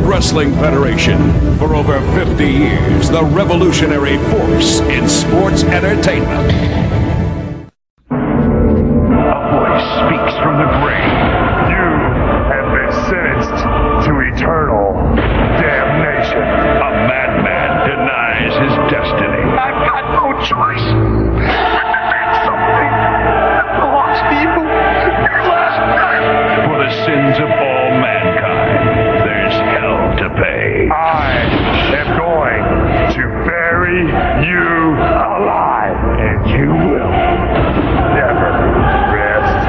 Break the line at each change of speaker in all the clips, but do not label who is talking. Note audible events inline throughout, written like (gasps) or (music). Wrestling Federation. For over 50 years, the revolutionary force in sports entertainment.
A voice speaks from the grave. You have been sentenced to eternal damnation. A madman denies his destiny. I've got no choice. but to take something that belongs to you. Your last breath. For the sins of all mankind, there's hell to pay. I am going to bury you alive, and you will never rest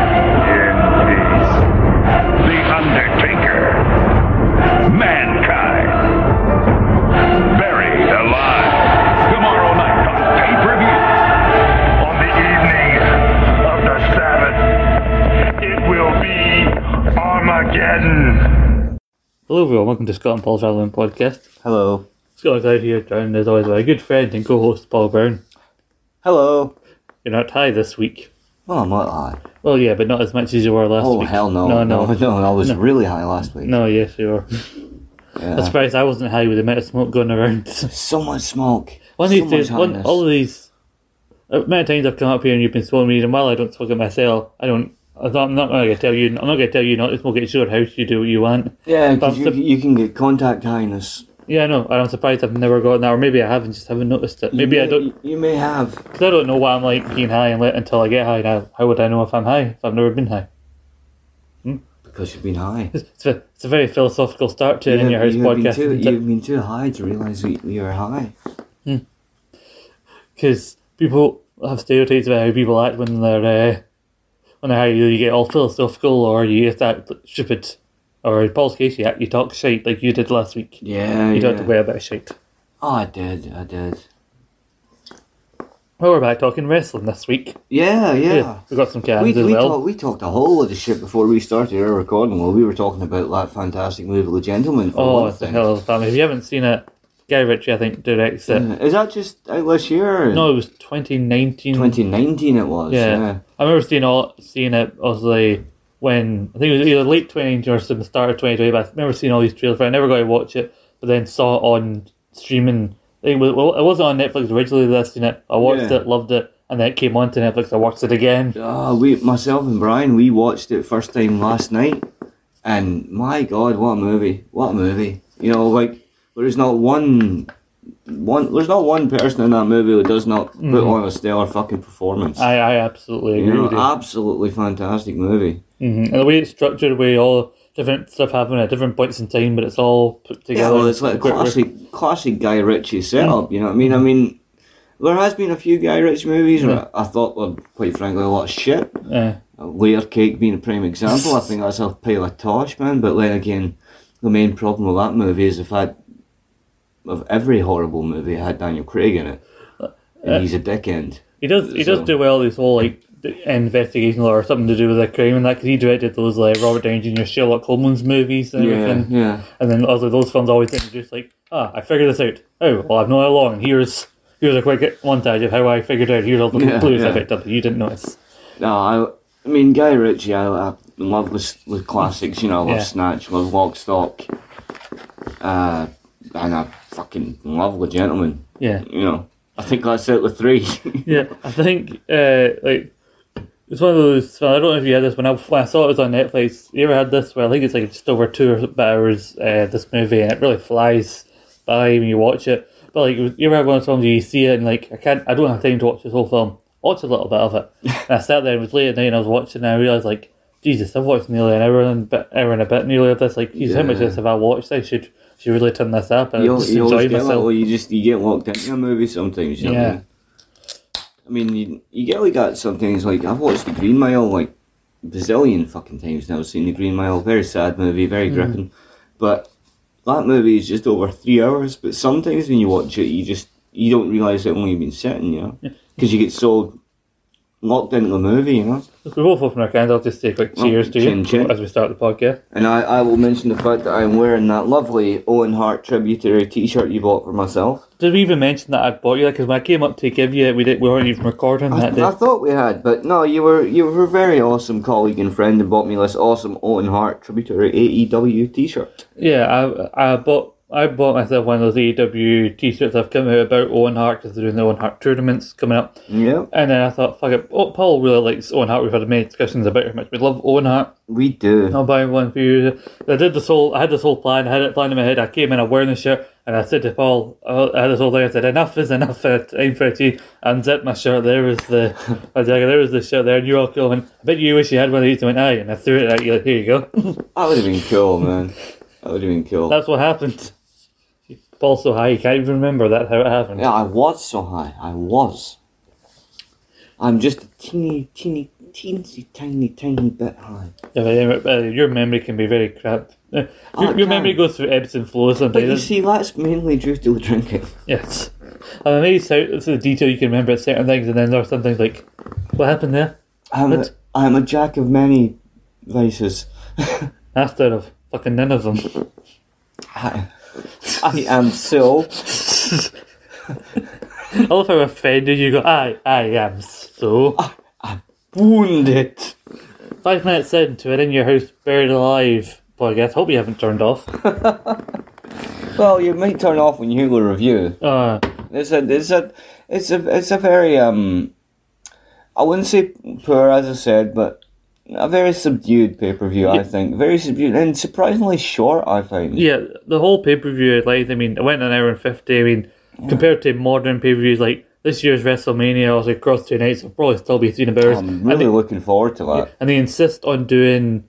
in peace. The Undertaker, mankind, buried alive. Tomorrow night on pay per view. On the evening of the Sabbath, it will be Armageddon.
Hello everyone, welcome to Scott and Paul's Traveling Podcast.
Hello.
Scott and Clive here, joined as always by a good friend and co-host Paul Brown.
Hello.
You're not high this week.
Well, I'm not high.
Well, yeah, but not as much as you were last
Oh,
week.
hell no.
No, no,
(laughs) No, I was
No.
really high last week.
(laughs) No, yes, you were.
Yeah.
I'm surprised I wasn't high with the amount of smoke going around.
So much smoke.
(laughs) one of
so
these days,
much
one,
highness.
all of these, uh, many times I've come up here and you've been smoking weed, and while I don't smoke it myself, I don't. I'm not, I'm not going to tell you. I'm not going to tell you not to smoke it. It's your house. You do what you want.
yeah,
But
'cause
I'm
you,
sup-
you can get contact highness.
yeah, I know. And I'm surprised I've never gotten that, or maybe I haven't, just haven't noticed it.
You
Maybe
may,
I don't.
You may have.
Cause I don't know what I'm like being high and lit until I get high. Now, how would I know if I'm high if I've never been high?
Because you've been high.
It's a, it's a very philosophical start to an In Your House
you have been
podcast.
too,
isn't
you've
it?
been too high to realise that you're high.
because people have stereotypes about how people act when they're uh, when they're high. Either You get all philosophical, or you just act stupid. Or in Paul's case, you act, you talk shite like you did last week.
Yeah,
you
yeah.
don't have to wear a bit of shite.
Oh, I did. I did.
Well, we're back talking wrestling this week.
Yeah, yeah.
we got some cans
We,
as
we,
well.
talk, we talked a whole lot of shit before we started our recording. Well, we were talking about that fantastic movie, The Gentleman, for
oh,
one
it's a
thing.
hell of a family. If you haven't seen it, Guy Ritchie, I think, directs it.
Is that just out last year? or-
No, it was 2019.
2019 it was.
Yeah.
Yeah.
I remember seeing all seeing it obviously when I think it was either late 2019 or some start of 2020. But I remember seeing all these trailers for it. I never got to watch it, but then saw it on streaming. It was well, it wasn't on Netflix originally. That I seen it, I watched
Yeah.
it, loved it, and then it came onto Netflix. I watched it again.
Ah, we, myself and Brian, we watched it first time last night, and my God, what a movie! What a movie! You know, like there is not one, one there's not one person in that movie who does not put on a stellar fucking performance.
Mm-hmm. I, I absolutely
you
agree.
know,
with you.
absolutely fantastic movie.
Mhm. And the way it's structured, where all different stuff happening at different points in time, but it's all put together.
Yeah, well, Oh, it's like a
Quick work.
classic, classic Guy Ritchie setup. You know what I mean? I
Mm-hmm.
mean, there has been a few Guy Ritchie movies where I thought were quite frankly a lot of shit.
Yeah.
layer cake being a prime example. I think that's a pile of tosh, man. But then again, the main problem with that movie is the fact of every horrible movie had Daniel Craig in it, and
Uh,
he's a dickhead.
He does. He does
So-
do well. This whole like d- investigation or something to do with a crime and that because he directed those like Robert Downey Jr. Sherlock Holmes movies and
Yeah,
everything.
yeah.
And then also those films always introduce like, ah, I figured this out. Oh, well, I've known it along. Here's here's a quick montage of how I figured out. Here's all the
(laughs) Yeah,
clues I
yeah.
picked up that you didn't notice.
No, I. I mean, Guy Ritchie. I, I love the, s- the classics. You know, I love
Yeah.
Snatch, love Lock, Stock, uh, and I fucking love The Gentleman.
Yeah,
You know, I think that's it with three. (laughs)
yeah. I think uh, like. It's one of those. I don't know if you had this when I, when I saw it was on Netflix. You ever had this where I think it's like just over two or so hours. Uh, this movie and it really flies by when you watch it. But like you ever have one of those films where you see it and like I can't, I don't have time to watch this whole film. Watch a little bit of
(laughs)
it. And I sat there and it was late at night and I was watching and I realized like Jesus, I've watched nearly an hour and bit, hour and a bit nearly of this. Like, Jesus, how much of
Yeah.
this have I watched? I should should really turn this up and
you, al-
just
you
enjoy
always get like,
myself.
well, you just you get locked into a movie sometimes. You know what I
yeah,
mean? I mean, you, you get like that sometimes. Like I've watched The Green Mile like bazillion fucking times now. I've seen The Green Mile, very sad movie, very gripping, but that movie is just over three hours. But sometimes when you watch it, you just you don't realize how long you've been sitting, you know, because you get so locked into the movie, you know.
If we're both open our cans, I'll just say a quick
Well,
cheers to
chin,
you
chin.
as we start the podcast.
And I, I will mention the fact that I'm wearing that lovely Owen Hart tributary T-shirt you bought for myself.
Did we even mention that I bought you that? Because when I came up to give you it, we, did, we weren't even recording
I,
that day.
I thought we had, but no, you were you were a very awesome colleague and friend and bought me this awesome Owen Hart tributary AEW T-shirt.
yeah, I, I bought. I bought myself one of those AEW t-shirts I've come out about Owen Hart because they're doing the Owen Hart tournaments coming up.
Yeah,
And then I thought, fuck it, oh, Paul really likes Owen Hart. We've had many discussions about how much we love Owen Hart.
we do.
I'll buy one for you. I did this whole, I had this whole plan, I had it planned in my head. I came in, I'm wearing the shirt, and I said to Paul, oh, I I had this whole thing, I said, enough is enough, uh, time for a tea. Unzipped my shirt, there was the, my jacket, there was the shirt there, and you were all cool, and I bet you wish you had one of these, and I went, aye, and I threw it at you, like, here you go. (laughs)
That would have been cool, man. That would have been cool.
That's what happened. Paul's so high, he can't even remember that, how it happened.
Yeah, I was so high. I was. I'm just a teeny, teeny, teensy, tiny, tiny bit high.
Yeah, but anyway, uh, your memory can be very crap. Uh,
Oh,
Your,
it
your
can.
memory goes through ebbs and flows
But you
sometimes.
see, that's mainly due to the drinking.
Yes. I'm amazed how this is the detail you can remember at certain things, and then there are some things like, what happened there?
I'm a,
But-
I'm a jack of many vices.
Master of fucking none of them. (laughs)
I, I am so.
I love how offended you go, I, I am so.
wounded.
Five minutes into it in your house, buried alive podcast. Hope you haven't turned off.
Well, you might turn off when you hear the review.
Uh,
It's a, it's a, it's a, it's a very um, I wouldn't say poor as I said, but a very subdued pay per view. I think very subdued and surprisingly short. I find.
yeah, the whole pay per view, like, I mean, I went an hour and 50. I mean, compared to modern pay per views, like, this year's WrestleMania, also across two nights, will probably still be three and a bit hours.
I'm
And
really
they-
looking forward to that.
and they insist on doing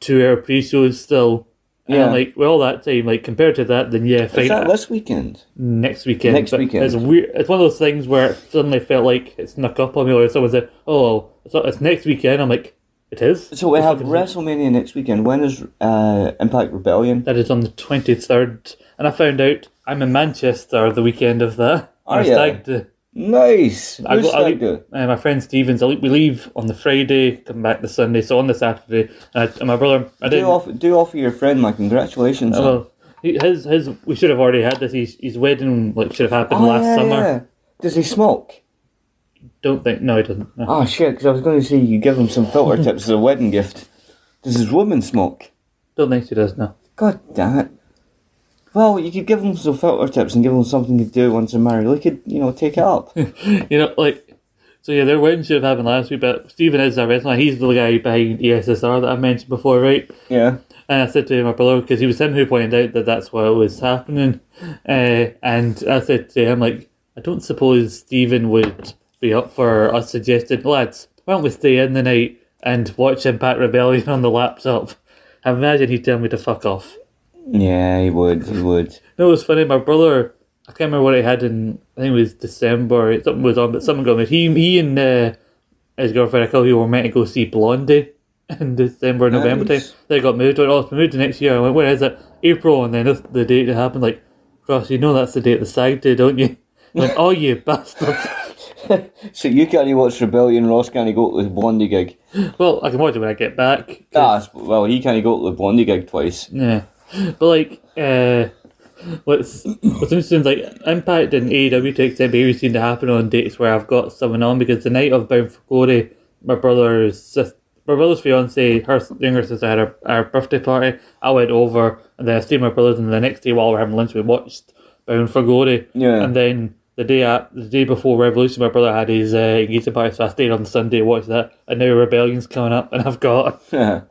two hour pre shows still. And
Yeah.
I'm like, well, that time, like compared to that, then yeah, fine.
Is that this weekend?
next weekend.
Next
But
weekend.
It's weird. It's one of those things where it suddenly felt like it snuck up on me, or someone said, "Oh, it's, not, it's next weekend." I'm like, "It is."
So we
It's
have
fucking-
WrestleMania next weekend. When is uh, Impact Rebellion?
That is on the twenty third, and I found out I'm in Manchester the weekend of
(laughs)
that.
Are
I
ya?
stag do.
Nice.
I
Oh, Who's
go- I
that
leave-
do?
Uh, my friend Stevens. I, we leave on the Friday, come back the Sunday. So on the Saturday, and, I, and my brother, I
Do
didn't.
offer, do offer your friend my congratulations.
Oh, well, he- his his we should have already had this. His, his wedding like should have happened
Oh,
last
yeah,
summer.
yeah. Does he smoke?
Don't think no, he doesn't. No.
Oh shit, because I was going to say you give him some filter tips as a wedding gift. Does his woman smoke?
Don't think she does. No.
God damn it. Well, you could give him some filter tips and give him something to do once they're married. They could, you know, take it up.
You know, like so yeah, their wedding should have happened last week. But Stephen is our wrestler. He's the guy behind ESSR that I mentioned before, right?
yeah.
And I said to him, my brother, because he was him who pointed out that that's what was happening. Uh, and I said to him, like, I don't suppose Stephen would be up for us suggesting, lads, why don't we stay in the night and watch Impact Rebellion on the laptop? I imagine he'd tell me to fuck off.
Yeah, he would. He would.
No, it was funny. My brother, I can't remember what he had in. I think it was December. Something was on, but someone got me. He, he and uh, his girlfriend, I couple, you were meant to go see Blondie (laughs) in December, November
Nice.
time. They got moved. Went, oh, it's been moved to next year. I went, where is it? April, and then that's the date it happened. Like, Ross, you know that's the date the SAG did, don't you? (laughs) I went, oh, you bastard.
So you can't even watch Rebellion, Ross can't go to the Blondie gig.
(laughs) well, I can watch it when I get back.
Ah, s- well, he can't go to the Blondie gig twice. (laughs)
Yeah, but like, uh, what's what's interesting is like Impact and E AEW to extent maybe seem to happen on dates where I've got someone on because the night of Bound for Glory, my brother's sis my brother's fiance, her s- younger sister had her, her birthday party. I went over and then I stayed with my brothers, and the next day while we were having lunch, we watched Bound for Glory.
Yeah.
and then. The day at, the day before Revolution, my brother had his uh, engagement party, so I stayed on Sunday to watch that. And now Rebellion's coming up, and I've got
yeah.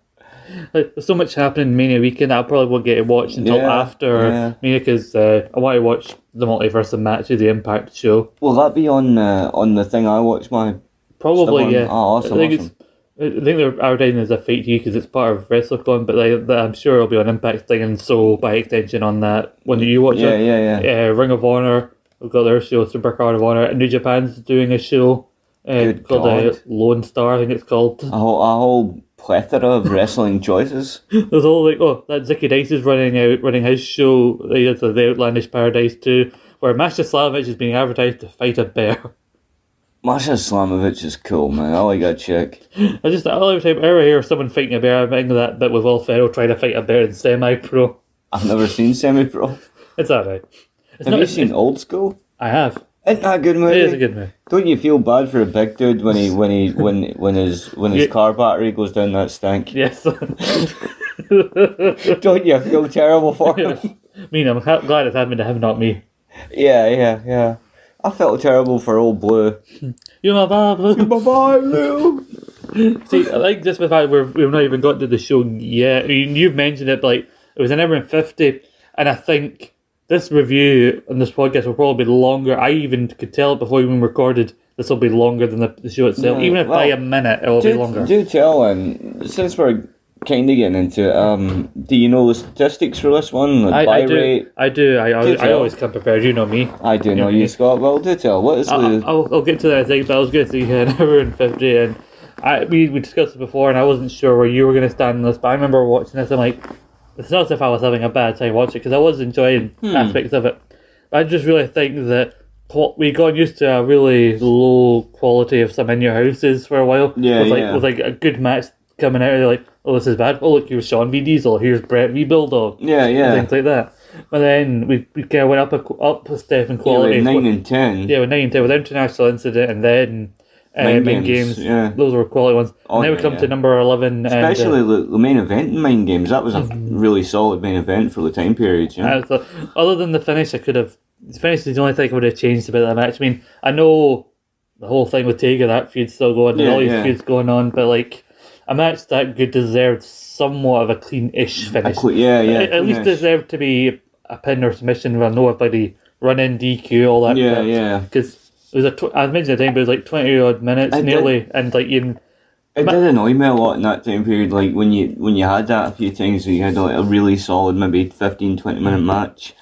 like, there's so much happening in Mania weekend that I probably won't get to watch until
Yeah,
after
yeah.
Mania because uh, I want to watch the multiverse of matches, the Impact show.
Will that be on uh, on the thing I watch, my.
Probably,
Still on?
yeah.
Oh, awesome,
I think
awesome.
it's. I think they're advertising it as a fake to you because it's part of WrestleCon, but like, that I'm sure it'll be on Impact thing, and so by extension on that one that you watch.
Yeah,
on.
yeah,
Uh, Ring of Honor, we've got their show, Supercard of Honor. New Japan's doing a show uh,
Good
called uh,
God.
Lone Star, I think it's called.
A whole, a whole plethora of wrestling choices.
There's all like, oh, that Zicky Dice is running out, running his show, the, the Outlandish Paradise 2, where Masha Slavich is being advertised to fight a bear. (laughs)
Masha Slamovich is cool, man. I like that chick.
I just I every time I ever hear someone fighting a bear, I'm thinking of that bit with Will Ferrell trying to fight a bear in semi-pro.
I've never seen
(laughs)
Semi Pro.
It's alright. It's
Have
not.
you seen Old School?
I have.
Isn't that a good movie?
It is a good movie.
Don't you feel bad for a big dude when he
(laughs)
when he when when his when his
Yeah.
car battery goes down that stank?
Yes. (laughs)
Don't you feel terrible
(laughs)
for him?
I mean, I'm ha- glad it's happened to him, not me.
Yeah, yeah, yeah. I felt terrible for old Blue.
You're my Bob.
Bye bye, Blue.
See, I like just the fact we've, we've not even got to the show yet. I mean, you've mentioned it, but like it was an hour and fifty, and I think this review and this podcast will probably be longer. I even could tell it before we even recorded. This will be longer than the, the show itself.
Yeah,
even if by
well,
a minute, it will be longer.
Do, do tell, and since we're kind of getting into it, um, do you know the statistics for this one? The
I,
buy
I do.
rate?
I do. I, I,
Do
I
tell.
always come prepared. You know me.
I do know
Yeah.
you, Scott. Well, do tell. What is
I,
the.
Uh, I'll, I'll get to that thing, but I was going to say (laughs) yeah, an hour and 50, and I, we, we discussed it before, and I wasn't sure where you were going to stand on this, but I remember watching this, I'm like, it's not as if I was having a bad time watching it, because I was enjoying
Hmm.
aspects of it. But I just really think that qu- we got used to a really low quality of some in your houses for a while.
Yeah,
with like,
yeah.
With like a good match coming out, they're like, oh, this is bad. Oh, look, here's Sean V. Diesel, here's Brett V. Bulldog.
yeah, yeah.
Things like that. But then we, we kind of went up a, qu- up a step in
Yeah,
quality.
like 9 and 10.
Yeah, with nine and ten with international incident and then uh,
Main
main,
games,
games.
yeah.
Those were quality ones.
Oh,
and then we
yeah,
come
yeah.
to number eleven. uh,
Especially the, the main event in Mind Games. That was a really solid main event for the time period. Yeah.
And, uh, I thought- other than the finish, I could have. The finish is the only thing I would have changed about that match. I mean, I know the whole thing with Tega that feud's still going
Yeah,
and all these
yeah.
feuds going on, but like a match that good deserved somewhat of a clean-ish finish.
Qu- yeah, yeah.
at, at least
finish.
deserved to be a pin or submission where nobody run in DQ all that.
Yeah,
crap.
yeah.
Because it was a tw- I mentioned the time, but it was like twenty odd minutes
I did-
nearly, and like you.
It did annoy me a lot in that time period. Like when you when you had that a few times, where you had like a really solid, maybe 15, 20 minute match,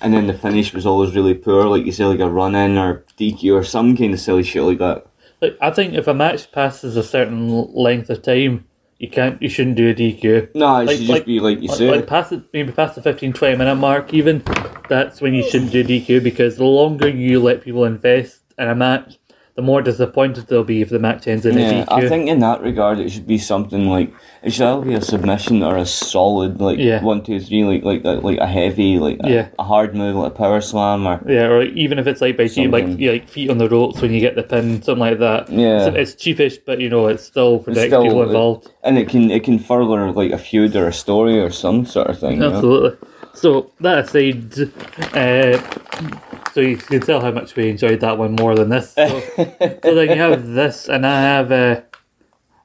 and then the finish was always really poor. Like you say, like a run in or DQ or some kind of silly shit like that.
Like I think if a match passes a certain l- length of time, you can't, you shouldn't do a DQ.
No, it should just be like you say.
Like past the, maybe past the 15, 20 minute mark, even that's when you shouldn't do DQ because the longer you let people invest in a match, the more disappointed they'll be if the match ends in
yeah,
a DQ.
I think in that regard, it should be something like it should either be a submission or a solid like
Yeah.
one, two, three, like like that, like a heavy, like a,
Yeah.
a hard move, like a power slam or
Yeah, or even if it's like by you like
Something.
you like feet on the ropes when you get the pin, something like that.
Yeah.
it's, it's cheapish, but you know it's still protects
still-
people involved.
and it can it can further like a feud or a story or some sort of thing. you know?
Absolutely. So that aside, uh, so you can tell how much we enjoyed that one more than this. So, so then you
(laughs)
have this, and I have uh,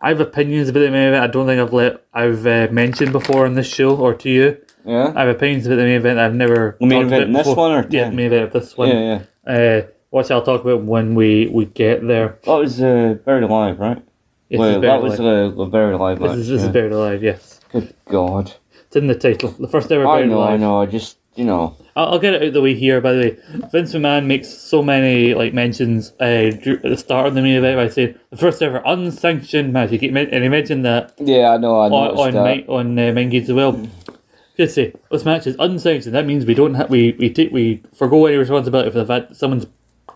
I have opinions about the main event. I don't think I've let I've uh, mentioned before on this show or to you.
Yeah.
I have opinions about the main event. I've never
main
talked
event
about
in this
before.
one or
yeah,
ten?
main event of this one.
Yeah, yeah.
Uh, which I'll talk about when we we get there.
That was uh, Buried Alive, right?
Yes,
well,
it's
that
buried
was
alive.
the, the Buried Alive match.
this is, this
yeah.
is buried alive. Yes,
Good God.
it's in the title. The first ever
I
buried
know,
alive.
I know. I just, you know.
I'll, I'll get it out of the way here. By the way, Vince McMahon makes so many like mentions uh, dur- at the start of the main event by saying the first ever unsanctioned match. He keep men- and he mentioned that
Yeah, I know, I noticed
on on,
that.
main, on uh, main gates as well. Just say this match is unsanctioned. That means we don't have we we take we forgo any responsibility for the fact that someone's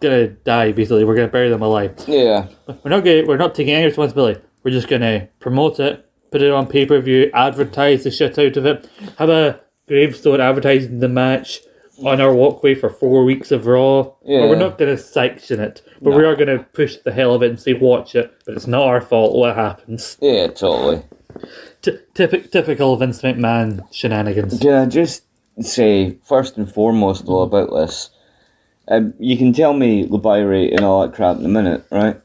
gonna die. Basically, we're gonna bury them alive.
Yeah.
We're not gonna, we're not taking any responsibility. We're just gonna promote it, put it on pay per view, advertise the shit out of it, have a gravestone advertising the match on our walkway for four weeks of Raw. But
Yeah.
we're not gonna sanction it, but we are gonna push the hell of it and say watch it. But it's not our fault what happens.
Yeah, totally.
T- typic, typical Vince McMahon shenanigans.
Can I just say, first and foremost, though,
Mm-hmm.
about this? Um, you can tell me the buy rate and all that crap in a minute, right?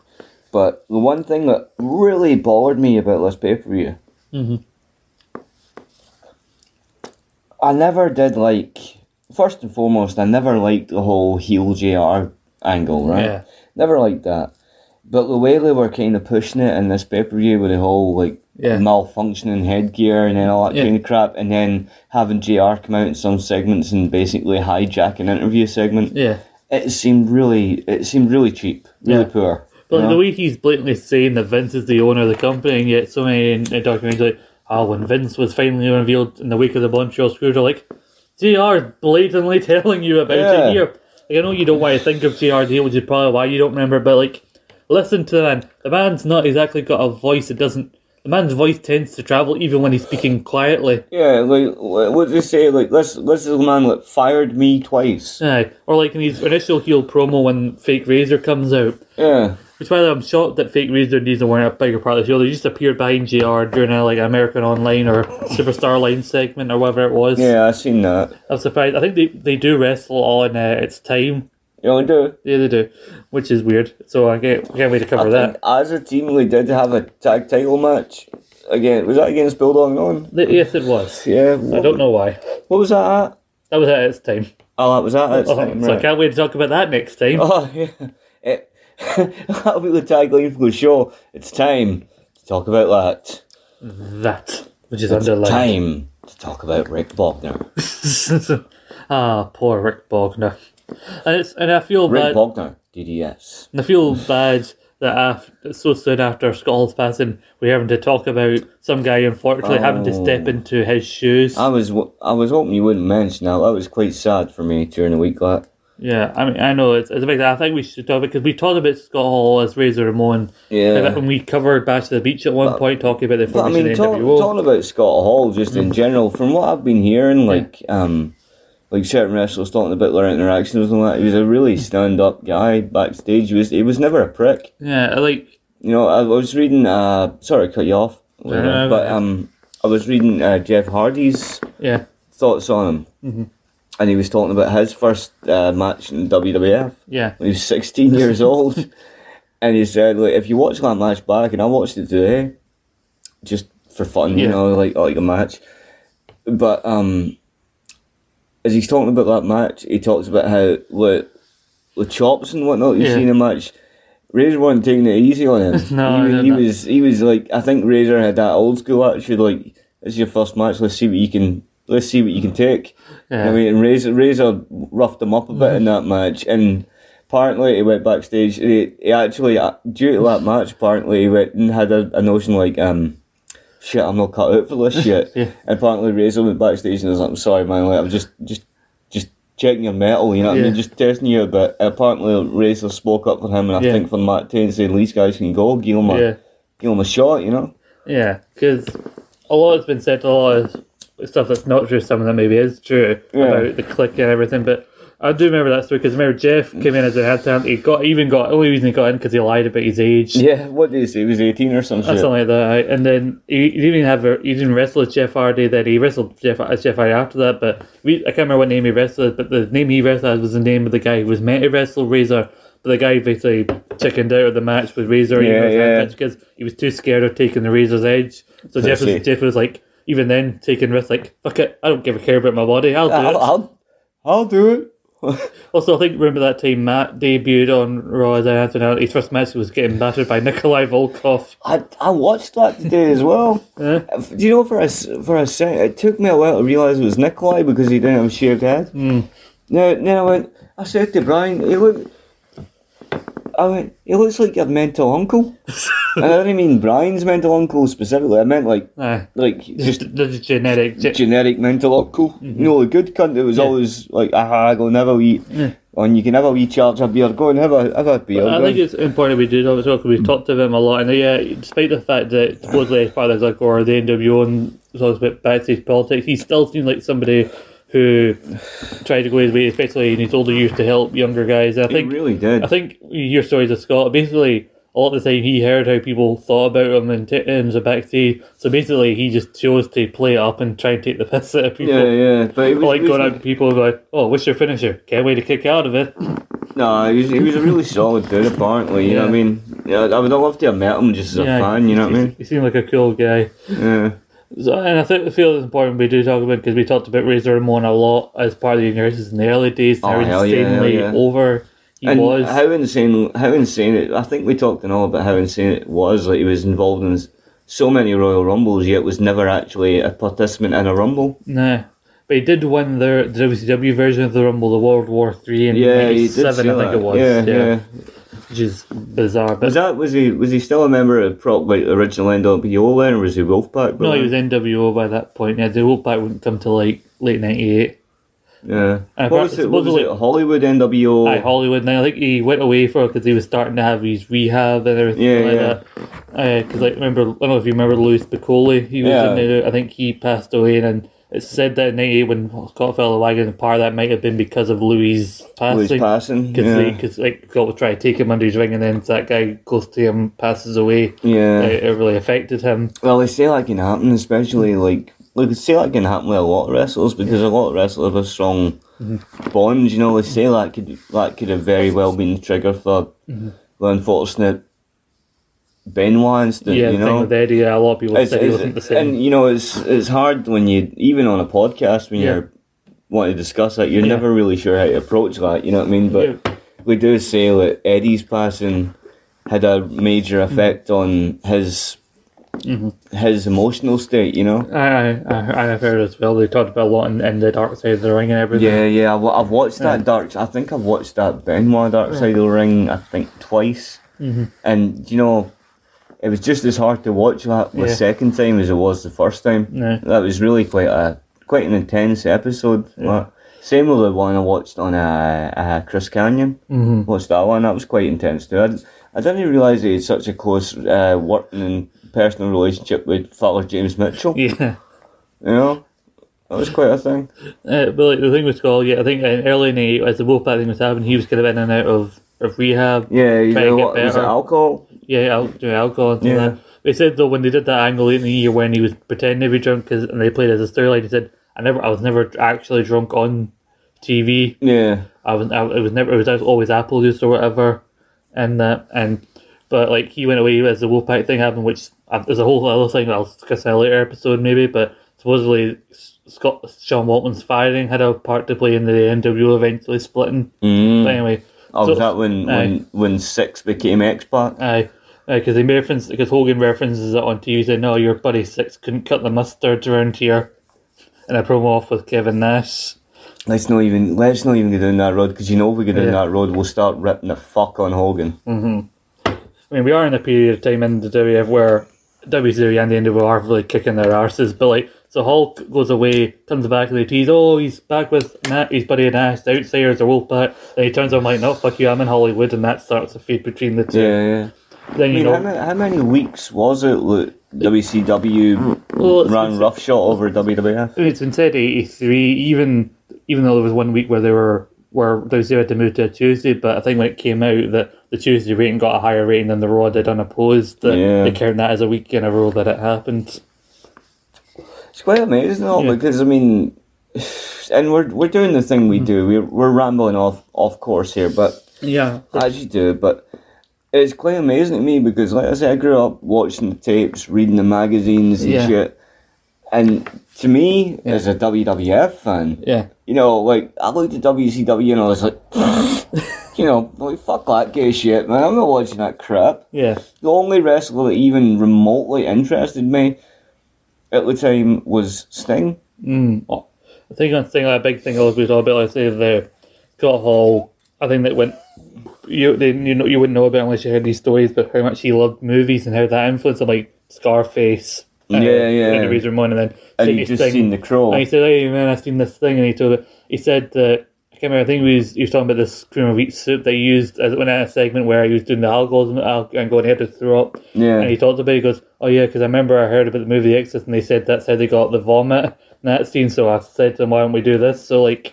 But the one thing that really bothered me about this pay per view,
Mm-hmm.
I never did like. First and foremost, I never liked the whole heel JR angle, right?
Yeah.
Never liked that. But the way they were kind of pushing it in this pay per view with the whole like
Yeah.
malfunctioning headgear and then all that
Yeah.
kind of crap, and then having JR come out in some segments and basically hijack an interview segment,
Yeah.
it seemed really it seemed really cheap, really
Yeah.
poor.
But
you
like,
know?
the way he's blatantly saying that Vince is the owner of the company, and yet so many in, in documentaries like, oh, when Vince was finally revealed in the wake of the Montreal Screwjob, like, JR is blatantly (laughs) telling you about
Yeah.
it here. Like, I know you don't want to think of JR deal, which is probably why you don't remember, but like, Listen to the man. The man's not exactly got a voice that doesn't. The man's voice tends to travel even when he's speaking quietly.
Yeah, like wh- what did you say? Like this, this is the man that fired me twice.
Aye. Or like in his initial heel promo when Fake Razor comes out.
Yeah,
Which, by the way, I'm shocked that Fake Razor and Diesel weren't a bigger part of the show. They just appeared behind JR during a, like American Online or Superstar Line segment or whatever it was.
yeah, I seen that.
I'm surprised. I think they, they do wrestle on uh, its time.
You know, I do.
Yeah, they do, which is weird. So I can't, can't wait to cover
I
that.
think as a team, we did have a tag title match. Again, was that against Bulldog Nolan?
Th- Yes, it was.
Yeah. What,
I don't know why.
What was that at?
That was at its time.
Oh, that was that. That's
Oh,
time,
so I
right.
can't wait to talk about that next time.
Oh, (laughs) yeah. It, that'll be the tagline for the show. It's time to talk about that.
That, which is underlined.
Time to talk about Rick Bogner.
(laughs) ah, poor Rick Bogner. And it's and I feel
Rick
bad.
Bogner, DDS.
and I feel bad that after, so soon after Scott's passing, we're having to talk about some guy unfortunately having to
Oh.
step into his shoes.
I was wo- I was hoping you wouldn't mention that. That was quite sad for me during the week. That
Yeah, I mean, I know it's, it's a big. I think we should talk because we talked about Scott Hall as Razor Ramon.
Yeah.
Like, when we covered Bash to the Beach at one point, talking about the
But I
formation
mean,
of
talk,
NWO.
talking about Scott Hall just in general, from what I've been hearing, like um, like certain wrestlers talking about their interactions and all that, he was a really stand up guy backstage. He was he was never a prick.
yeah, like
You know, I was reading. Uh, sorry, to cut you off.
no,
but
no.
um, I was reading uh, Jeff Hardy's
yeah,
thoughts on him,
Mm-hmm.
and he was talking about his first uh, match in WWF.
yeah,
He was 16
(laughs)
years old. And he said, like, if you watch that match back, and I watched it today, just for fun, you
Yeah.
know, like like a match. But um, as he's talking about that match, he talks about how with with chops and whatnot you
Yeah.
see in the match. Razor wasn't taking it easy on him.
(laughs) No,
he, was-
no,
he
no.
was he was like I think Razor had that old school attitude like this is your first match, let's see what you can let's see what you can take.
Yeah.
I mean, and Razor, Razor roughed him up a bit in that match, and apparently he went backstage. He, he actually, uh, due to that match, apparently he went and had a, a notion like, um, shit, I'm not cut out
(laughs)
for this shit.
Yeah.
And apparently Razor went backstage and was like, I'm sorry, man, like, I'm just, just, just checking your metal, you know what I mean?
Yeah.
Just testing you a bit. apparently Razor spoke up for him, and I
Yeah.
think for Matt Taylor saying, these guys can go, give him a,
Yeah.
give him a shot, you know?
yeah. Because a lot has been said, a lot of stuff that's not true. Some of that maybe is true
Yeah.
about the click and everything, but. I do remember that story because remember Jeff came in as a headhunter. He got he even got only reason he got in because he lied about his age.
Yeah, what did he say? He was 18 or some
Or
shit.
something like that. right? And then he, he didn't even have a, he didn't wrestle as Jeff Hardy. Then he wrestled Jeff as Jeff Hardy after that. But we, I can't remember what name he wrestled, as, but the name he wrestled as was the name of the guy who was meant to wrestle Razor. But the guy basically chickened out of the match with Razor even
Yeah,
though it was
yeah.
a match because he was too scared of taking the Razor's edge. So Jeff
see.
was, Jeff was like, even then, taking risks, like, fuck it, I don't give a care about my body, I'll do
I'll,
it.
I'll, I'll do it.
Also, I think remember that time Matt debuted on Raw as an announcer. His first match he was getting battered by Nikolai Volkov.
I, I watched that today as well. F- Do you know for a s- for a second it took me a while to realize it was Nikolai because he didn't have a shaved head.
Hmm.
Mm. Now then I went. I said to Brian, he look. I went. He looks like your mental uncle,
(laughs)
and I didn't mean Brian's mental uncle specifically. I meant like
Aye.
like just
the genetic. ge- Mm-hmm.
generic mental uncle. You know the good cunt that was always like, ah, go and have a wee, and you can have a wee charge a beer. Go and have a have a beer.
I
go
think
and-"
it's important we do that as well
Hmm.
because we've talked of him a lot. And yeah, despite the fact that supposedly his father's like or the NWO and talks about backstage politics, he still seems like somebody who tried to go his way, especially in his older years, to help younger guys. And I
he
think
really did.
I think you hear stories of Scott. Basically, a lot of the time he heard how people thought about him in t- terms of backstage. So basically, he just chose to play it up and try and take the (laughs) piss out of people.
yeah, yeah, but it was,
Like
it was
going out to people and going, "Oh, what's your finisher? Can't wait to kick out of it."
No, he was, he was a really solid dude, apparently. You know what I
Yeah.
mean? Yeah, I would love to have met him just as a fan, you know what I mean?
He seemed like a cool guy.
Yeah.
So, and I think I feel it's important we do talk about because we talked about Razor Ramon a lot as part of the universes in the early days.
Oh,
how
hell yeah, hell
insanely
yeah.
over he
And
was.
how insane, how insane it, I think we talked and all about how insane it was. Like, he was involved in s- so many Royal Rumbles, yet was never actually a participant in a Rumble.
nah. But he did win the, the WCW version of the Rumble, the World War Three in
Yeah, he did say
97, I think
that.
it was.
Yeah, yeah.
Which is bizarre. But
Was that, was he, was he still a member of prop, like, original NWO then, or was he Wolfpack?
no,
brother?
he was NWO by that point. Yeah, the Wolfpack wouldn't come till like late 98.
Yeah.
Uh,
what was it? What was
supposedly-
it? Hollywood NWO.
Aye, Hollywood. Now I think he went away for it because he was starting to have his rehab and everything
Yeah,
like
yeah.
that. Because like remember, I don't know if you remember Louis Piccoli. He was
Yeah.
in there. I think he passed away, and, then it's said that in '98 when Scott fell the wagon apart, that might have been because of Louis
Louis
passing.
passing.
Because
Yeah.
like Scott would try to take him under his wing, and then that guy close to him passes away.
Yeah.
it, it really affected him.
Well, they say that can happen, especially like like they say that can happen with a lot of wrestlers because a lot of wrestlers have a strong
Mm-hmm.
bond. You know, they say that could that could have very well been the trigger for
Mm-hmm.
the unfortunate Benoit incident.
yeah,
you
thing
know,
with Eddie, yeah, a lot of people
It's-
said he
it's-
wasn't the same.
And you know, it's it's hard when you even on a podcast when
Yeah.
you're want to discuss it, you're
Yeah.
never really sure how to approach that. You know what I mean? But
Yeah.
we do say that Eddie's passing had a major effect on his
Mm-hmm.
his emotional state. You know.
I, I, I've heard as well. They talked about a lot in, in the dark side of the ring and everything.
Yeah, yeah. I've, wa- I've watched that dark. I think I've watched that Benoit Dark Side of the Ring. I think twice. Mm-hmm. And you know, it was just as hard to watch that the
Yeah.
second time as it was the first time.
Yeah.
That was really quite a quite an intense episode. that. Same with the one I watched on uh, uh, Chris Canyon. Mm-hmm. Watched that one. That was quite intense too. I, didn't- I didn't realise he had such a close uh, working and personal relationship with Father James Mitchell.
(laughs) yeah.
You know, that was quite a thing.
Uh, but like the thing with Skull, yeah, I think in early in the as the Wolfpack thing was happening, he was kind of in and out of, of rehab.
Yeah, you
trying
know
to
what?
get
Was it
better.
alcohol?
Yeah, al- doing alcohol and
Yeah.
yeah. that. They said though when they did that angle late in the year when he was pretending to be drunk, 'cause- and they played it as a storyline, he said, "I never, I was never actually drunk on TV.
Yeah.
I was, I, it was never, it was always apple juice or whatever, and that, and but like he went away as the Wolfpack thing happened, which uh, there's a whole other thing I'll discuss in a later episode maybe, but supposedly S- Scott Sean Waltman's firing had a part to play in the NWO eventually splitting. Mm. But anyway,
Oh,
so-
was that when,
aye,
when when Six became X Pac?
aye. Because they reference because Hogan references it on TV saying, "No, your buddy Six couldn't cut the mustard around here," and a promo off with Kevin Nash.
Let's not even let's not even go down that road because you know if we go down
Yeah. Mm-hmm.
that road, we'll start ripping the fuck on Hogan.
I mean, we are in a period of time in the WF where WCW and the NWO are really kicking their arses. But like, so Hulk goes away, comes back, and they tease, oh, he's back with Matt, his buddy Nash, the Outsiders, the Wolfpack. Then he turns on like, no, fuck you, I'm in Hollywood, and that starts a feud between the two.
Yeah, yeah.
Then
I
you
mean, how
know,
many, how many weeks was it that WCW
Well, it's-
ran
it's-
roughshod over WWF?
it's been said eighty three, even even though there was one week where they were where WCW had to move to a Tuesday, but I think when it came out that the Tuesday rating got a higher rating than the Raw did unopposed, that
Yeah.
they count that as a week in a row that it happened.
It's quite amazing, though,
Yeah.
because I mean, (sighs) and we're we're doing the thing
Mm-hmm.
we do. We're we're rambling off off course here, but.
Yeah.
as you do, but it's quite amazing to me because, like I said, I grew up watching the tapes, reading the magazines and
Yeah.
shit. And to me, as a WWF fan,
Yeah.
you know, like, I looked at WCW and I was like, (laughs) you know, like, fuck that gay shit, man. I'm not watching that crap
Yeah.
the only wrestler that even remotely interested me at the time was Sting.
I think one thing, like, a big thing, always was all about, like, say, the Scott Hall. I think that went. You they, you know you wouldn't know about it unless you heard these stories, but how much he loved movies and how that influenced him, like Scarface. uh,
Yeah, yeah.
And the Razor Ramon, and then
And
Sydney
you just
Sting.
seen the crow.
And he said, "Hey man, I've seen this thing," and he told it. He said that I can't remember. I think he was he was talking about this cream of wheat soup they used as when I had a segment where he was doing the alcoholism al- and going he had to throw up.
Yeah.
And he talked about. it, He goes, "Oh yeah, because I remember I heard about the movie The Exorcist, and they said that's how they got the vomit in that scene." So I said to him, "Why don't we do this?" So like.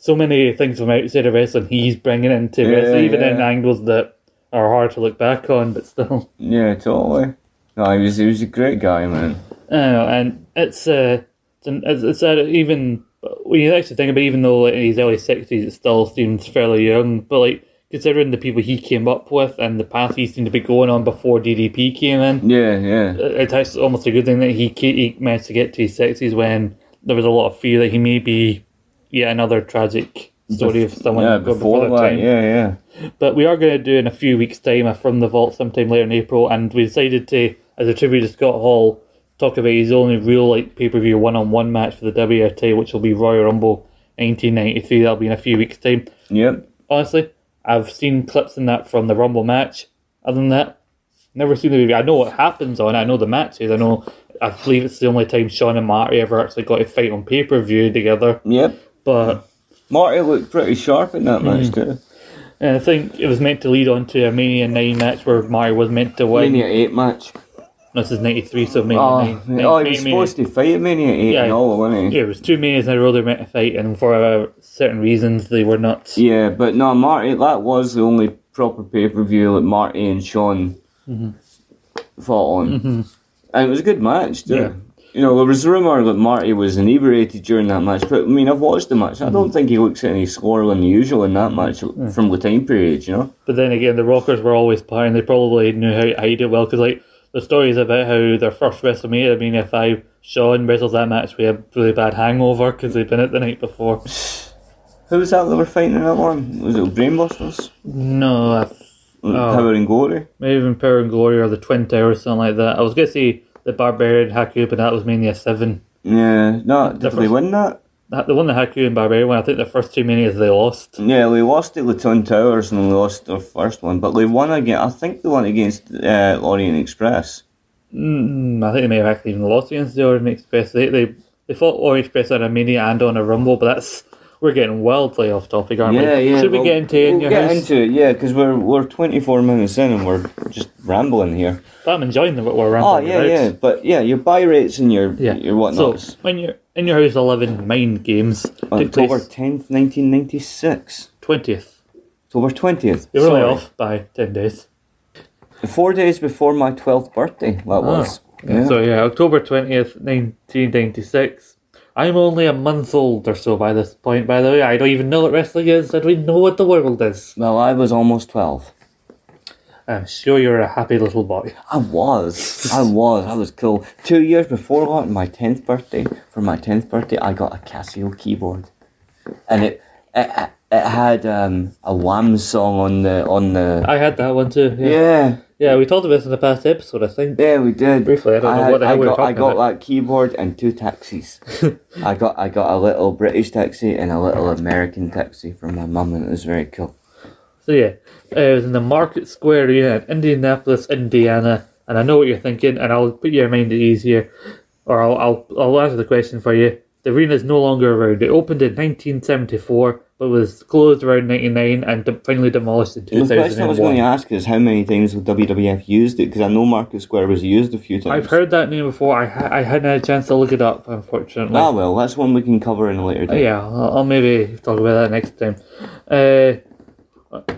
So many things from outside of wrestling he's bringing into
Yeah,
wrestling, even in
yeah.
angles that are hard to look back on, but still. (laughs)
Yeah, totally. No, he was, he was a great guy, man.
Oh, and it's uh, it's, an- it's, it's uh, even when you actually think about, it, even though like, in his early sixties, it still seems fairly young. But like considering the people he came up with and the path he seemed to be going on before DDP came in,
Yeah, yeah.
it's actually almost a good thing that he ca- he managed to get to his sixties when there was a lot of fear that he may be yet another tragic story of someone
yeah,
going
before,
their
that,
time.
yeah, yeah.
But we are going to do in a few weeks' time a From the Vault sometime later in April, and we decided to, as a tribute to Scott Hall, talk about his only real like pay per view one on one match for the WRT, which will be Royal Rumble 1993. That'll be in a few weeks' time.
Yep.
Honestly, I've seen clips in that from the Rumble match. Other than that, never seen the movie. I know what happens on it. I know the matches. I know. I believe it's the only time Sean and Marty ever actually got a fight on pay per view together.
Yep.
But
Marty looked pretty sharp in
Hmm.
that match too.
and I think it was meant to lead on to a Mania 9 match where Mario was meant to win.
Mania eight match.
No, this is 93, so Mania
Oh,
9.
man. oh, he was
Mania-
supposed to fight at Mania eight
Yeah.
and all, wasn't he?
Yeah, it was two Manias in a row they meant to fight, and for uh, certain reasons they were not.
Yeah, but no, Marty. That was the only proper pay per view that Marty and Sean
Mm-hmm.
fought on, and it was a good match too.
Yeah.
You know, there was a rumor that Marty was inebriated during that match, but I mean, I've watched the match. I
Mm-hmm.
don't think he looks any slower than usual in that match from the time period. You know,
But then again, the Rockers were always behind. They probably knew how to hide it well because, like, the story is about how their first WrestleMania, I mean, if I Sean wrestles that match with a really bad hangover because they'd been out the night before.
who was that that were fighting in that one? Was it Brainbusters?
No, I th- Oh.
Power and Glory.
maybe even Power and Glory or the Twin Tower or something like that. I was going to say the Barbarian Haku, but that was Mania 7.
Yeah, no, did they
first-
win that?
That- The one the Haku and Barbarian one, I think the first two Manias they lost.
Yeah, we lost to Laton Towers and we lost their first one, but they won again. I think they won against uh, Orient Express.
Mm, I think they may have actually even lost against the Orient Express. They they, they fought Orient Express on a Mania and on a Rumble, but that's we're getting wildly off topic, aren't
Yeah,
we?
yeah.
Should we
well,
get into it in
we'll
your
get
house?
into it, yeah, because we're we're twenty four minutes in and we're just rambling here.
But I'm enjoying the what we're
Oh
rambling
yeah,
about.
yeah, but yeah, your buy rates and your
Yeah.
your whatnots.
So when you're in your house, eleven mind games took
October
place
tenth, nineteen ninety six.
twentieth.
October twentieth.
You're only off by ten days.
Four days before my twelfth birthday. That was. Ah, Yeah.
So yeah, October twentieth, nineteen ninety six. I'm only a month old or so by this point. By the way, I don't even know what wrestling is. I don't even know what the world is.
Well, I was almost twelve.
I'm sure you're a happy little boy. (laughs)
I was. (laughs) I was. I was cool. Two years before that, on my 10th birthday, for my 10th birthday, I got a Casio keyboard. And it it, it had um, a Wham song on the. on the.
I had that one too.
Yeah.
Yeah, we talked about this in the past episode, I think.
Yeah, we did.
Briefly, I don't know what the hell
I
we were
got, I
talking
got
about.
that keyboard and two
(laughs)
taxis. I got I got a little British taxi and a little American taxi from my mum, and it was very cool.
So yeah, uh, it was in the Market Square Arena in Indianapolis, Indiana. And I know what you're thinking, and I'll put your mind at ease here, or I'll I'll, I'll answer the question for you. The arena is no longer around. It opened in 1974, but was closed around 99 and de- finally demolished in
The question I was going
2001.
to ask is how many times the WWF used it because I know Market Square was used a few times.
I've heard that name before. I ha- I hadn't had a chance to look it up, unfortunately.
Ah, well, that's one we can cover in a later day.
Oh, Yeah, I'll, I'll maybe talk about that next time. Uh,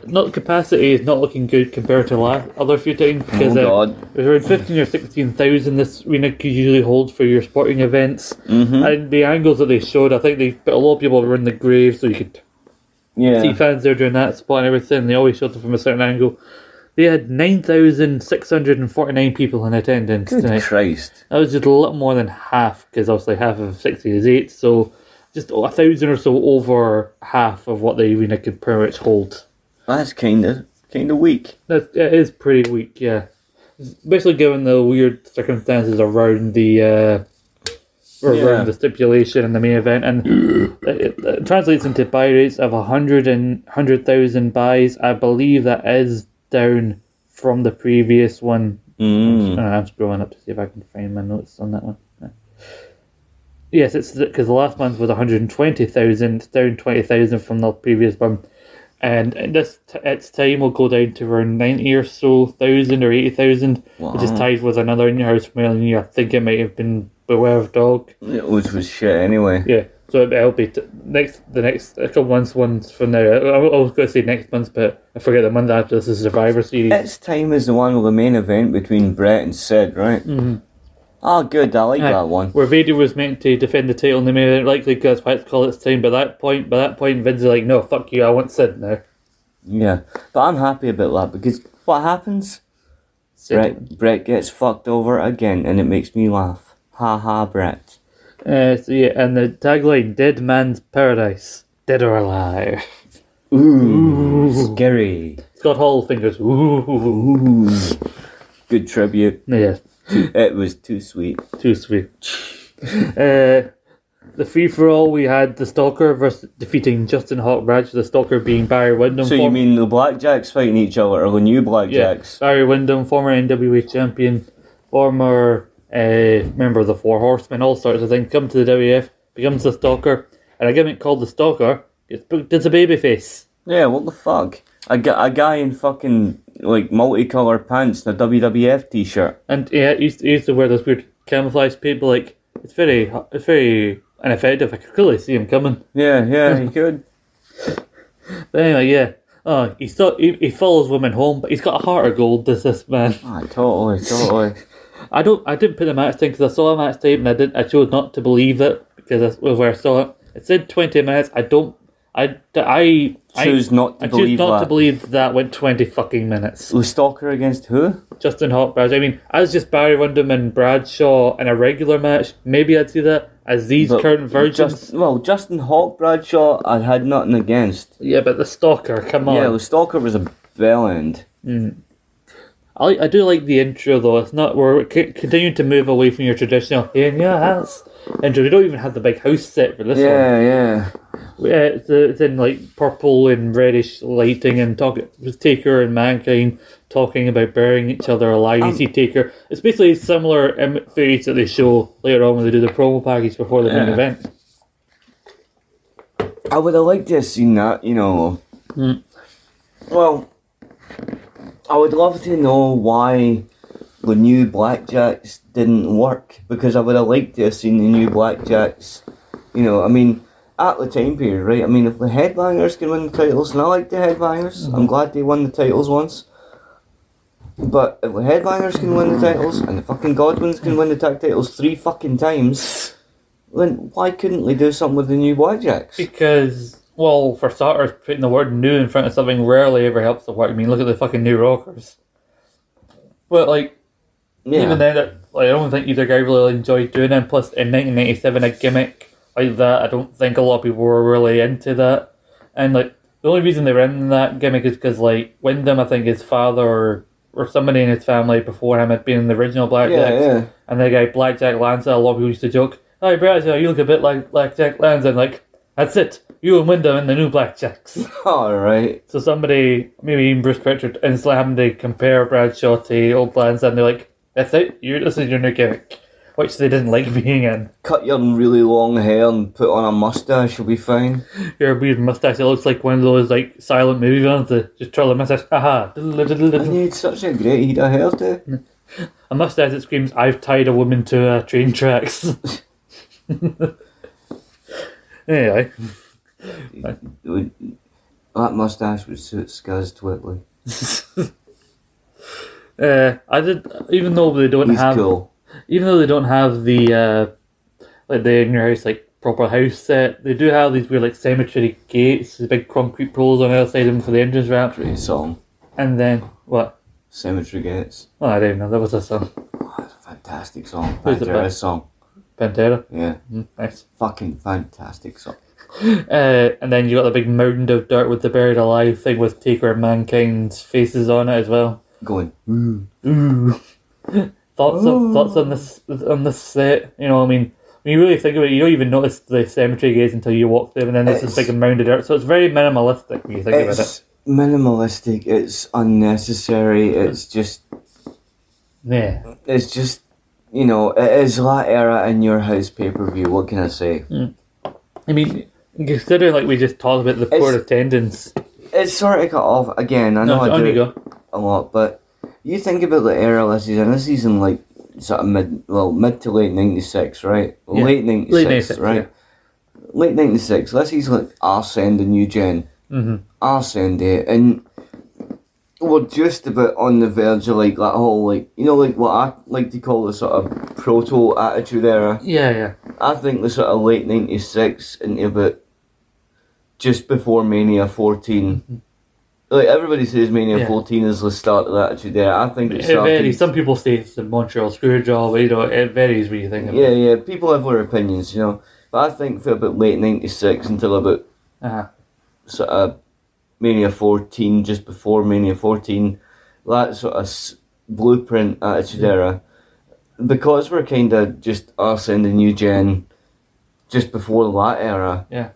not capacity is not looking good compared to last other few times because
Oh,
uh,
God.
it was around fifteen or sixteen thousand. This arena could usually hold for your sporting events,
Mm-hmm.
and the angles that they showed, I think they put a lot of people were in the grave, so you could
Yeah.
see fans there doing that spot and everything. They always showed it from a certain angle. They had nine thousand six hundred and forty nine people in attendance tonight.
Christ.
That was just a lot more than half, because obviously half of 60 is 8, so just a thousand or so over half of what the arena could pretty much hold.
That's kind of kind of weak.
That it is pretty weak, yeah. Especially given the weird circumstances around the uh, around
Yeah.
the stipulation and the main event, and it, it translates into buy rates of a hundred and hundred thousand buys. I believe that is down from the previous one. Mm. I'm scrolling up to see if I can find my notes on that one. Yes, it's because the last month was 120,000, down 20,000 from the previous one. And at this t- its time will go down to around 90 or so thousand or 80,000, which is tied with another in your house million. I think it might have been Beware of Dog.
It was, was shit anyway.
Yeah, so it'll be t- next the next a couple months ones from now. I, I was going to say next month, but I forget the month after this is Survivor Series.
It's time is the one with the main event between Brett and Sid, right? Mm-hmm. Oh, good. I like that one.
Where Vader was meant to defend the title and they made it likely because White's call its time. By that point, by that point, Vince is like, no, fuck you, I want Sid now.
Yeah, but I'm happy about that because what happens?
Sid.
Brett Brett gets fucked over again, and it makes me laugh. Ha ha, Brett.
Uh, so yeah, and the tagline, Dead Man's Paradise, Dead or Alive.
Scary.
Scott Hall fingers, ooh.
Ooh. Good tribute.
Yes,
It was too sweet.
too sweet. (laughs) uh, the free for all, we had the Stalker versus defeating Justin Hawk Bradge, the Stalker being Barry Windham.
So you
form-
mean the blackjacks fighting each other, or the new
yeah,
blackjacks?
Barry Windham, former NWA champion, former uh, member of the Four Horsemen, all sorts of things, come to the WF, becomes the Stalker. and a gimmick called the Stalker gets booked as a babyface.
Yeah, what the fuck? A, gu- a guy in fucking like multicolored pants and a WWF t shirt.
And yeah, he used, he used to wear those weird camouflage people. Like it's very, it's very ineffective. I could clearly see him coming.
Yeah, yeah,
(laughs)
he could.
But anyway, yeah. Oh, he still he, he follows women home, but he's got a heart of gold. Does this man?
Ah, totally, totally.
I don't. I didn't put the match thing because I saw a match tape and I didn't. I chose not to believe it because that's where I saw it. It said twenty minutes. I don't. I I (laughs) I
Choose not to
I
believe
choose not
that.
to believe that went twenty fucking minutes.
was Stalker against who?
Justin Hotbars. I mean, as just Barry Windham and Bradshaw in a regular match, maybe I'd see that. As these
But
current virgins,
Just, well, Justin Hawk Bradshaw, I had nothing against.
yeah, but the Stalker, come on.
Yeah, well, Stalker was a bell end.
I, like- I do like the intro though. It's not we're c- continuing to move away from your traditional in your house intro. We don't even have the big house set for this one.
Yeah, yeah.
Yeah, it's, uh, it's in like purple and reddish lighting and talk with Taker and Mankind talking about burying each other alive.
Um,
you see Taker. It's basically similar um, footage that they show later on when they do the promo package before the main
Yeah.
event.
I would have liked to have seen that, you know. Well, I would love to know why the new Blackjacks didn't work because I would have liked to have seen the new Blackjacks. You know, I mean, at the time period, right? I mean, if the Headbangers can win the titles, and I like the Headbangers, I'm glad they won the titles once. But if the Headbangers can win the titles and the fucking Godwins can win the tag titles three fucking times, then why couldn't they do something with the new Blackjacks?
Because, well, for starters, putting the word new in front of something rarely ever helps the work. I mean, look at the fucking new rockers. But, like,
Yeah.
even then, that- like, I don't think either guy really enjoyed doing it. And plus, in 1997, a gimmick like that, I don't think a lot of people were really into that. And, like, the only reason they were in that gimmick is because, like, Wyndham, I think his father or, or somebody in his family before him had been in the original Black
Yeah,
Jacks.
yeah.
And the guy, Blackjack Lanza, a lot of people used to joke, Hi, Bradshaw, you look a bit like Blackjack Lanza. And, like, that's it. You and Wyndham and the new Blackjacks.
All right.
So somebody, maybe even Bruce Pritchard, instantly having to compare Bradshaw to old plans, and they're like, "That's it. You're, this is your new gimmick," which they didn't like (laughs) being in.
Cut your really long hair and put on a mustache, you'll be fine.
Your weird mustache. It looks like one of those like silent movie villains. that Just twirl a mustache.
(laughs)
Aha!
And
A
he had such a great head of hair too.
mustache that screams, "I've tied a woman to uh, train tracks." (laughs) anyway,
Would- That mustache would suit Scuzz Twitley.
uh, I did. Even though they don't
He's
have
cool.
even though they don't have the uh, like the in your house like proper house set, they do have these weird like cemetery gates, these big concrete poles on the other side of them for the entrance ramp,
Great song.
and then what?
Cemetery Gates.
Oh, I don't know. That was a song,
That's a fantastic song.
Who's Hmm. it by?
Pantera's song.
Pantera.
Yeah.
Nice.
Fucking fantastic song.
Uh, and then you got the big mound of dirt with the buried alive thing with Taker and Mankind's faces on it as well.
Going.
Thoughts on thoughts on this on this set? You know, what I mean. When you really think about it, you don't even notice the cemetery gates until you walk there, and then there's this
It's-
big mound of dirt. So it's very minimalistic when you think about it.
It's minimalistic. It's unnecessary. It's just.
Yeah.
It's just. You know, it is that era in your house pay per view. What can I say?
I mean, considering like we just talked about the poor
It's-
attendance.
It's sort of cut off again. I know
No,
I
on
do.
you
it
go.
a lot, but you think about the era this season. This season, like sort of mid, well, mid to late '96, right?
Yeah.
Late '96,
Late 96,
right? Late '96. This season, like Arsene, the new gen, mm-hmm. Arsene, day, and we're just about on the verge of like that whole like you know like what I like to call the sort of proto attitude era.
Yeah, yeah.
I think the sort of late '96 into about just before Mania 14. Like everybody says, Mania
Mm-hmm. Yeah.
14 is the start of that attitude there. I think it
It
started.
varies. Some people say it's the Montreal Screwjob. You know, it varies what you think of.
yeah, yeah. People have their opinions, you know. But I think for about late '96 until about
Uh-huh.
sort of Mania 14, just before Mania 14, that sort of s- blueprint attitude era, because we're kind of just us in the new gen, just before that era.
Yeah.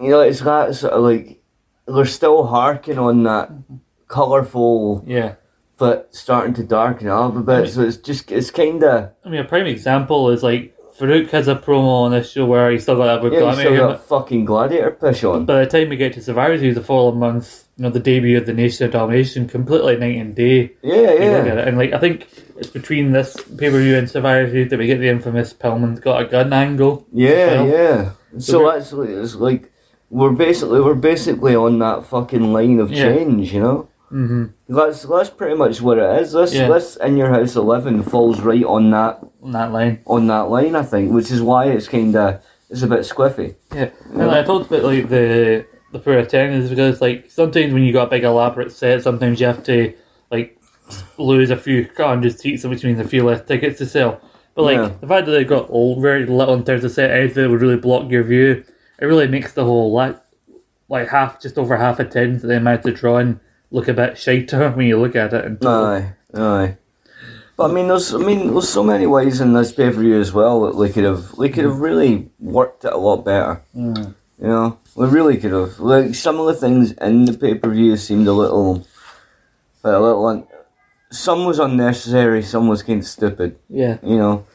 you know, it's that sort of like they're still harking on that
Mm-hmm.
colourful
Yeah.
but starting to darken up a bit. So it's just it's kind of
I mean, a prime example is like Farouk has a promo on this show where he's still got that
Yeah, he's
Bugatti
still
helmet.
got fucking gladiator piss
(laughs)
on.
By the time we get to Survivor Series the following month, you know, the debut of the Nation of Domination, completely night and day.
yeah,
You look
yeah.
at it, and like I think it's between this pay per view and Survivor Series that we get the infamous Pillman's got a gun angle.
Yeah,
Well,
yeah. So
we're-
that's what it's like. We're basically we're basically on that fucking line of
Yeah.
change, you know. Mm-hmm. That's that's pretty much what it is. This
Yeah.
this in your house eleven falls right on that
on that line.
on that line, I think, which is why it's kind of it's a bit squiffy.
Yeah, and like, I talked about like the the poor attendance because like sometimes when you got a big elaborate set, sometimes you have to like lose a few hundred seats, which means a few less tickets to sell. But like
Yeah.
the fact that they got all very little in terms of set out that would really block your view, it really makes the whole like like half just over half attendance that they might have drawn look a bit shiter (laughs) when you look at it. And
Aye, aye. But I mean, there's I mean, there's so many ways in this pay per view as well that we could have we could have really worked it a lot better. You know, we really could have. Like some of the things in the pay per view seemed a little, a little. Un- some was unnecessary. Some was kind of stupid.
yeah,
You know,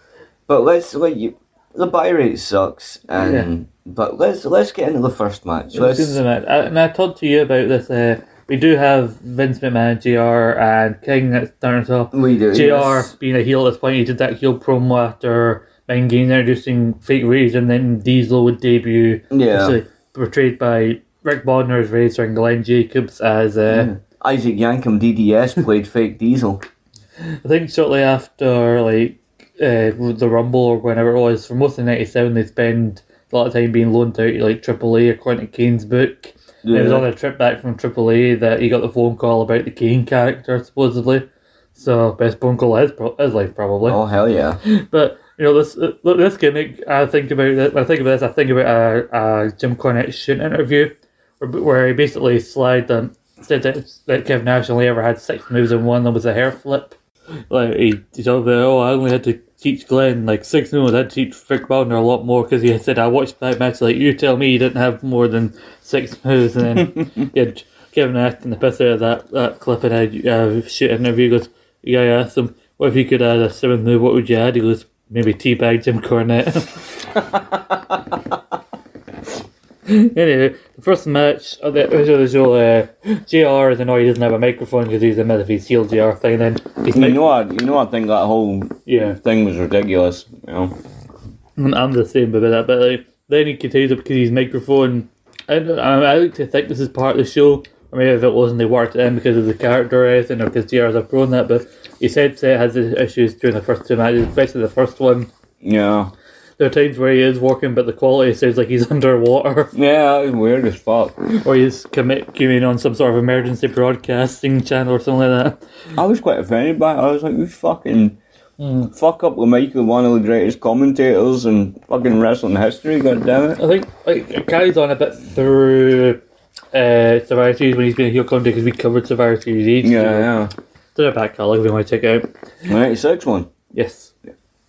but let's like you. The buy rate sucks, and but let's let's get into the first match.
Let's
Let's,
Uh, And I talked to you about this. Uh, we do have Vince McMahon, JR, and King that's starting us off.
We do,
JR
yes.
being a heel at this point, he did that heel promo after Mean Gain introducing fake Rage, and then Diesel would debut.
Yeah.
actually Portrayed by Rick Bodner as Razor and Glenn Jacobs as.
Hmm.
Uh,
Isaac Yankum DDS played fake Diesel.
I think shortly after like uh, the Rumble or whenever it was, for most of '97, they spend a lot of time being loaned out to like AAA according to Kane's book. And It was
Yeah.
on a trip back from AAA that he got the phone call about the Kane character supposedly. So best phone call of his, pro- his life probably.
Oh hell yeah!
But you know this uh, look, this gimmick. I think about that. When I think about this, I think about a, a Jim Cornette shoot interview where, where he basically slid and said that, that Kevin Nash only ever had six moves and one of them was a hair flip. Like he, he talked about, oh, I only had to teach Glenn like six moves. I had to teach Rick Wagner a lot more because he had said I watched that match. Like you tell me, you didn't have more than six (laughs) moves, and then yeah, Kevin Nash in the picture of that that clip and I uh, shoot interview goes, yeah, I asked him. What if you could add a seventh move? What would you add? He goes, maybe teabag Jim Cornette. (laughs) anyway, the first match of the as usual, uh, JR is annoyed he doesn't have a microphone because he's a myth if he's heel JR thing. Then he's
You
like,
know, I you know, I think that whole
yeah,
thing was ridiculous. You know,
And I'm the same about that. But like, then he continues up because his microphone. I, don't, I, I like to think this is part of the show. I mean, if it wasn't, they worked it in because of the character or anything, or because JR's a pro on that. But his headset has issues during the first two matches, especially the first one.
yeah,
There are times where he is walking, but the quality sounds like he's (laughs) underwater,
yeah, it was weird as fuck.
or he's commit coming on some sort of emergency broadcasting channel or something like that.
I was quite offended by it. I was like, you fucking
Mm.
fuck up with Michael, one of the greatest commentators in fucking wrestling history. God damn it!
I think like it carries on a bit through uh, Survivor Series when he's been a heel commentary because we covered Survivor Series each.
Yeah,
they're back catalog if you want to check it out.
yeah. Ninety-six one.
Yes,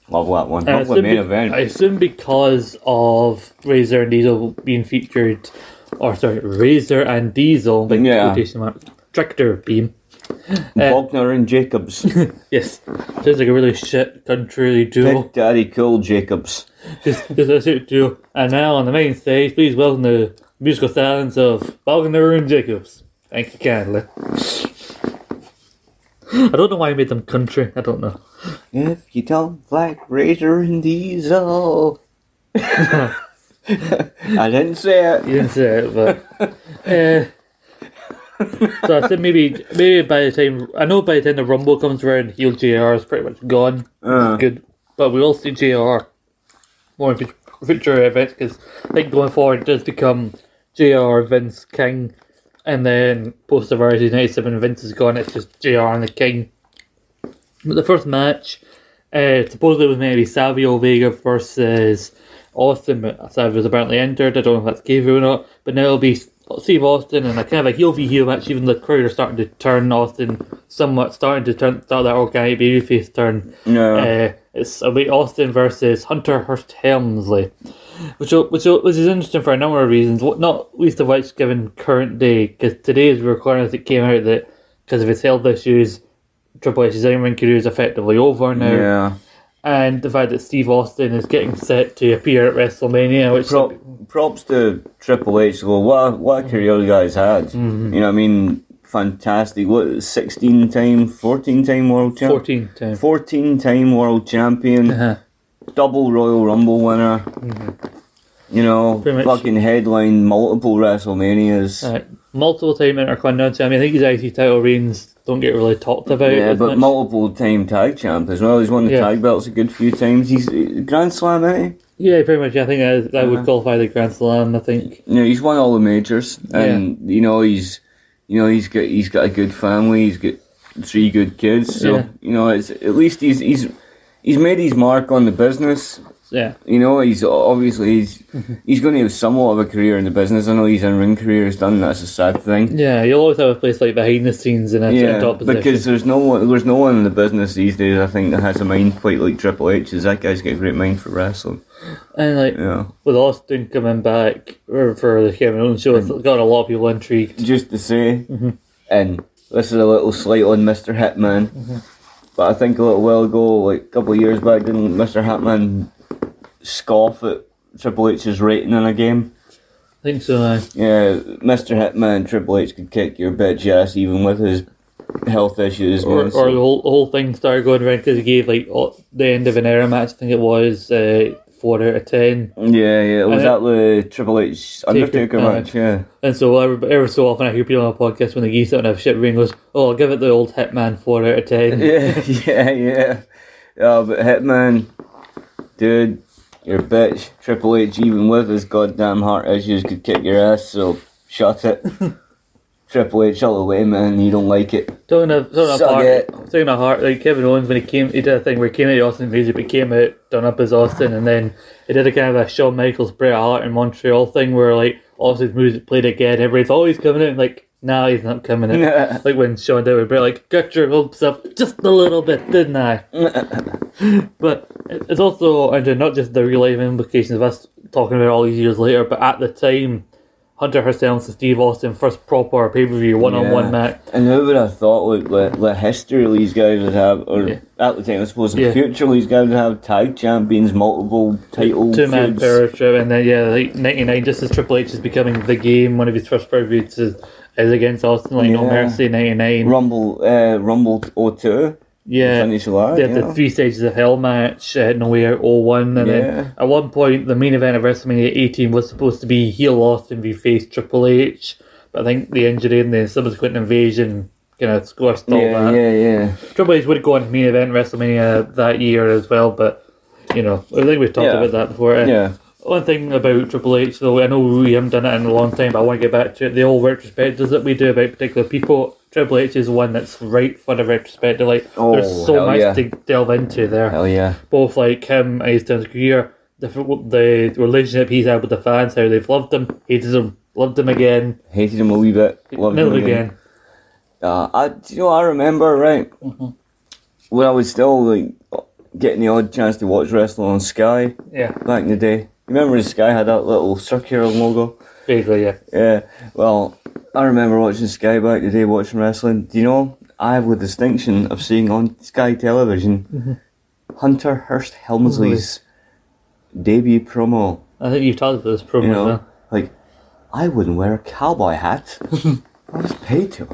Love that one.
And I
Love the
assume be-
main
Uh, I
event.
assume because of Razor and Diesel being featured, or sorry, Razor and Diesel, like
Yeah.
quotation mark, tractor beam. uh,
Bogner
(laughs)
and Jacobs.
Yes, sounds like a really shit country duo. (laughs)
Big Daddy Cool Jacobs.
this, this is it too. And now on the main stage, please welcome the musical talents of Wagner and Jacobs. Thank you kindly. (sighs) I don't know why I made them country. I don't know.
If you don't like Razor and Diesel. (laughs) I didn't say it.
You didn't say it, but. Uh, so I said maybe maybe by the time I know by the time the Rumble comes around, heel JR is pretty much gone.
Uh.
Good, but we will see JR more in fut- future events because I think going forward it does become JR Vince King, and then post the Variety '97 Vince is gone. It's just JR and the King. But the first match, uh, supposedly was maybe Savio Vega versus Austin, but Savio's apparently entered. I don't know if that's Gabriel or not. But now it'll be Steve Austin and a kind of a heel v heel match. Even the crowd are starting to turn Austin somewhat, starting to turn start that organic babyface turn.
Yeah.
Uh, it's it'll be Austin versus Hunter Hurst Helmsley, which will- which will- which is interesting for a number of reasons. What not least of which, given current day, because today is recording as it came out that because of his health issues, Triple H's in ring career is effectively over now.
yeah.
and the fact that Steve Austin is getting set to appear at WrestleMania, which
Prop, props to Triple H. Well, what a, what a career the guy's had.
Mm-hmm.
You know, what I mean, fantastic. What sixteen time, fourteen time world champ,
14 time.
fourteen time world champion,
Uh-huh.
double Royal Rumble winner. You know,
Mm-hmm. Pretty much.
fucking headline multiple WrestleManias.
uh, multiple time intercontinental. I mean, I think his IC title reigns don't get really talked about.
yeah,
as
but
much.
multiple time tag champ as well. He's won the
Yeah.
tag belts a good few times. He's Grand Slam, eh?
yeah, pretty much. I think that, that would qualify the Grand Slam. I think.
you know, he's won all the majors, and you know he's, you know he's got he's got a good family. He's got three good kids. So
Yeah.
you know, it's at least he's he's he's made his mark on the business.
Yeah,
You know, he's obviously
(laughs)
he's he's going to have somewhat of a career in the business. I know his in ring career is done. That's a sad thing.
yeah. You'll always have a place like behind the scenes in a sort of
Yeah,
top position.
because there's no one there's no one in the business these days. I think that has a mind quite like Triple H's. That guy's got a great mind for wrestling.
and like
Yeah.
with Austin coming back or for the Kevin Owens show, it's got a lot of people intrigued.
just to say,
Mm-hmm.
and this is a little slight on Mr. Hitman,
Mm-hmm.
but I think a little while ago, like a couple of years back, didn't Mr. Hitman scoff at Triple H's rating in a game?
I think so. Uh,
Yeah, Mr. Hitman, Triple H could kick your bitch ass even with his health issues.
or,
man, so-
or the whole, whole thing started going around because he gave like all, the end of an era match. I think it was uh, four out of ten.
yeah, yeah, was
it-
that the Triple H Undertaker
uh,
match? Yeah.
And so every, every so often I hear people on a podcast when they give something a shit ring goes, "Oh, I'll give it the old Hitman four out of 10.
(laughs) yeah, yeah, yeah. Yeah, but Hitman, dude, your bitch. Triple H, even with his goddamn heart issues, could kick your ass, so shut it. (laughs) Triple H all the way, man. You don't like it.
Talking of talking
Suck
of heart,
it.
talking of heart, like Kevin Owens when he came, he did a thing where he came out of Austin music, but came out done up as Austin, and then he did a kind of a Shawn Michaels Bret Hart in Montreal thing where like Austin's music played again. Everybody's always coming in, like nah, he's not coming in.
(laughs)
like when Shawn did with Bret, like got your hopes up just a little bit, didn't
(laughs)
I? But it- it's also, and not just the real life implications of us talking about it all these years later, but at the time, Hunter herself and Steve Austin first proper pay per view one on
Yeah.
one match.
And who would have thought like the, the history these guys would have, or
Yeah.
at the time, I suppose, the
Yeah.
future these guys would have tag champions, multiple title
Two man
feuds.
power trip, and then yeah, like '99, just as Triple H is becoming the game, one of his first pay per views is, is against Austin, like No
Yeah.
Mercy '99.
Rumble, uh, Rumble 02.
Yeah,
finish that,
They had
you
the
know.
three stages of hell match at No Way Out 01, and
Yeah.
then at one point the main event of WrestleMania 18 was supposed to be heel Austin v face Triple H, but I think the injury and the subsequent invasion kind of squashed all
Yeah,
that.
yeah, yeah.
Triple H would go on to main event WrestleMania that year as well, but you know I think we've talked
Yeah.
about that before. Uh, And
Yeah.
One thing about Triple H though, I know we haven't done it in a long time, but I want to get back to it. The old retrospectives that we do about particular people, Triple H is one that's right for the retrospective. Like
Oh,
there's so
hell
much
yeah.
to delve into there.
Hell yeah.
Both like him and his done career, the the relationship he's had with the fans, how they've loved him, hated him, loved him again,
Hated him a wee bit. Loved him
middle
again.
again.
Uh, I, do you know, I remember, right, when I was still, like, getting the odd chance to watch wrestling on Sky
Yeah,
back in the day. You remember Sky had that little circular logo?
basically, yeah.
Yeah, well, I remember watching Sky back in the day, watching wrestling. Do you know, I have the distinction of seeing on Sky television Hunter Hurst Helmsley's debut promo.
I think you've talked about this promo
You
as
know,
well.
like, I wouldn't wear a cowboy hat. I was paid to.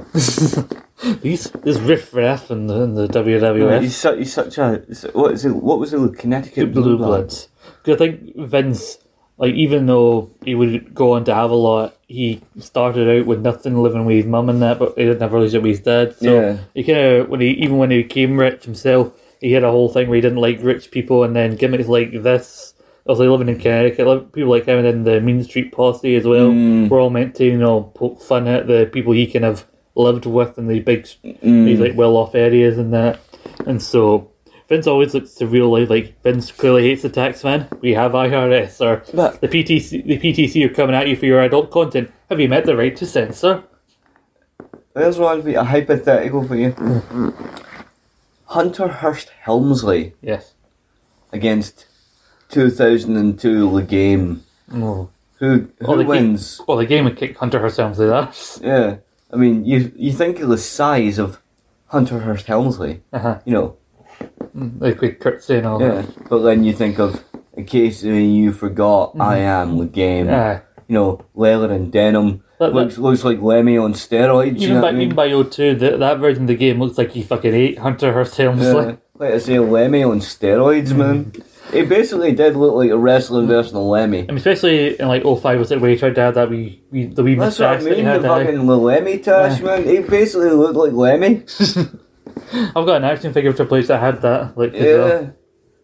He's this riff raff in the, in the
Yeah,
WWF.
he's such, he's such a so- what is it? What was it? the Connecticut
Blue Bloods. 'Cause I think Vince, like, even though he would go on to have a lot, he started out with nothing, living with his mum and that, but he didn't have a relationship with his dad. So
Yeah.
he kind of, when he even when he became rich himself, he had a whole thing where he didn't like rich people, and then gimmicks like this. Also, living in Connecticut, like, people like him and then the Mean Street Posse as well were all meant to, you know, poke fun at the people he kind of lived with in the big, these like well off areas and that. And so Vince always looks to real life like Vince clearly hates the tax man. We have IRS or
But-
the PTC. The PTC are coming at you for your adult content. Have you met the right to censor?
There's one for you, a hypothetical for you. Hunter Hurst Helmsley
Yes.
against 2002 the game. Who who
Well, the
wins?
Game, well, the game would kick Hunter herself to that.
Yeah, I mean you you think of the size of Hunter Hurst Helmsley.
Uh-huh.
You know,
like with curtsy and all
Yeah, but then you think of in case uh, you forgot,
Mm-hmm.
I am the game.
Aye.
You know, leather and denim
Uh-huh. But- but-
looks looks like Lemmy on steroids. you know
Even by,
what I mean?
even by O2, that, that version of the game looks like he fucking ate Hunter Hearst Helmsley.
Yeah, like I say, Lemmy on steroids, man. He basically did look like a wrestling version of Lemmy.
And especially in like 05 was it where he tried to have that wee, wee the wee
That's what I
moustache that he
mean, the
had. there.
fucking Lemmy tash, man. He basically looked like Lemmy.
I've got an action figure of Triple H that had that. Like, as well.
Yeah.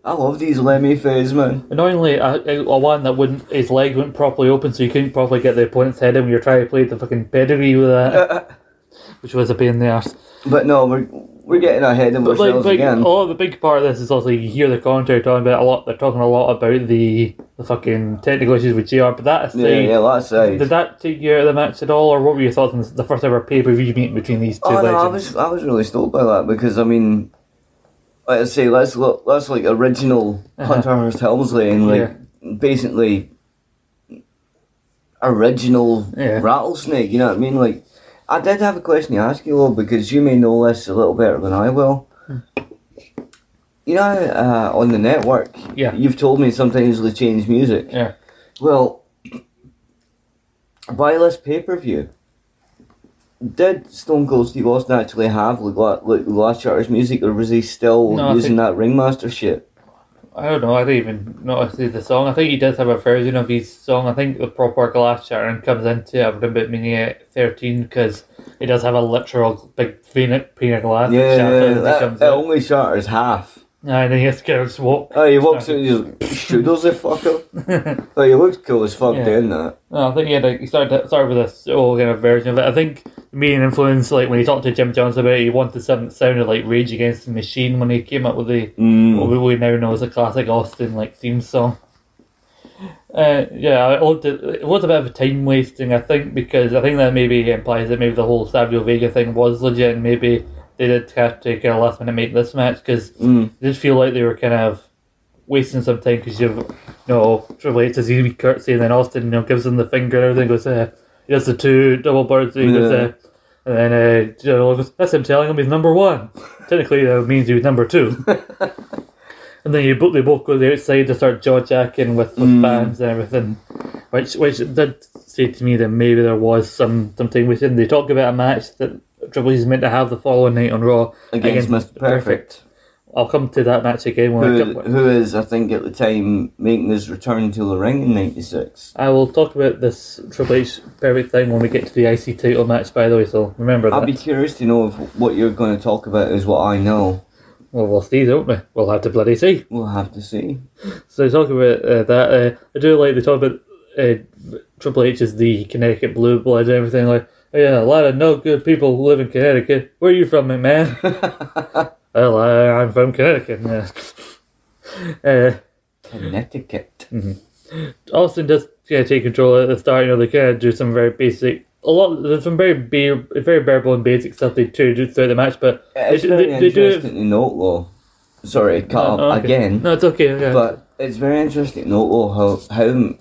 I love these Lemmy phase, man.
Annoyingly, a, a a one that wouldn't his leg wouldn't properly open, so you couldn't properly get the opponent's head in when you're trying to play the fucking pedigree with that,
(laughs)
which was a pain in the arse.
But no, we're we're getting ahead of
But like,
ourselves
like
again.
all the big part of this is also you hear the commentary talking about a lot. They're talking a lot about the the fucking technical issues with JR, but that
yeah,
aside,
yeah, that's right.
did that take you out of the match at all, or what were your thoughts on the first ever pay per view meeting between these two
Oh no,
legends?
I was I was really stoked by that because I mean, like I say, that's lo- that's like original
Uh-huh.
Hunter Hearst Helmsley and like basically original
Yeah.
rattlesnake. You know what I mean? Like, I did have a question to ask you though because you may know this a little better than I will.
Hmm.
You know, uh, on the network,
Yeah.
you've told me sometimes they change music.
Yeah.
Well, by this pay per view, did Stone Cold Steve Austin actually have Lugla- Lashar's music, or was he still
No, I
using
think-
that ringmaster shit?
I don't know. I didn't even notice the song. I think he does have a version of his song. I think the proper glass shattering comes into it. I remember it meaning it 13 because it does have a literal big pane of pane of glass.
Yeah,
shatter
yeah,
as it
that,
comes
that
out.
only shatters half.
Aye, and then he has to get a swap.
Oh, he walks out and he's shooters the fucker.
(laughs)
oh, he looks cool as fuck
Yeah.
doing that.
No, I think he had a, he started started with a soul kind of version of it. I think the main influence, like when he talked to Jim Jones about it, he wanted something that sounded like Rage Against the Machine when he came up with the what we- we now know as a classic Austin like theme song. Uh, yeah, I loved it. It was a bit of a time wasting, I think, because I think that maybe implies that maybe the whole Savio Vega thing was legit. and Maybe they did have to kind of last minute make this match because it did feel like they were kind of wasting some time because you've you know Triple H does his wee curtsy and then Austin you know gives him the finger and everything goes uh, he does the two double birds and he goes
Yeah.
uh, and then uh, Joe goes that's him telling him he's number one technically that means he was number two and then you both they both go to the outside to start jaw jacking with,
Hmm.
with fans and everything which which did say to me that maybe there was some something within they talk about a match that Triple H is meant to have the following night on Raw
Against Mr. Perfect,
I'll come to that match again when I come.
who, who is, I think, at the time making his return to the ring in '96.
I will talk about this Triple H perfect thing when we get to the IC title match, by the way, so remember
I'd
that.
be curious to know if what you're going to talk about is what I know.
Well, we'll see, don't we? We'll have to bloody see.
We'll have to see.
So, they talk about uh, that, uh, I do like they talk about uh, Triple H is the Connecticut blue blood and everything. Like, oh, yeah, a lot of no good people live in Connecticut. Where are you from, (laughs)
(laughs)
McMahon? well, I, I'm from Connecticut, yeah. (laughs) uh,
Connecticut.
Austin does kind of take control at the start. You know, they kind of do some very basic. A lot. There's some very bare, very bare bone basic stuff they try to do throughout the match, but
It's
they,
very
they, they do
interesting
it.
to note, though. Sorry, to cut
Oh,
up
okay.
again.
No, it's okay. okay.
But it's very interesting to note, though, how, how m-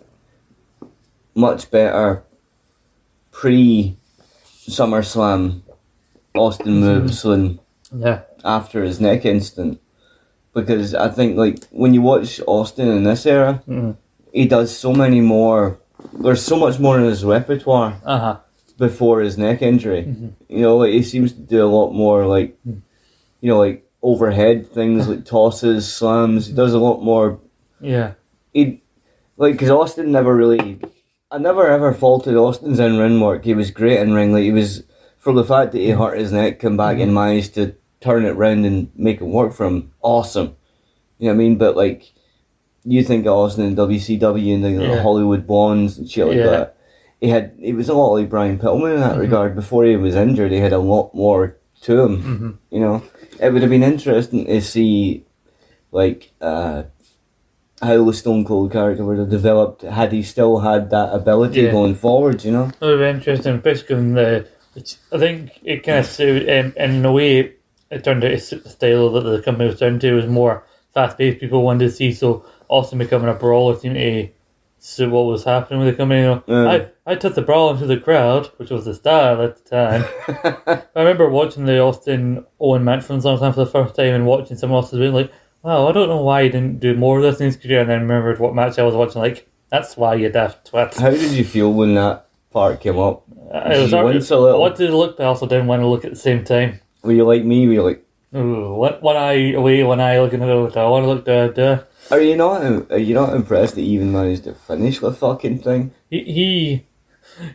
much better pre SummerSlam Austin
Mm-hmm.
moves than
yeah,
after his neck incident. Because I think, like, when you watch Austin in this era,
Mm-hmm.
he does so many more. There's so much more in his repertoire.
uh huh.
before his neck injury. You know, like, he seems to do a lot more like, you know, like overhead things like tosses, slams. He does a lot more.
Yeah,
He, like, because Austin never really, I never ever faulted Austin's in ring work. He was great in ring. Like he was for the fact that he hurt his neck, come back
Mm-hmm.
and managed to turn it round and make it work for him. Awesome. You know what I mean? But like. You think of Austin in WCW and the
Yeah.
Hollywood Blondes and shit like
Yeah. Mm-hmm.
that he had he was a lot like Brian Pillman in that regard. Before he was injured, he had a lot more to him.
Mm-hmm.
You know, it would have been interesting to see, like, uh, how the Stone Cold character would have developed had he still had that ability
Yeah.
going forward. You know,
that would be interesting. Basically, in the it's, I think it kind of suited, um, in a way, it turned out to suit the style that the company was turned to was more fast paced. People wanted to see, so Austin becoming a brawler seemed to see what was happening when they come in. You know,
Yeah.
I, I took the brawl into the crowd, which was the style at the time. I remember watching the Austin Owen match from sometime for the first time and watching someone else's win, like, wow, I don't know why I didn't do more of this in his career. And then remembered what match I was watching, like, that's why you daft twat.
How did you feel when that part came up?
I was
She
already-
wince a little.
I wanted to look, but I also didn't want to look at the same time.
Were you like me? Were you like,
Ooh, one, one eye away, one eye looking at the other. I want to look da da.
are you not? Are you not impressed that he even managed to finish the fucking thing?
He, he,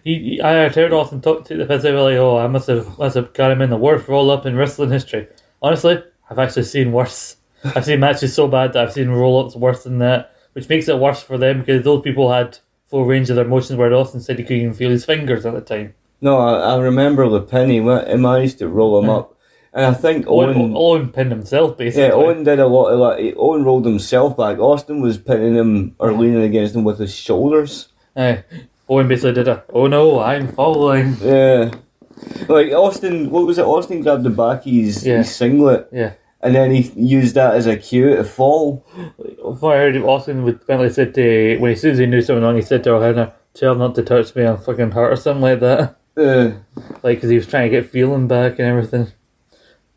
he, he- I had heard Austin talk to the fans. They were like, "Oh, I must have, must have got him in the worst roll up in wrestling history." Honestly, I've actually seen worse. I've seen matches so bad that I've seen roll ups worse than that, which makes it worse for them because those people had full range of their motions, where Austin said he couldn't even feel his fingers at the time.
No, I, I remember Le Penny. He managed to roll him up, and I think
Owen,
Owen.
Owen pinned himself basically.
Yeah, Owen did a lot of that. He- Owen rolled himself back. Austin was pinning him or leaning against him with his shoulders.
Aye. Owen basically did a, "Oh no, I'm falling."
Yeah. Like Austin, what was it? Austin grabbed the back of his,
Yeah.
his singlet,
Yeah.
and then he used that as a cue to fall.
Before I heard it, Austin would apparently said to when Susie knew something wrong, he said to her, "Hannah, "Tell her not to touch me, I'm fucking hurt" or something like that.
Uh,
Like, because he was trying to get feeling back and everything.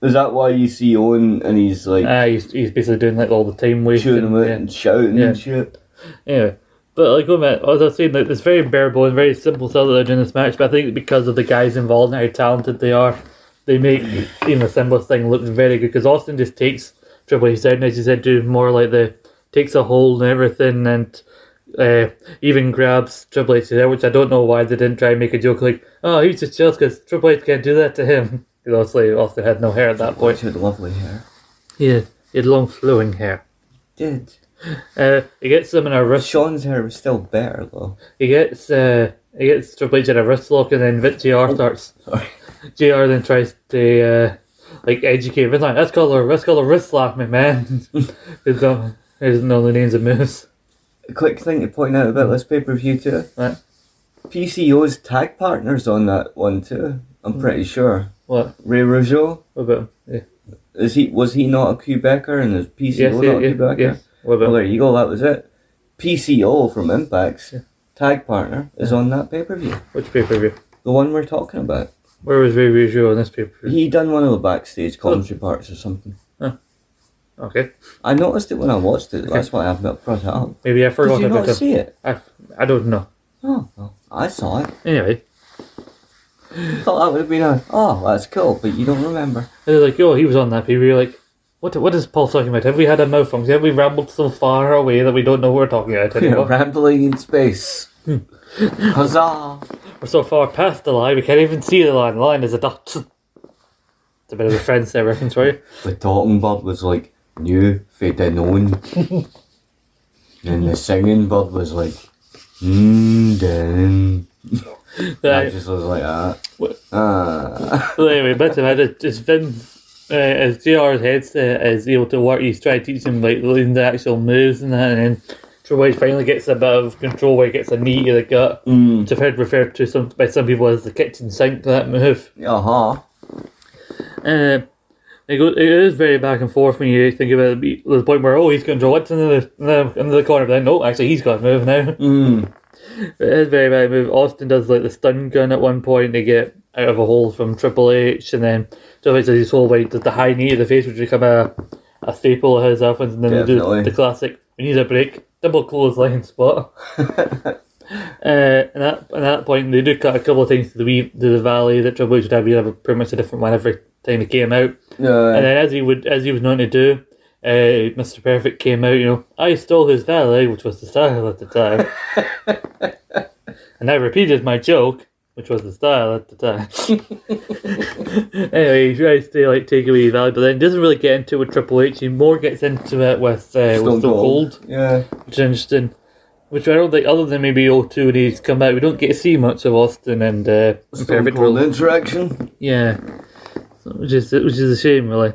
is that why you see Owen and he's like
Ah, he's, he's basically doing like all the time wasting.
chewing him out
yeah.
and shouting
Yeah.
and shit?
Anyway, but like going back, as I was saying, like it's very bearable and very simple stuff that they're doing this match. But I think because of the guys involved and how talented they are, they make even the simplest thing look very good. Because Austin just takes Triple H down, as you said, do more like the takes a hold and everything, and uh, even grabs Triple H there, which I don't know why they didn't try and make a joke like, "Oh, he's just jealous because Triple H can't do that to him." (laughs) Because obviously Austin had no hair at that
Boy,
point.
she had lovely hair.
He had, he had long flowing hair.
Did
Uh, he gets them in a wrist
Sean's hair was still better though?
He gets uh, he gets Triple H in a wrist lock, and then Vince JR starts. (laughs)
Oh. Sorry.
JR then tries to uh, like educate Vince. Like, that's called a that's called a wrist lock, my
(laughs)
man. There's no there's no the names of moves.
A quick thing to point out about this pay per view too.
Mm. Right.
PCO's tag partners on that one too. I'm pretty
Mm.
sure
What,
Ray Rougeau.
what about yeah.
Is he was he not a Quebecer and is PCO
yes
not
yeah,
a
yeah,
Quebecer?
yeah. What
Well,
about
there you go. That was it. PCO from Impact's tag partner is on that pay per view,
which pay per view?
the one we're talking about.
Where was Ray Rougeau on this pay per view?
He done one of the backstage commentary parts or something.
Okay,
I noticed it when I watched it. That's why I've not brought it up.
maybe I
Did
forgot
you
about
not
him.
see it?
I I don't know.
Oh, well, I saw it.
Anyway,
I thought that would have been a oh, that's cool, but you don't remember.
they're like, oh, he was on that pay per view. Like, what what is Paul talking about? Have we had a malfunction? Have we rambled so far away that we don't know what we're talking
(laughs)
about
You're
anymore?
rambling in space. Huzzah!
We're so far past the line, we can't even see the line. The line is a dot. (laughs) It's a bit of a French there, reference for you.
The talking bird was like new,
(laughs)
fait known. and the singing bird was like mmm, then. I
Right,
just was like that.
What?
Ah.
so anyway, bit about it. It's Vin, uh, as JR's headset uh, is able to work, he's trying to teach him like learn the actual moves and that, and then Triple H finally gets a bit of control where he gets a knee to the gut, which I've heard referred to some by some people as the kitchen sink, that move.
Uh huh.
Uh, it, goes, it is very back and forth when you think about it. To the point where oh he's going to draw it into the, into the, into the corner, but then no, actually he's got to move now. (laughs) It is very bad move. Austin does like the stun gun at one point to get out of a hole from Triple H, and then Triple H does his whole way does the high knee to the face, which become a, a staple of his offense, and then they do
Definitely.
the classic. We need a break. Double clothesline spot. Uh, and at, and at that point, they do cut a couple of things to the wee, to the valley that Triple H would have. He'd have a, pretty much a different one every time he came out. And
Yeah.
then as he would, as he was known to do, uh, Mr. Perfect came out. You know, I stole his valet, which was the style at the time, and I repeated my joke, which was the style at the time. (laughs) anyway, he tries to like take away valet, but then doesn't really get into it with Triple H. He more gets into it with uh, with Stone Cold
Yeah.
which is interesting. Which I don't think, other than maybe O2 when he's come out, we don't get to see much of Austin and uh,
Stone
Perfect
Cold
World.
interaction.
Yeah, So, which is which is a shame, really.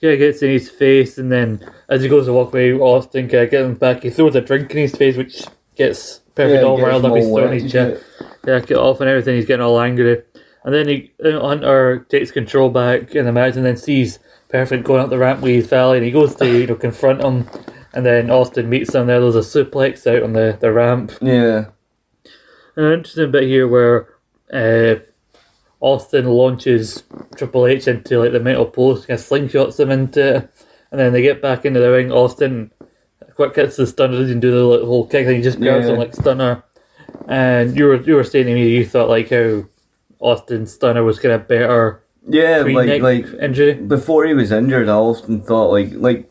Yeah, gets in his face, and then as he goes to walk away, Austin kind of gets him back. He throws a drink in his face, which gets Perfect
Yeah,
all
gets
riled
him
up. He's
all
throwing
wet
his
and
jack- jacket off and everything. He's getting all angry, and then he uh, Hunter takes control back in the match, and then sees Perfect going up the ramp with his fella, and he goes to you know confront him. and then Austin meets him there. There's a suplex out on the, the ramp.
Yeah.
An interesting bit here where uh, Austin launches Triple H into like the metal post, kind of slingshots him into it, and then they get back into the ring. Austin quick hits the stunner and do the like, whole kick thing. He just grabs
Yeah.
him like stunner. And you were you were saying to me you thought like how Austin's stunner was kind of better
Yeah,
pre
like
neck
like
injury.
before he was injured, I often thought like like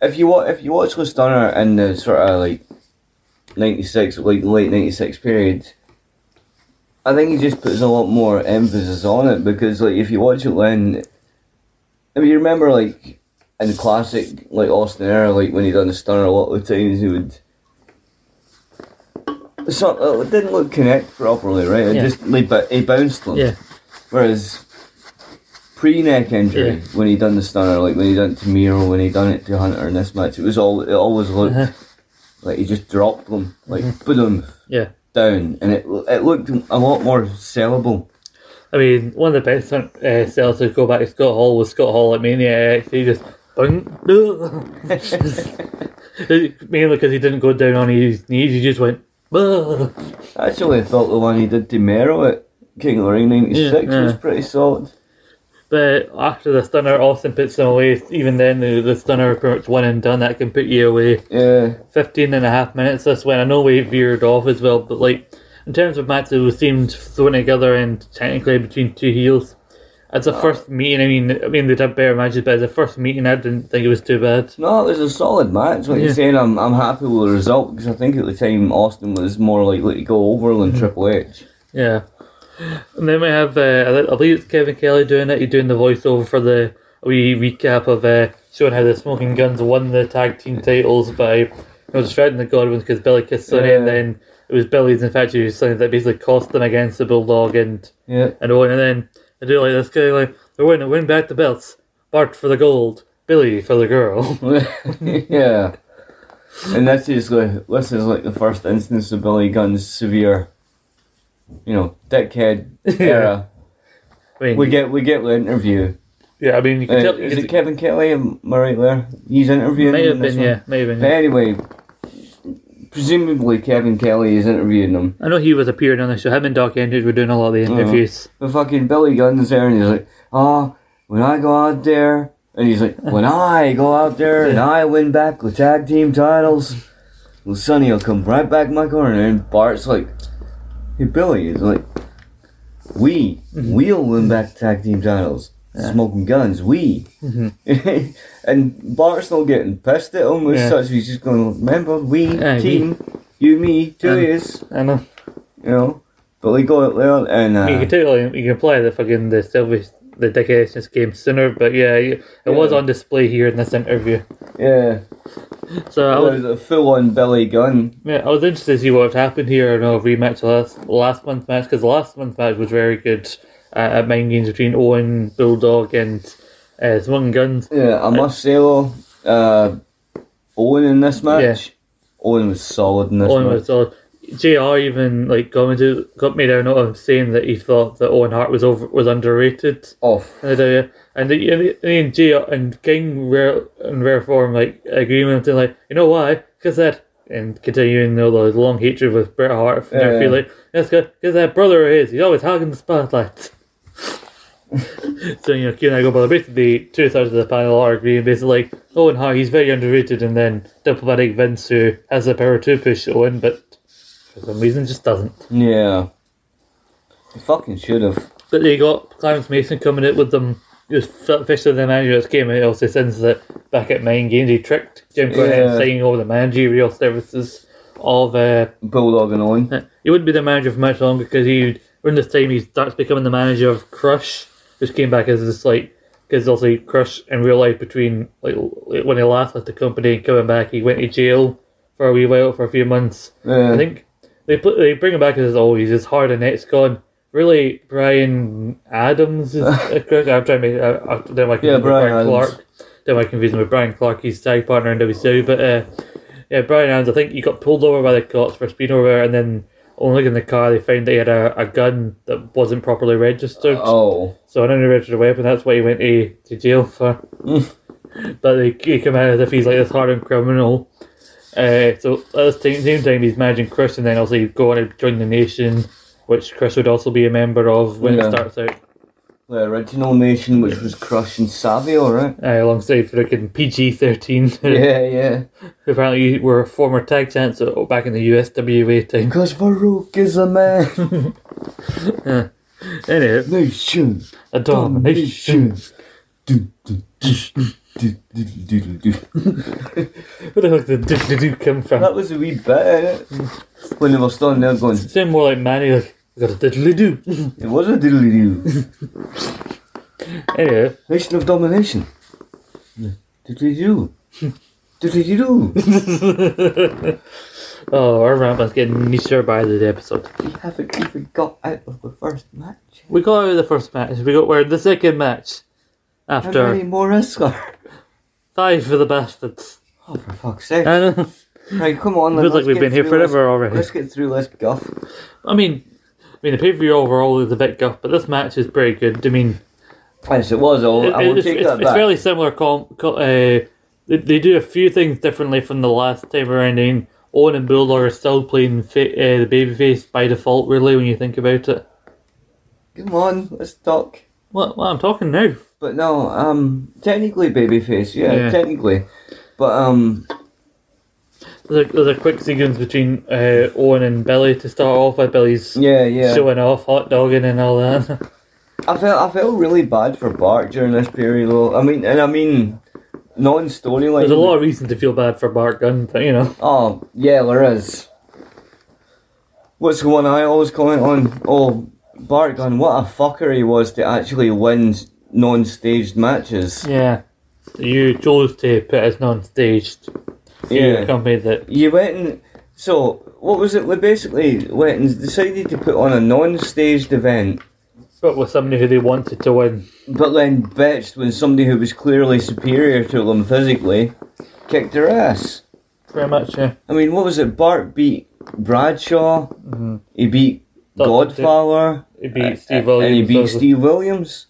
if you watch if you watch Liz Turner in the sort of like ninety six like late ninety six period, I think he just puts a lot more emphasis on it because like if you watch it then, I mean you remember like in the classic like Austin era like when he done the stunner a lot of the times he would. So uh, it didn't look connect properly, right? It
Yeah.
just like but he bounced them.
Yeah.
Whereas pre neck injury,
Yeah.
when he done the stunner, like when he done it to Miro, when he done it to Hunter in this match, it was all it always looked
Uh-huh.
like he just dropped them, like put them
Yeah.
down, and it it looked a lot more sellable.
I mean, one of the best uh, sellers to go back to Scott Hall was Scott Hall at Mania. X. He just boing, (laughs) mainly because he didn't go down on his knees. He just went. "Ugh."
I actually thought the one he did to Miro at King of the Ring '96
Yeah,
was
yeah.
pretty solid.
But after the stunner, Austin puts him away. Even then, the, the stunner pretty much one and done. That can put you away.
Yeah,
15 and a half minutes this one. I know we veered off as well, but like in terms of matches, we seemed thrown together and technically between two heels. As a first meeting, I mean, I mean they did better matches, but as a first meeting, I didn't think it was too bad.
no, it was a solid match. Like you're
Yeah.
saying, I'm I'm happy with the result because I think at the time Austin was more likely to go over
Mm-hmm.
than Triple H.
Yeah. And then we have, uh, I thi- I believe it's Kevin Kelly doing it. He's doing the voiceover for the wee recap of uh, showing how the Smoking Guns won the tag team titles by you know, destroying the Godwins because Billy kissed Sonny, and
Yeah.
then it was Billy's infatuation with Sonny that basically cost them against the Bulldog and
Yeah.
and Owen. And then I do like this guy, like, they're winning, win back the belts. Bart for the gold, Billy for the girl. (laughs)
(laughs) yeah. And this is like this is like the first instance of Billy Gunn's severe, you know, dickhead
(laughs)
era.
I mean,
We get we get the interview.
yeah, I mean, you
Uh,
can tell.
is
it's-
it Kevin Kelly? Am I right there? He's interviewing.
may
him
have
in this
been,
one.
yeah, may have been.
But
Yeah.
anyway, presumably Kevin Kelly is interviewing him.
I know he was appearing on the show. Him and Doc Andrews were doing a lot of the
Uh-huh.
interviews.
But fucking Billy Gunn's there, and he's like, "Oh, when I go out there," and he's like, "When I go out there and I win back the tag team titles, well, Sonny will come right back in my corner." And Bart's like, "Hey, Billy," is like, "We
Mm-hmm.
we'll win back tag team titles." Smoking guns, we, (laughs) and Bart's not getting pissed at him as
Mm-hmm. Yeah.
such. He's just going, remember, we
Aye, we.
team, you, me, two
Um,
is,
I know.
you know. But we go out there and uh,
You can tell you can apply the fucking the selfish the dickishness game sooner, but yeah, you- it was
Yeah.
on display here in this interview.
yeah.
So I
That was
was
a full on Billy Gunn.
yeah, I was interested to see what happened here in a rematch of last last month's match because last month's match was very good uh, at mind games between Owen Bulldog and uh, Smoking Guns.
Yeah, I must say though, uh, Owen in this match, Owen was solid in this
Owen
match.
was solid. Jr. even like commented got me down on saying that he thought that Owen Hart was over was underrated.
Off.
And uh, and the, and the- and Jay and King were in rare form like agreement and like you know why because that and continuing all the long hatred with Bret Hart from
Yeah.
their feeling that's good because that brother is he's always hogging the spotlight. (laughs) so you know Q and I go but basically two thirds of the panel are agreeing basically like Owen Hart he's very underrated and then diplomatic Vince who has the power to push Owen but for some reason just doesn't.
Yeah. He fucking should have.
But they got Clarence Mason coming in with them. He was officially the manager of this game, and he also sends that back at main games. He tricked Jim Cornette
Yeah.
into signing over the managerial services of. Uh,
Bulldog and Owen.
he wouldn't be the manager for much longer because he, during this time, he starts becoming the manager of Crush, which came back as this like because also Crush in real life between like when he last left the company and coming back, he went to jail for a wee while for a few months.
Yeah.
I think they put they bring him back as always. It's hard and it's gone. Really, Brian Adams
(laughs)
is a Crush. I'm trying to make. I, I don't like
Yeah,
confusing with
Bryan
Brian
Adams.
Clark. Don't want to confuse him with Brian Clark. He's tag partner in WCW, but. Uh, yeah, Brian Adams, I think he got pulled over by the cops for speeding over, and then only in the car they found that he had a, a gun that wasn't properly registered.
Oh.
So an unregistered weapon, that's what he went to, to jail for.
Mm.
(laughs) but they, they come out as if he's like this hardened criminal. Uh, so at the same, same time, he's managing Chris, and then also he'd go on to join the nation, which Chris would also be a member of when
Yeah.
it starts out,
The original nation, which was Crush and Savio, right?
uh, alongside freaking PG thirteen. (laughs)
Yeah, yeah.
apparently were former tag champs uh, back in the USWA time.
Because Farouk is a man.
Anyway,
(laughs) nation.
a domination.
Do, do, do, do, do, do, do, do.
Where the hell did the do- do- do come from?
That was a wee bit innit? when they were standing there going,
It sounded more like Manny, like, "I got a diddly do.
it was a diddly doo.
(laughs) Anyway,
Nation of domination. Diddly (laughs) doo. Diddly doo.
oh, our ramp is getting nicer by the episode.
We haven't even got out of the first match.
We got out of the first match, we got where the second match
How
after
many more is there? (laughs)
five for the bastards. (laughs)
Oh, for fuck's sake.
I know.
Right, come on.
Uh, Feels like
let's
we've
get
been here
through this-
forever already.
Let's get through this guff.
I mean, I mean the pay per view overall is a bit guff, but this match is pretty good. I mean,
Yes, it was. All,
It-
I will
it's,
take
it's-
that
it's
back.
fairly similar. Com- co- uh, they, they do a few things differently from the last time around. I mean, Owen and Bulldog are still playing fa- uh, the babyface by default, really, when you think about it.
Come on, let's talk.
What, what I'm talking now?
But no, um, technically babyface, yeah,
Yeah.
technically. But um,
There's a, there's a quick sequence between uh, Owen and Billy to start off with. Billy's
yeah, yeah.
showing off, hot dogging, and all
(laughs)
that.
I felt I felt really bad for Bart during this period. Though. I mean, and I mean, non-storyline.
There's a lot of reason to feel bad for Bart Gunn, but you know.
Oh yeah, there is. What's the one I always comment on? Oh, Bart Gunn, what a fucker he was to actually win non-staged matches.
Yeah. You chose to put us non staged.
Yeah.
Company that.
you went and so what was it? We basically went and decided to put on a non-staged event,
But with somebody who they wanted to win.
but then bitched when somebody who was clearly superior to them physically kicked their ass.
Pretty much, yeah.
I mean, what was it? Bart beat Bradshaw. He beat
Dr.
Godfather,
It beat Steve Williams.
and he beat
doesn't it?
Steve Williams.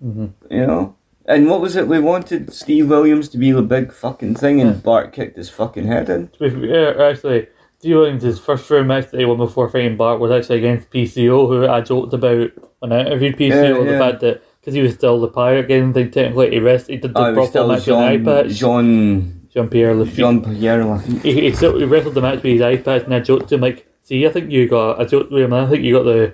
You know. And what was it? We wanted Steve Williams to be the big fucking thing, and Bart kicked his fucking head in.
To be fair, actually, Steve Williams' first round match that he won before fighting Bart was actually against PCO, who I joked about when I interviewed PCO.
Yeah, yeah.
The fact that because he was still the pirate game, they technically he rest he did the
I
proper
was still
match on eye
Jean,
patch.
Jean
Jean Pierre Lafitte.
John Pierre Lafitte.
He, he, still, he wrestled the match with his eye patch, and I joked to him like, "See, I think you got I joked to him. I think you got the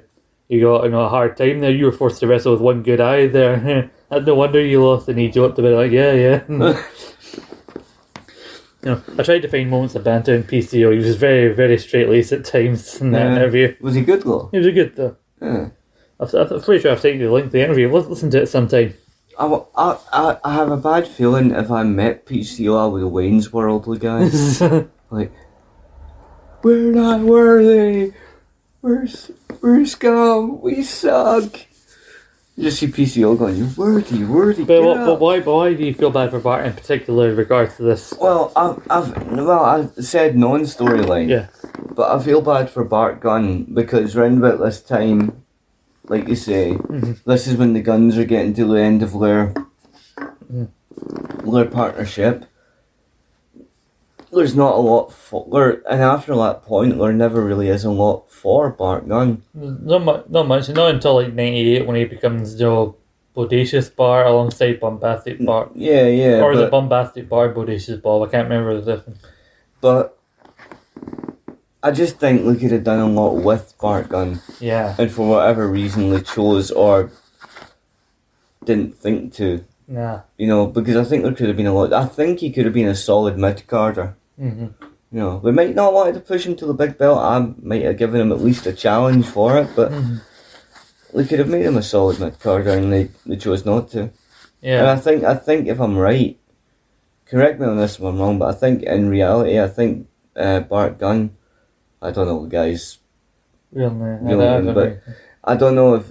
you got you know, a hard time there. You were forced to wrestle with one good eye there. (laughs) and no wonder you lost." And he joked about it like, "Yeah, (laughs) yeah." You know, I tried to find moments of banter in PCO. He was very, very straight laced at times (laughs) in that
Yeah.
interview.
Was he good though?
It was a good though.
Yeah.
I've, I'm pretty sure I've taken the link to the interview. Let's listen to it sometime. (laughs)
I, wa- I, I, I have a bad feeling if I met Pete Steele, I would have Wayne's World the guy. like, we're not worthy. We're, s- we're scum. We suck. You just see PCO going, you're worthy, worthy.
But,
get
what, but
up."
why, but why do you feel bad for Bart in particular in regards to this?
Well, I've, I've, well, I said non storyline.
Yeah.
But I feel bad for Bart Gunn because round about this time, like you say,
Mm-hmm.
this is when the guns are getting to the end of their
Mm-hmm.
their partnership. There's not a lot for, there, and after that point, there never really is a lot for Bart Gunn.
Not much, not much, not until like '98 when he becomes you know, bodacious bar alongside bombastic bar,
Yeah, Mm. yeah,
or is
but,
it bombastic bar bodacious ball? I can't remember the difference.
but I just think we could have done a lot with Bart Gunn,
Yeah,
and for whatever reason they chose or didn't think to.
nah,
You know, because I think there could have been a lot. I think he could have been a solid mid carder. Mm-hmm. You know, we might not wanted to push him to the big belt. I might have given him at least a challenge for it, but we could have made him a solid mid carder, and they, they chose not to. And I
yeah,
think I think if I'm right, correct me on this if I'm wrong, but I think in reality, I think uh, Bart Gunn, I don't know, guys,
real name.
Real name, but- I don't know if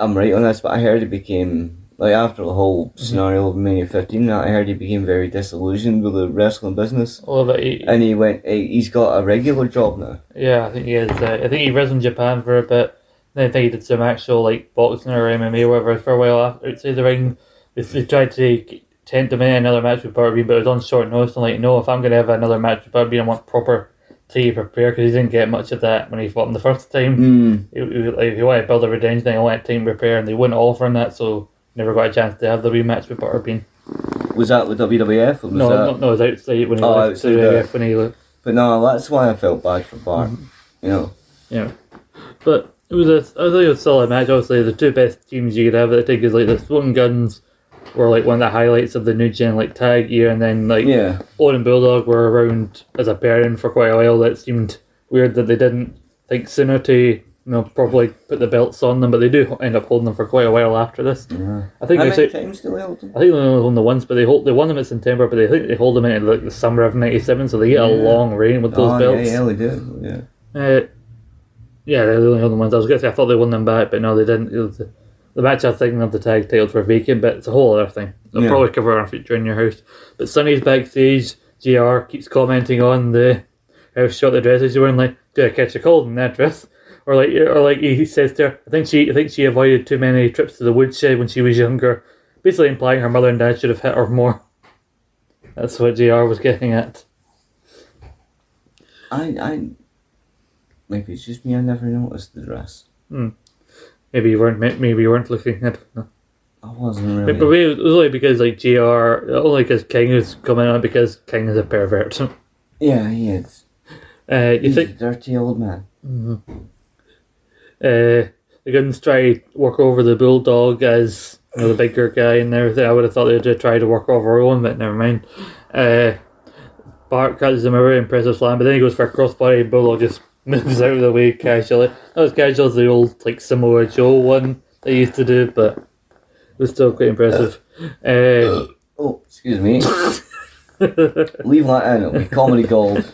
I'm right on this, but I heard he became like after the whole scenario of Mania 15. I heard he became very disillusioned with the wrestling business,
Well, but he,
and he went. He, he's got a regular job now.
yeah, I think he is. Uh, I think he was in Japan for a bit. Then I think he did some actual like boxing or MMA or whatever for a while after outside the ring. if they tried to tempt him in another match with Butterbean, but it was on short notice. I'm like, no, if I'm going to have another match with Butterbean, I want proper to prepare because he didn't get much of that when he fought him the first time.
Hmm.
Mm. He, he, like, he wanted to build a redemption thing, he wanted time to prepare, and they wouldn't offer him that, so never got a chance to have the rematch with Butterbean.
Was that with WWF? Or was
No,
that...
no, no, it was outside when he
Oh,
left
outside,
WWF when he left.
But no, that's why I felt bad for Bart. You know,
Yeah, but it was a, I think it was a solid match. Obviously, the two best teams you could have. I think is like the Smoking Guns were like one of the highlights of the new gen like tag year, and then like
Yeah.
Owen and Bulldog were around as a pairing for quite a while. That seemed weird that they didn't think sooner to you know properly put the belts on them, but they do end up holding them for quite a while after this. I think
how
they
many
say-
times do we hold them?
I think they only won the once, but they hold, they won them in September, but they think they hold them in like the summer of '97, so they get a long reign with those
Oh, yeah,
belts.
yeah, we do. Yeah.
Uh, yeah, they're the only other ones. I was going to say I thought they won them back, but no, they didn't. It was the, the match I was thinking of the tag titles were vacant, but it's a whole other thing. They'll
Yeah.
probably cover it on future in your house. But Sonny's backstage. Gr keeps commenting on the how short the dresses you're wearing. Like, did I catch a cold in that dress? Or like, or like he says to her, I think she, I think she avoided too many trips to the woodshed when she was younger, basically implying her mother and dad should have hit her more. That's what Gr was getting at.
I, I, maybe it's just me. I never noticed the dress.
Maybe you weren't. Maybe you weren't looking. I don't know.
I wasn't
But for
really.
me, it was only because like Gr, only because King is coming on because King is a pervert. (laughs) Uh,
Yeah, he is.
you
He's
think
a dirty old man.
uh, the Guns try to work over the bulldog as you know the bigger guy and everything? I would have thought they'd have tried to work over Owen, but never mind. Uh, Bart catches him a very impressive slam, but then he goes for a crossbody and Bulldog just (laughs) moves out of the way casually. Not as casual as the old like Samoa Joe one they used to do, but it was still quite impressive. Uh,
Oh, excuse me. Leave that in. It'll be comedy gold.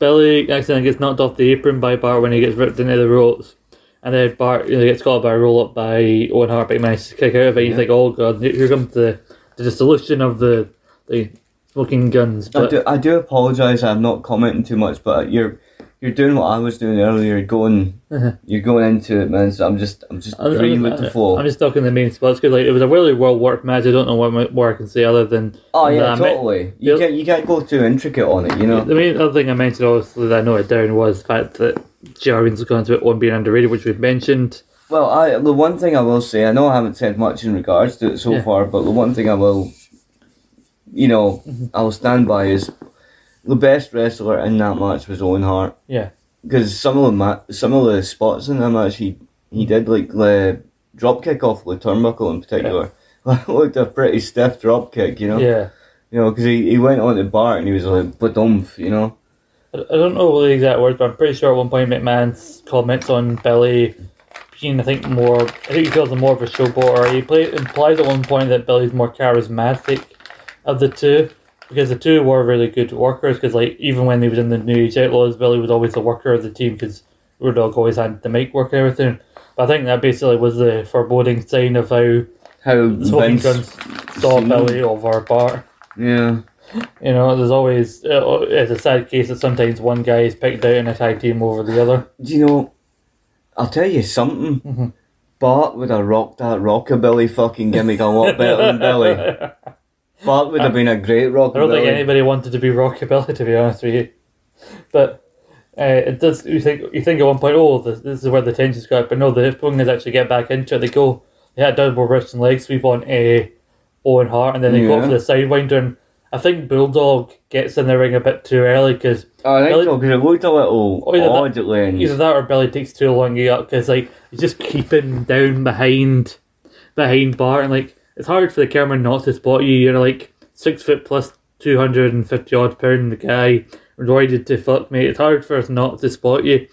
Billy accidentally gets knocked off the apron by Bart when he gets ripped into the ropes. And then Bart you know, gets caught by a roll up by Owen Hart, but he manages to kick out of it. You think, oh god, here comes the, the dissolution of the, the smoking guns.
I
But
do, I do apologise. I'm not commenting too much, but uh, you're you're doing what I was doing earlier. You're going you're going into it, man. So I'm just I'm just
I'm-
agreeing
I'm-
with the flow.
I'm just stuck in the main spots because like, it was a really well worked match. I don't know what mo- more I can say other than.
oh
than
yeah,
that. I mean,
totally. You
the-
can't you can't go too intricate on it. You know.
The main other thing I mentioned, obviously, that I know it down was the fact that Jarwin's going to one being underrated, which we've mentioned.
Well, I the one thing I will say, I know I haven't said much in regards to it so
Yeah.
far, but the one thing I will, you know, I'll stand by is the best wrestler in that match was Owen Hart
Yeah.
because some of the ma- some of the spots in that match he he did like the drop kick off the turnbuckle in particular. (laughs) looked a pretty stiff drop kick, you know.
Yeah.
You know, because he, he went on to Bart and he was like, "Badumph," you know.
I I don't know the exact words, but I'm pretty sure at one point McMahon's comments on Billy being, I think, more. I think he calls him more of a showboat, or he play, implies at one point that Billy's more charismatic of the two, because the two were really good workers. Because like even when he was in the New Age Outlaws, Billy was always the worker of the team because Road Dogg always had the mic work and everything. But I think that basically was the foreboding sign of how
How
Smoking
Vince,
Guns saw
seen
Billy over Bart.
yeah,
You know, there's always uh, it's a sad case that sometimes one guy is picked out in a tag team over the other.
Do you know? I'll tell you something.
Mm-hmm.
Bart would have rocked that rockabilly fucking gimmick a lot better than Billy.
(laughs)
Bart would have been a great
I don't think
rockabilly.
anybody wanted to be Rockabilly, (laughs) to be honest with you. But uh, it does. You think you think at one point, oh, this, this is where the tensions got. But no, the Spongas actually get back into it. They go, they had double wrist and leg sweep on uh, Owen Hart, and then they go
Yeah.
for the sidewinder. And I think Bulldog gets in the ring a bit too early because
Oh, I think so because it looked a little
Oh, yeah, that-
odd at the end.
Either that or Billy takes too long to get up because like you just keep him down behind behind Bart and like it's hard for the camera not to spot you. You're like six foot plus two hundred and fifty odd pound the guy roided to fuck me. It's hard for us not to spot you.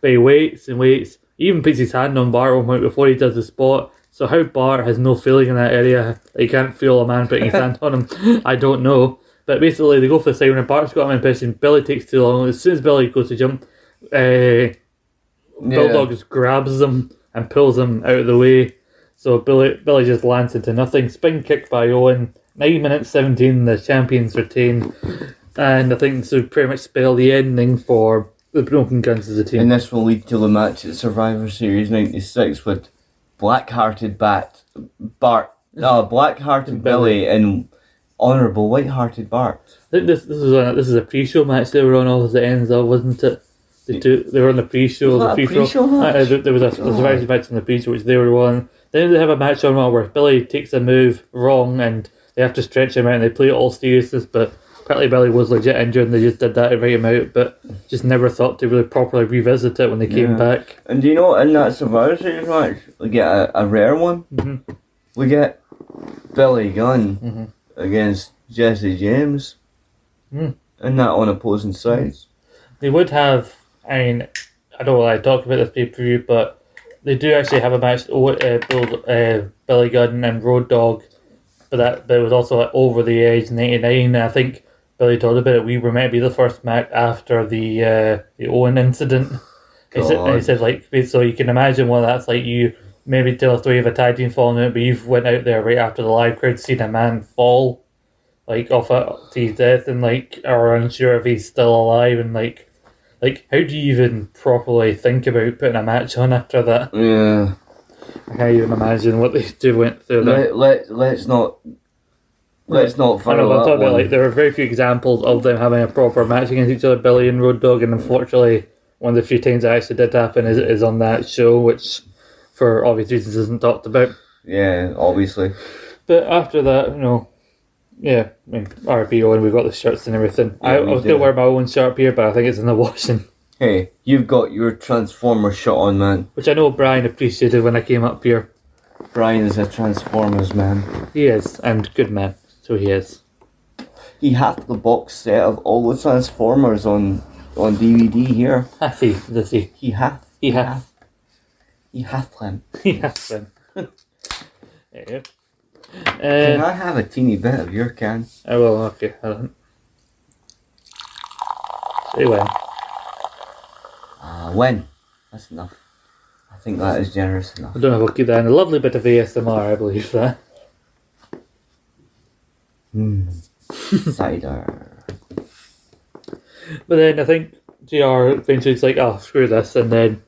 But he waits and waits. He even puts his hand on Bart at one point before he does the spot. So how Bart has no feeling in that area, that he can't feel a man putting his hand on him, I don't know. But basically they go for the siren and Bart's got him in position. Billy takes too long. As soon as Billy goes to jump, uh, Bulldog just grabs them and pulls them out of the way. So Billy Billy just lands into nothing. Spin kick by Owen. Nine minutes seventeen. The champions retain, and I think this would pretty much spell the ending for the Broken Guns as a team.
And this will lead to the match at Survivor Series '96 with black-hearted Bat Bart No, black hearted Billy and honourable white hearted Bart.
I think this this was on, this is a pre-show match they were on all the ends of, wasn't it? They two they were on the pre-show,
Was
the
that a
pre-show.
pre-show match?
Uh, there, there was a, there was a variety of matches on the pre-show which they were on. Then they have a match on Raw where Billy takes a move wrong and they have to stretch him out and they play it all seriousness, but apparently Billy was legit injured and they just did that to write him out, but just never thought to really properly revisit it when they came
Yeah.
back.
And do you know in that Survivor Series match we get a, a rare one?
Mm-hmm.
We get Billy Gunn
Mm-hmm.
against Jesse James.
Hmm.
And that on opposing sides.
They would have. I mean, I don't want to talk about this pay per view, but they do actually have a match. Oh, uh, Bill, uh, Billy Gunn and Road Dog, but that but it was also like over the age ninety nine. I think Billy talked about it. We were meant to be the first match after the uh, the Owen incident. He said,
God.
he said like so you can imagine what that's like. You maybe tell a story of a tag team falling out, but you've went out there right after the live crowd seen a man fall. Like off a, to his death and like are unsure if he's still alive and like like, how do you even properly think about putting a match on after that?
Yeah.
I can't even imagine what they (laughs) do went through there.
Let, let, let's not let's not
I
follow
know, I'm
that
talking about,
one.
like, there are very few examples of them having a proper match against each other, Billy and Road Dogg, and unfortunately, one of the few times that actually did happen is, is on that show, which, for obvious reasons, isn't talked about.
yeah, obviously.
But after that, you know, yeah, I mean, RBO, and we've got the shirts and everything. I, I
we
was
do.
going to wear my own shirt here, but I think it's in the washing,
Hey, you've got your Transformer shot on, man.
which I know Brian appreciated when I came up here.
Brian is a Transformers man.
He is, and good man, so he is.
He had the box set of all the Transformers on on DVD here.
Hath he? Does he?
He hath.
He hath.
He hath them.
He hath
(laughs)
them. there you
Can
go. Uh,
I have a teeny bit of your can?
I will, okay. I don't. Say when.
Uh, when? That's enough. I think that is generous enough. (laughs)
I don't know if I'll keep that in. A lovely bit of ASMR, I believe that.
Cider.
But then I think JR eventually's like, oh, screw this. And then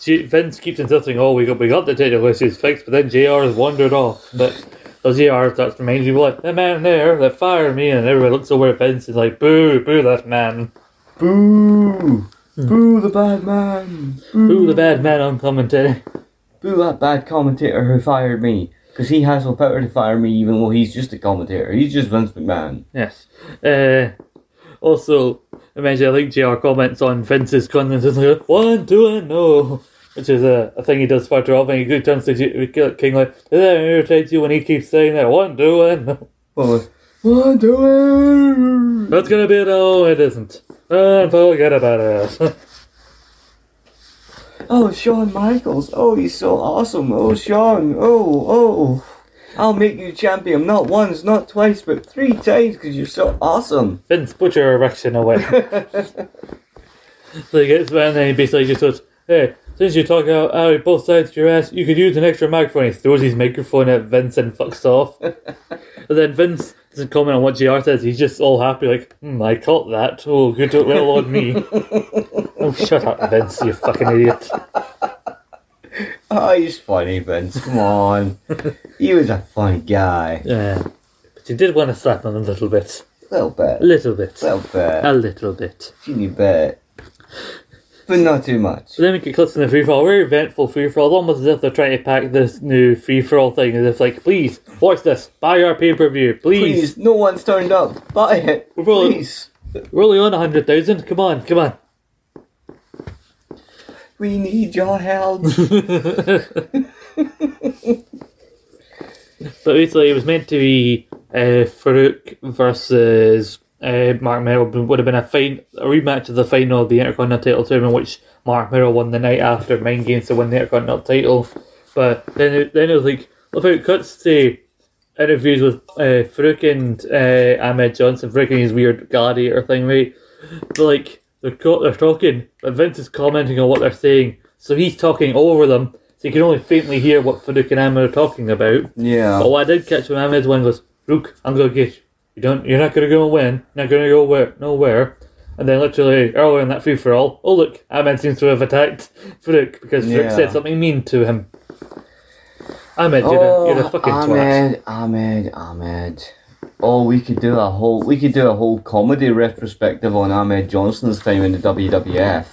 G- Vince keeps insisting, oh, we got, we got the technical issues fixed, but then JR has wandered off. But so JR starts to remind people, like, that man there that fired me, and everyone looks over at Vince and is like, boo, boo that man.
Boo! Boo the bad man!
Boo the bad man on commentary.
Boo that bad commentator who fired me. Because he has the power to fire me even though he's just a commentator. He's just Vince McMahon.
Yes. Uh, also, imagine I think JR comments on Vince's (laughs) comments and like, one, two, and no, which is a, a thing he does far too often. He goes turns to G- King like, does that irritate you when he keeps saying that? One, two, and no.
Well, what do
That's gonna be no, it isn't. And forget about it. (laughs)
Oh, Shawn Michaels. Oh, he's so awesome. Oh, Shawn. Oh, oh. I'll make you champion not once, not twice, but three times because you're so awesome.
Vince, put your erection away. so he gets back and then he basically just goes, Hey, since you talk out out of both sides of your ass, you could use an extra microphone. He throws his microphone at Vince and fucks off. and then Vince doesn't comment on what JR says, he's just all happy, like, hmm, I caught that. Oh, good well on me. oh, shut up, Vince, you fucking idiot.
Oh, he's funny, Vince. Come on. he was a funny guy.
Yeah. But you did want to slap him a little bit.
little
A
bit.
little bit.
little bit.
A little bit.
teeny bit. But not too much.
So then we get clips in the free for all, very eventful free for all, almost as if they're trying to pack this new free for all thing, as if, like, please, watch this, buy our pay per view, please.
Please, no one's turned up. Buy it.
We're rolling.
Please.
We're only on 100,000, come on, come on.
We need your help.
But basically, it was meant to be uh, Farouk versus uh, Mark Merrill, but would have been a, fin- a rematch of the final of the Intercontinental Tournament, which Mark Merrill won the night after main games to win the Intercontinental title. But then it, then it was like, look how it cuts to interviews with uh, Farouk and uh, Ahmed Johnson, Farouk and his weird gladiator thing, right? But like, they're, co- they're talking, but Vince is commenting on what they're saying, so he's talking over them, so you can only faintly hear what Farouk and Ahmed are talking about. But
yeah.
what I did catch when Ahmed's win was, Rook, I'm gonna get you. You don't you're not gonna go and win, you're not gonna go where nowhere. And then literally earlier in that free for all, oh look, Ahmed seems to have attacked Farouk because Farouk
Yeah.
said something mean to him. Ahmed, you're, a, you're a fucking twat.
Oh, Ahmed, Ahmed, Ahmed. Oh, we could do a whole we could do a whole comedy retrospective on Ahmed Johnson's time in the WWF.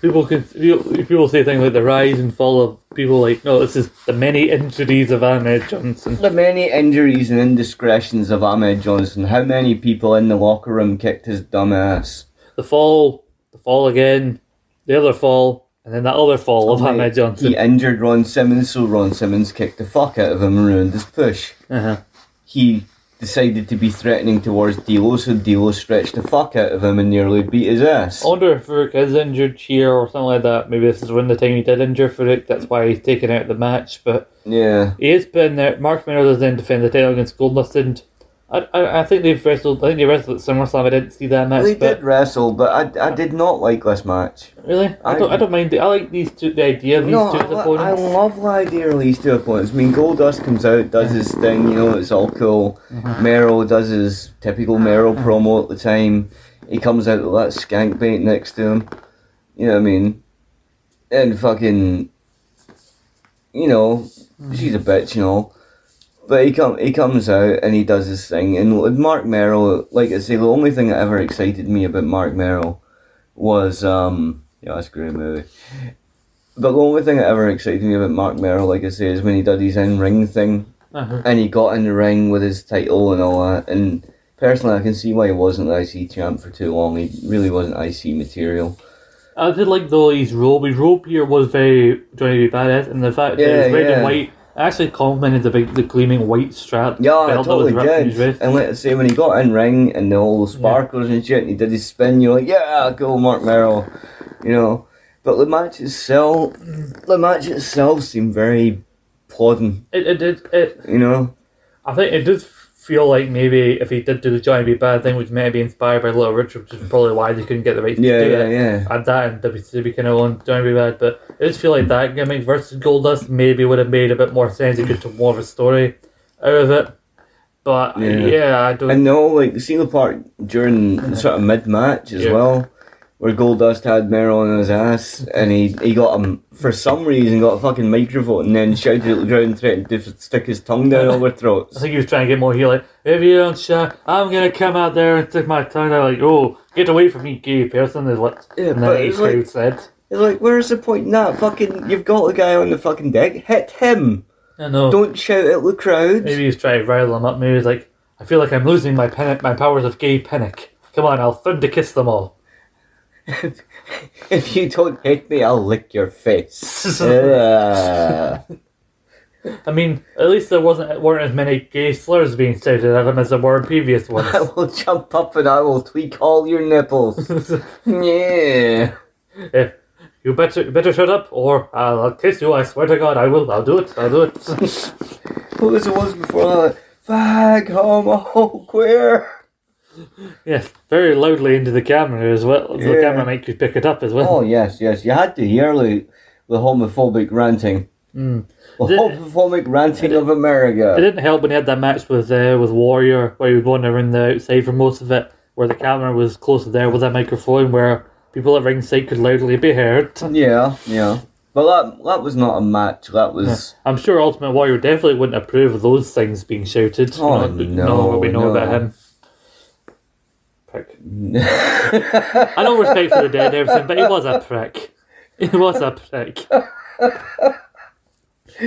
People can people, people say things like the rise and fall of people like no, this is the many injuries of Ahmed Johnson.
The many injuries and indiscretions of Ahmed Johnson. How many people in the locker room kicked his dumb ass?
The fall, the fall again, the other fall, and then that other fall of
Like,
Ahmed Johnson.
He injured Ron Simmons, so Ron Simmons kicked the fuck out of him and ruined his push.
Uh-huh.
He decided to be threatening towards D'Lo, so D'Lo stretched the fuck out of him and nearly beat his ass.
I wonder if Farouk is injured here or something like that. Maybe this is when the time he did injure Farouk, that's why he's taken out of the match. But
Yeah.
he is put in there. Mark Miller does then defend the title against Goldust, didn't. I, I, I think they've wrestled. I think they wrestled at SummerSlam. I didn't see that match.
They
but
did wrestle, but I, I did not like this match.
Really, I,
I-
don't. I don't mind. It. I like these two. The idea of these
No,
two
I,
as
lo- I
opponents.
love the idea of these two opponents. I mean, Goldust comes out, does his thing, you know, it's all cool. Merrill does his typical Merrill promo at the time. He comes out with that skank bait next to him. You know what I mean? And fucking, you know, she's a bitch and all. But he come he comes out and he does his thing. And with Mark Merrill, like I say, the only thing that ever excited me about Mark Merrill was um yeah, that's a great movie. But the only thing that ever excited me about Mark Merrill, like I say, is when he did his in ring thing
Uh-huh.
and he got in the ring with his title and all that. And personally, I can see why he wasn't IC champ for too long. He really wasn't IC material.
I did like though his robe. His robe here was very Johnny B. Badass, and the fact that it was
Yeah,
red
yeah.
and white I actually complimented the big, the gleaming white strap.
Yeah, I
belt that was
totally
wrapped in his
did.
wrist.
And like I say, when he got in ring and the all the sparklers and shit, and he did his spin, you're like, yeah, go Mark Merrill, you know. But the match itself, the match itself seemed very plodding,
It, it, it, it,
you know.
I think it does feel like maybe if he did do the Johnny B. Bad thing, which may have been inspired by Little Richard, which is probably why they couldn't get the rights
Yeah,
to do
yeah,
it.
yeah.
Add that and WCW kind of on Johnny B. Bad, but it does feel like that gimmick versus Goldust maybe would have made a bit more sense. It could have more of a story out of it. But yeah,
Yeah.
I don't.
And no, like see the part during sort of mid match as
Yeah.
well, where Goldust had Merrill on his ass, and he he got him for some reason got a fucking microphone, and then shouted at the crowd and threatened to f- stick his tongue down all their
I (laughs)
throats.
think he was trying to get more heel. Like, if you don't shut, I'm gonna come out there and stick my tongue out. Like, oh, get away from me, gay person. Is what
Yeah,
and
but
then he
it's like-
crowd said.
It's like, where's the point in that? Fucking, you've got the guy on the fucking deck. Hit him.
I know.
Don't shout at the crowd.
Maybe he's trying to rile them up. Maybe he's like, I feel like I'm losing my panic, my powers of gay panic. Come on, I'll thunder kiss them all.
(laughs) If you don't hit me, I'll lick your
(laughs)
face. Yeah. (laughs)
I mean, at least there wasn't weren't as many gay slurs being shouted at him as there were in
(laughs)
previous
I
ones.
will jump up and I will tweak all your nipples.
(laughs)
yeah.
Eh, you better you better shut up, or I'll kiss you. I swear to God, I will. I'll do it. I'll do it. (laughs)
What was it was before that? Fag, homo, queer.
yes, very loudly into the camera as well. The
Yeah.
camera might could pick it up as well.
Oh, yes, yes. You had to hear the, the homophobic ranting. Hmm. The
Did-
homophobic ranting of America.
It didn't help when he had that match with uh, with Warrior, where he was wandering around the outside for most of it, where the camera was close to there with that microphone, where people at ringside could loudly be heard.
Yeah, yeah. But that, that was not a match. That was.
I'm sure Ultimate Warrior definitely wouldn't approve of those things being shouted.
Oh,
knowing- knowing what we know
no,
about
no.
him. Prick. I don't respect for the dead and everything, but he was a prick. He was a prick.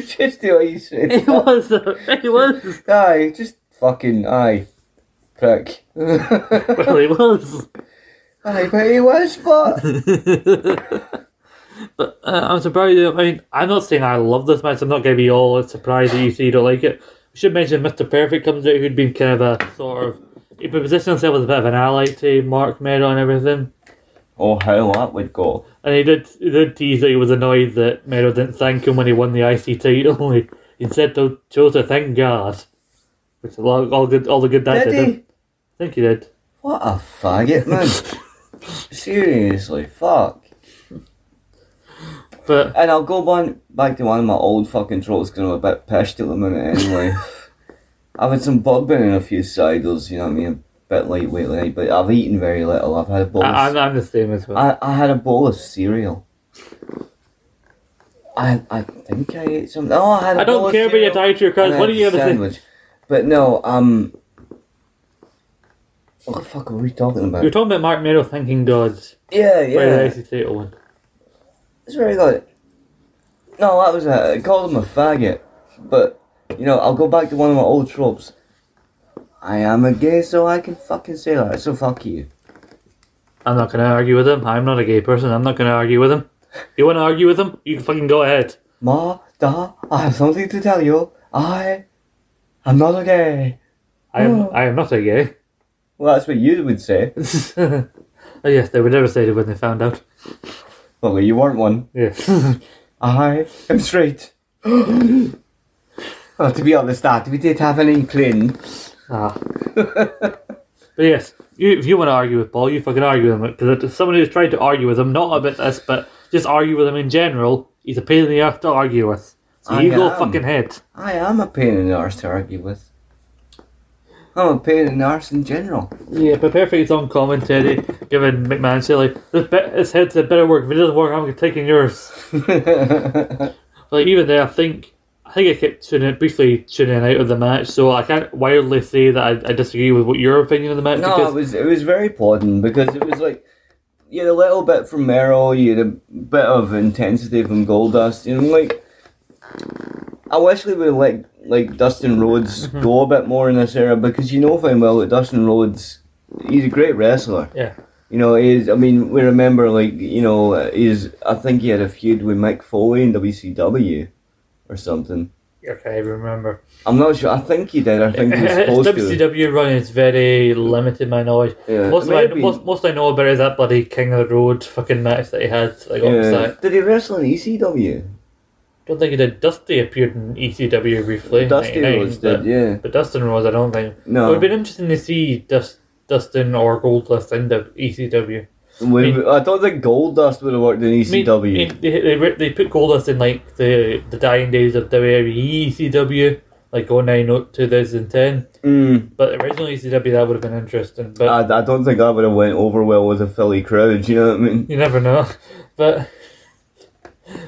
(laughs) just the way you
He
said
was. A, he was.
Aye, just fucking aye. Prick. (laughs) aye,
Well, he was.
but he was, but.
Uh, I'm surprised. I mean, I'm not saying I love this match. I'm not going to be all surprised that you say you don't like it. We should mention Mr. Perfect comes out, who'd been kind of a sort of. He positioned himself as a bit of an ally to Mark Merrill and everything.
(laughs) Oh, how that would go.
And he did, he did tease that he was annoyed that Merrill didn't thank him when he won the IC title. (laughs) He instead to, chose to thank God. Which is all, all, good, all the good that
Did
did.
he?
him. I think he did.
What a faggot, man. (laughs) Seriously, fuck.
But
And I'll go one, back to one of my old fucking trolls because I'm a bit pissed at the
(laughs)
minute anyway. I've had some bugbin and a few ciders, you know what I mean? A bit lightweight tonight, but I've eaten very little. I've had a bowl of
I, I'm, I'm the same as well.
I, I had a bowl of cereal. I, I think I ate something. Oh, I had. a
I don't
bowl of
care about your
cereal
dietary
and
carbs.
I
What are
had
you
a
gonna say?
sandwich. But no, um. What the fuck are we talking about?
You're talking about Mark Merrill thanking God
yeah,
for the
yeah.
Icy Potato one.
It's very good. No, that was a. I called him a faggot. But, you know, I'll go back to one of my old tropes. I am a gay, so I can fucking say that. So fuck you.
I'm not gonna argue with him. I'm not a gay person. I'm not gonna argue with him. You wanna argue with him? You can fucking go ahead.
Ma, da, I have something to tell you. I. I'm not a gay.
I
Oh.
am. I am not a gay. (laughs)
Well, that's what you would say. (laughs)
oh yes, they were devastated when they found out.
well, you weren't one.
Yes. (laughs)
I am straight. (gasps) well, to be honest, that we did have an inkling. (laughs)
ah. but yes, you, if you want to argue with Paul, you fucking argue with him. Because somebody who's tried to argue with him, not about this, but just argue with him in general, he's a pain in the ass to argue with. So
I
you go
am.
fucking head.
I am a pain in the arse to argue with. I'm a pain in the arse in general.
Yeah, prepare for his own commentary, given McMahon silly. This, be- this headset better work. If it doesn't work, I'm taking
(laughs)
yours. like even there, I think I think I kept tuning briefly tuning out of the match, so I can't wildly say that I, I disagree with what your opinion of the match.
No,
because
it was it was very plodding because it was like you had a little bit from Merrill, you had a bit of intensity from Goldust, you know, like I wish they would let like Dustin Rhodes
Mm-hmm.
go a bit more in this era because you know fine well that Dustin Rhodes he's a great wrestler.
yeah,
You know, he's I mean we remember like you know uh, he's I think he had a feud with Mick Foley in WCW or something.
okay, I
(laughs)
remember.
I'm not sure. I think he did. I
(laughs)
think he was supposed to.
WCW run is very limited. My knowledge.
Yeah.
Most, of I,
Maybe.
most, most I know about is that bloody King of the Road fucking match that he had. Like on the
Yeah.
side.
Did he wrestle in E ECW?
don't think he did. Dusty appeared in ECW briefly. in
Dusty
99,
Rhodes
but-
did, yeah.
But Dustin Rhodes, I don't think. It
No.
would have been interesting to see Dust, Dustin or Goldust E in the ECW.
When-
mean-
I don't think Goldust would have worked in E
I mean,
ECW.
they, they, they, they put Goldust in like the the dying days of E WWE ECW, like 09 2010.
Mm,
But originally ECW, that would have been interesting. But
I, I don't think that would have went over well with a Philly crowd. You know what I mean?
you never know. (laughs) But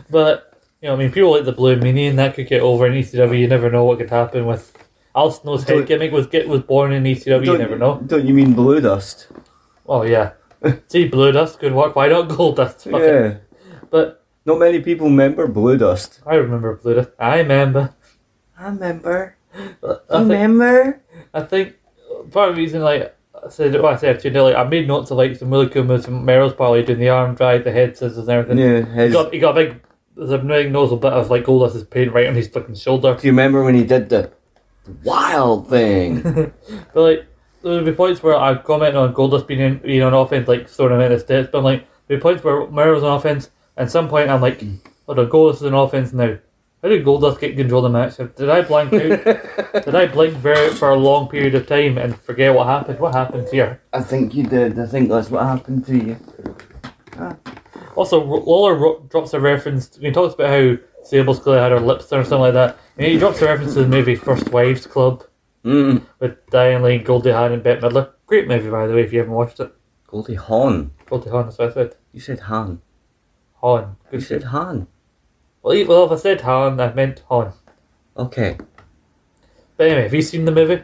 but you know, I mean, people like the Blue Minion that could get over in ECW. You never know what could happen with. Al Snow's head
Don't-
gimmick was get was born in ECW. You
Don't-
never know.
Don't you mean Blue Dust?
Oh
(laughs)
yeah. See, blue dust could work. Why not gold dust? Fuck it.
Yeah.
But
Not many people remember Blue Dust.
I remember blue dust. I remember.
I remember.
I think,
remember.
I think part of the reason, like I said, well, I said to you, like I made notes of like some really good moves from Meryl's probably doing the arm drag, the head scissors, and everything.
Yeah.
He
his-
got he got a big. There's a big nozzle bit of like Goldust's paint right on his fucking shoulder.
do you remember when he did the
(laughs)
wild thing?
But like, there would be points where I commented on Goldust being in, being on offense, like throwing him in his steps. But like, there would be points where Murray was on offense, and some point I'm like, hold on, Goldust is on offense now. How did Goldust get control of the match? Did I blank out? did I blank very for a long period of time and forget what happened? What happened here?
I think you did. I think that's what happened to you.
Also, R- Lawler ro- drops a reference. To, he talks about how Sable's clearly had her lips done or something like that. And he drops a reference to the movie First Wives Club
Mm.
with Diane Lane, Goldie Hawn, and Bette Midler. Great movie, by the way, if you haven't watched it.
Goldie Hawn.
Goldie Hawn, that's what I said.
You said Han.
Hawn.
You
Good
said Han.
Well, e- well, if I said Han, I meant Han.
Okay.
But anyway, have you seen the movie?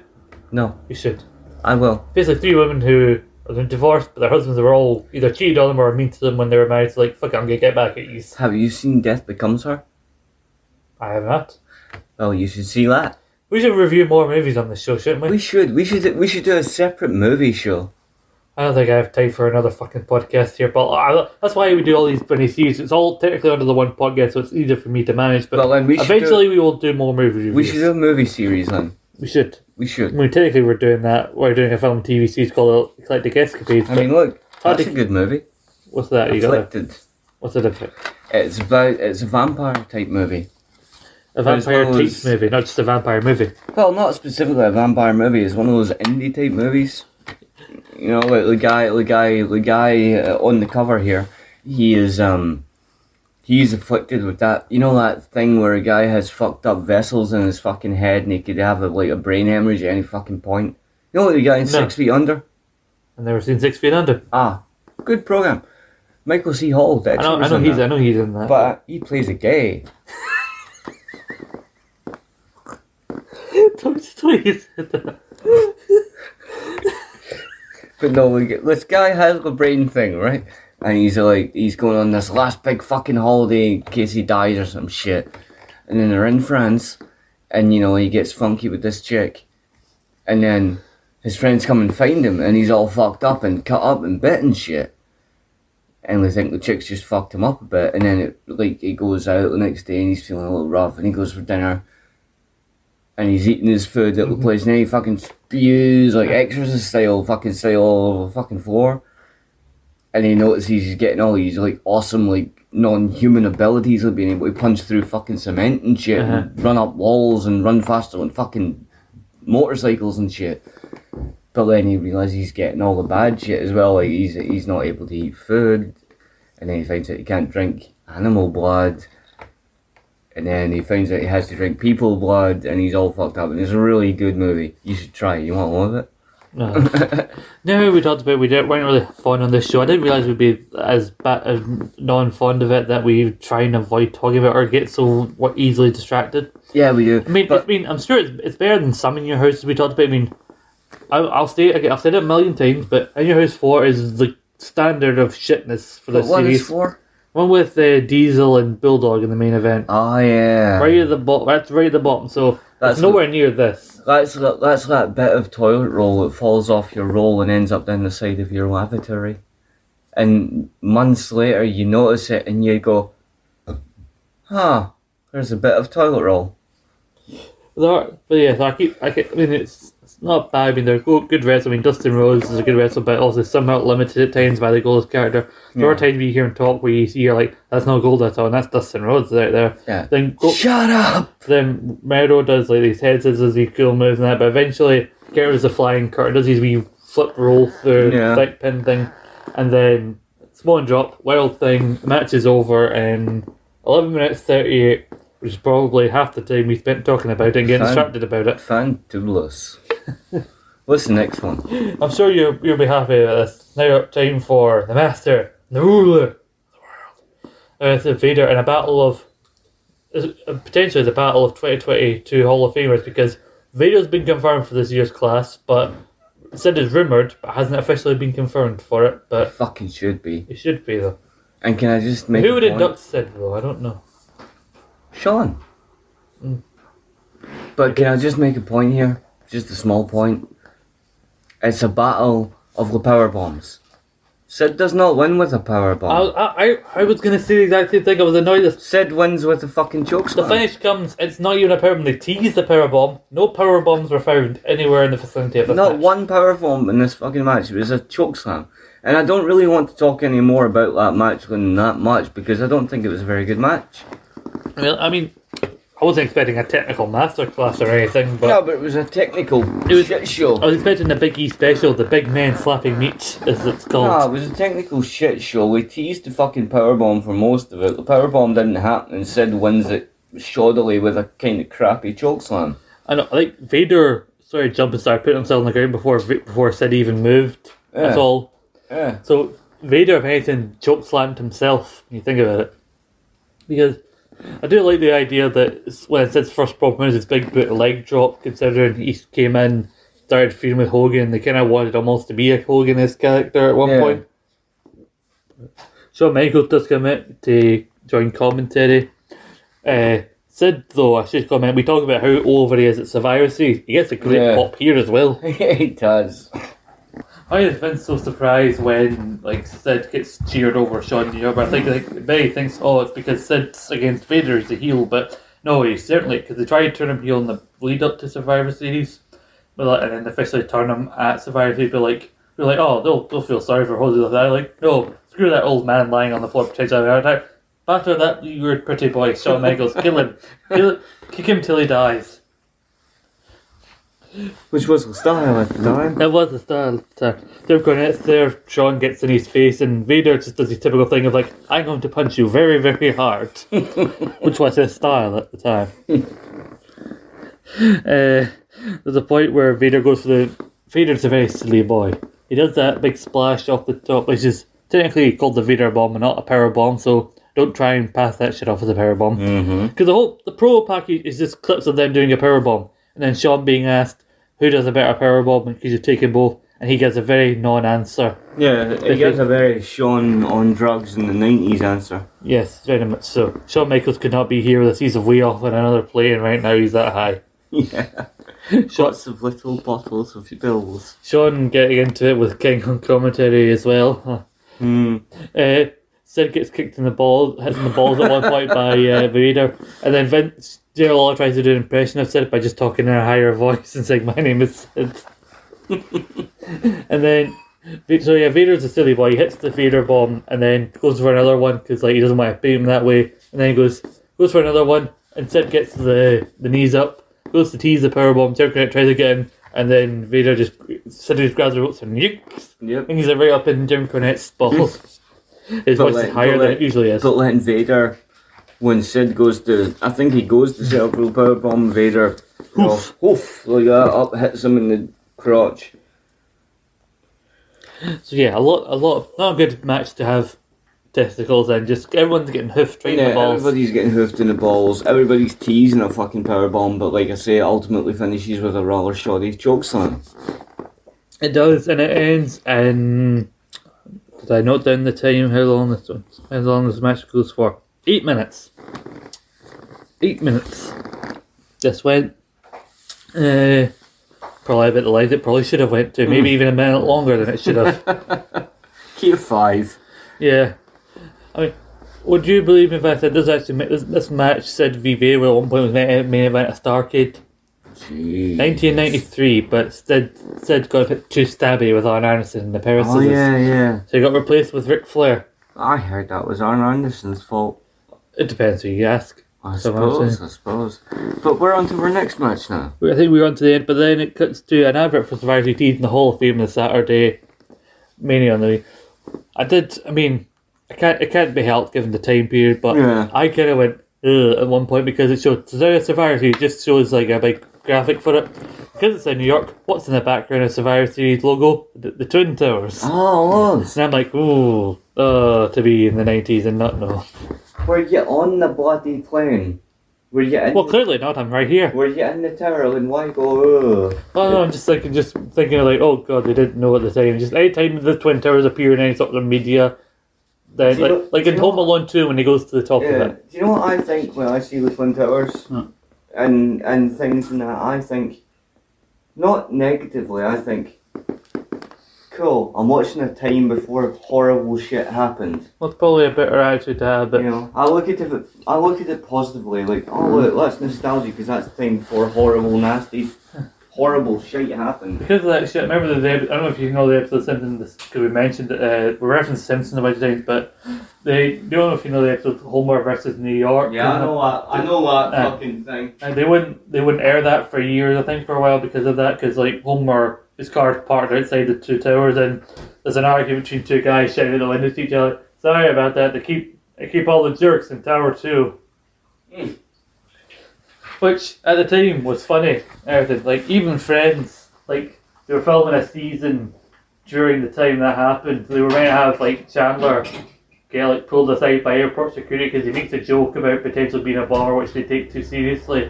No,
You should.
I will.
Basically, three women who are divorced, but their husbands were all either cheated on them or mean to them when they were married. So, like, fuck, it, I'm gonna get back at you.
Have you seen Death Becomes Her?
I have not.
Well, you should see that.
We should review more movies on this show, shouldn't we?
We should. We should. We should do a separate movie show.
I don't think I have time for another fucking podcast here, but I, that's why we do all these funny series. It's all technically under the one podcast, so it's easier for me to manage. But
Well, then we should do-
eventually, we will do more movie reviews.
We should do a movie series then.
We should.
We
I
should.
mean, technically, we're doing that. We're doing a film and TV series called Eclectic Escapades.
I mean, look,
Hard
that's
to-
a good movie.
what's that? You got there?
Afflicted.
What's it about?
It's about. It's a vampire type movie.
A
There's
vampire
one of
tapes
those-
movie, not just a vampire movie.
Well, not specifically a vampire movie. It's one of those indie type movies. You know, like the guy, the guy, the guy uh, on the cover here. He is um, he's afflicted with that. You know that thing where a guy has fucked up vessels in his fucking head, and he could have a, like a brain hemorrhage at any fucking point. You know, like the guy in Six Feet Under.
And they were seen six feet under.
Ah, good program. Michael C. Hall did.
I know, I
was
know
in
he's, I
that.
know he's in that. (laughs)
But he plays a gay.
Toy Story is in that.
But no, we get, this guy has the brain thing, right? And he's like, he's going on this last big fucking holiday in case he dies or some shit. And then they're in France, and you know, he gets funky with this chick. And then his friends come and find him, and he's all fucked up and cut up and bit and shit. And they think the chick's just fucked him up a bit. And then it, like, he goes out the next day and he's feeling a little rough, and he goes for dinner. And he's eating his food at the place, and then he fucking spews like exorcist style, fucking style all over the fucking floor. And he notices he's getting all these like awesome, like non human abilities, like being able to punch through fucking cement and shit, and run up walls and run faster on fucking motorcycles and shit. But then he realizes he's getting all the bad shit as well. Like he's he's not able to eat food, and then he finds out he can't drink animal blood, and then he finds out he has to drink people blood, and he's all fucked up. And it's a really good movie. You should try. it. You won't love it. (laughs)
No, we talked about we didn't, weren't really fond on this show. I didn't realise we'd be as bad, as non fond of it that we try and avoid talking about or get so wa- easily distracted.
Yeah, we do.
I mean,
but
I mean, I'm sure it's, it's better than some in your house as we talked about. I mean, I, I'll say it again, I've said it a million times, but in your house four is the standard of shitness for the
but what
series.
is for?
One with uh, Diesel and Bulldog in the main event.
Oh yeah.
right at the bottom. That's right at the bottom. So
That's
it's nowhere near this.
That's that, that's that bit of toilet roll that falls off your roll and ends up down the side of your lavatory. And months later, you notice it and you go, huh, there's a bit of toilet roll.
There are- but yeah, so I keep. I, keep, I mean, it's, it's not bad. I mean, they're good, good wrestlers. I mean, Dustin Rhodes is a good wrestler, but also somehow limited at times by the Goldust character. There are times we hear him talk where you see you're like, "That's not Gold at all," and that's Dustin Rhodes right there.
Yeah.
Then go,
Shut up!
then Mero does like these heads as his cool moves and that, but eventually Garrett is the flying curtain, does his wee flip roll through
Yeah.
thick pin thing, and then spawn drop, wild thing, match is over in eleven minutes thirty eight, which is probably half the time we spent talking about it and getting
Fine.
distracted about it. (laughs)
Fantulous. What's the next one?
I'm sure you you'll be happy with this. Now time for the master, the ruler, of the world, Earth Invader, and a battle of is- uh, potentially the battle of 2022 Hall of Famers because Vader's been confirmed for this year's class, but said is rumored, but hasn't officially been confirmed for it. But
Fucking should be.
it should be though.
And can I just make
Who
a
would
point?
induct Sid though? I don't know.
Sean.
Mm.
But can I just make a point here? Just a small point. It's a battle of the power bombs. Sid does not win with a power
I
bomb.
I, I, I was gonna say the exact same thing. I was annoyed. As,
Sid wins with a fucking choke
the
slam.
finish comes. It's not even a power bomb. They tease the power bomb. No power bombs were found anywhere in the vicinity of the
Not
match.
one power bomb in this fucking match. It was a choke slam. And I don't really want to talk any more about that match than that much because I don't think it was a very good match.
Well, I mean, I wasn't expecting a technical masterclass or anything, but
No, but it was a technical it
was-
shit show.
I was expecting the Big E special, the big man slapping meat, as it's called.
Nah, it was a technical shit show. We teased the fucking powerbomb for most of it. The powerbomb didn't happen and Sid wins it shoddily with a kind of crappy chokeslam.
I know, like Vader, sorry, jumping started putting himself on the ground before V- before Sid even moved. That's
Yeah.
all.
Yeah. (laughs)
So Vader, if anything, choke slammed himself. When you think about it, because I do like the idea that s- when Sid's first problem is his big boot leg drop, considering he came in, started feuding with Hogan. They kind of wanted almost to be a Hogan-esque character at one
Yeah.
point. So Michael does come in to join commentary. Uh, Sid, though, I should comment. We talk about how over he is at Survivor Series. He gets a great
Yeah.
pop here as well.
he does.
Why is Vince so surprised when like Sid gets cheered over Sean New York? But I think like Bay thinks, oh, it's because Sid's against Vader as a heel, but no, he's certainly because they tried to turn him heel in the lead up to Survivor Series, but like, and then officially turn him at Survivor Series. But like, we're like, oh, they'll they'll feel sorry for Jose like that. Like, no, screw that old man lying on the floor pretending to have a heart attack. Batter that weird pretty boy, Shawn Michaels. Kill him, kill, kick him till he dies.
Which was the style at the
(laughs)
time.
That was the style. So they're going out there, Sean gets in his face, and Vader just does his typical thing of like, I'm going to punch you very, very hard. Which was his style at the time. uh, there's a point where Vader goes for the. Vader's a very silly boy. He does that big splash off the top, which is technically called the Vader bomb and not a power bomb, so don't try and pass that shit off as a power bomb. Because the whole the pro package is just clips of them doing a power bomb, and then Sean being asked who does a better power bomb because you've taken both, and he gives a very non-answer.
Yeah, he gives a very Sean on drugs in the 90s answer.
Yes, very much so. Shawn Michaels could not be here with us. He's way off on another plane right now. He's that high.
Yeah.
Shawn,
Lots of little bottles of pills.
Shawn getting into it with King on commentary as well. Huh. Uh, Sid gets kicked in the balls, hit in the balls at one point by uh, Vader, and then Vince Gerald tries to do an impression of Sid by just talking in a higher voice and saying, "My name is Sid." (laughs) and then, so yeah, Vader's a silly boy. He hits the Vader bomb and then goes for another one because like he doesn't want to beat him that way. And then he goes goes for another one, and Sid gets the the knees up, goes to tease the power bomb. Jericho tries again, and then Vader just Sid just grabs the ropes and nukes.
Yep.
And he's right up in Jim Cornette's balls. His voice is higher than it usually is.
But letting Vader, when Sid goes to, I think he goes to set up with power bomb Vader. Hoof, hoof, like that, up hits him in the crotch.
So yeah, a lot, a lot, of, not a good match to have testicles and just everyone's getting hoofed right in
Yeah,
the balls.
everybody's getting hoofed in the balls. Everybody's teasing a fucking power bomb, but like I say, it ultimately finishes with a rather shoddy chokeslam.
It does, and it ends. And did I note down the time? How long this one? How long this match goes for? Eight minutes. Eight minutes. This went. Uh, probably about the length it probably should have went to. Maybe even a minute longer than it should have.
Tier five.
Yeah, I mean, would you believe me if I said this actually ma- this, this match said Vivera at one point was main, main event of Starcade,
Jeez.
nineteen ninety three, but Sid Sid got hit too stabby with Arn Anderson in the
Oh
parasol.
yeah, yeah.
So he got replaced with Ric Flair.
I heard that was Arn Anderson's fault.
It depends who you ask.
I
So what I'm
suppose,
saying-
I suppose. But we're on to our next match now.
I think we're on to the end, but then it cuts to an advert for Survivor Series in the Hall of Fame on Saturday. Mania on the. I did. I mean, I can't. It can't be helped given the time period, but
Yeah.
I kind of went Ugh, at one point because it showed Survivor Survivor Series just shows like a big graphic for it because it's in New York. What's in the background of Survivor Series logo? The, the Twin Towers.
Oh, Lord.
And I'm like, ooh, uh, to be in the nineties and not know.
Were you on the bloody plane? Were you in,
Well, clearly not. I'm right here.
were you in the tower and why go, ugh?
Oh, no, I'm just thinking, just thinking like, oh god, they didn't know at the time. Just any time the Twin Towers appear in any sort of media, then
Do you
like,
know-
like
do
in
you
Home
know-
Alone two when he goes to the top
Yeah.
of
Do
it.
you know what I think when I see the Twin Towers and and things and that? I think not negatively. I think cool. I'm watching a time before horrible shit happened.
Well, it's probably a better attitude to have, but
You know, I look at it. I look at it positively. Like, oh look, that's nostalgia because that's the time before horrible, nasty, horrible shit happened.
because of that shit, remember the I don't know if you know the episode of Simpsons because we mentioned uh, we referenced Simpsons a bunch of times, but they don't know if you know the episode Homer versus New York.
Yeah, I know that. I know that
Uh,
fucking thing.
And they wouldn't they wouldn't air that for years, I think, for a while because of that. Because like Homer is car's parked outside the two towers, and there's an argument between two guys shouting at the windows to each other. Sorry about that. They keep they keep all the jerks in Tower Two, which at the time was funny. and Everything like even Friends, like they were filming a season during the time that happened. They were going to have like Chandler. Get like pulled aside by airport security because he makes a joke about potentially being a bomber, which they take too seriously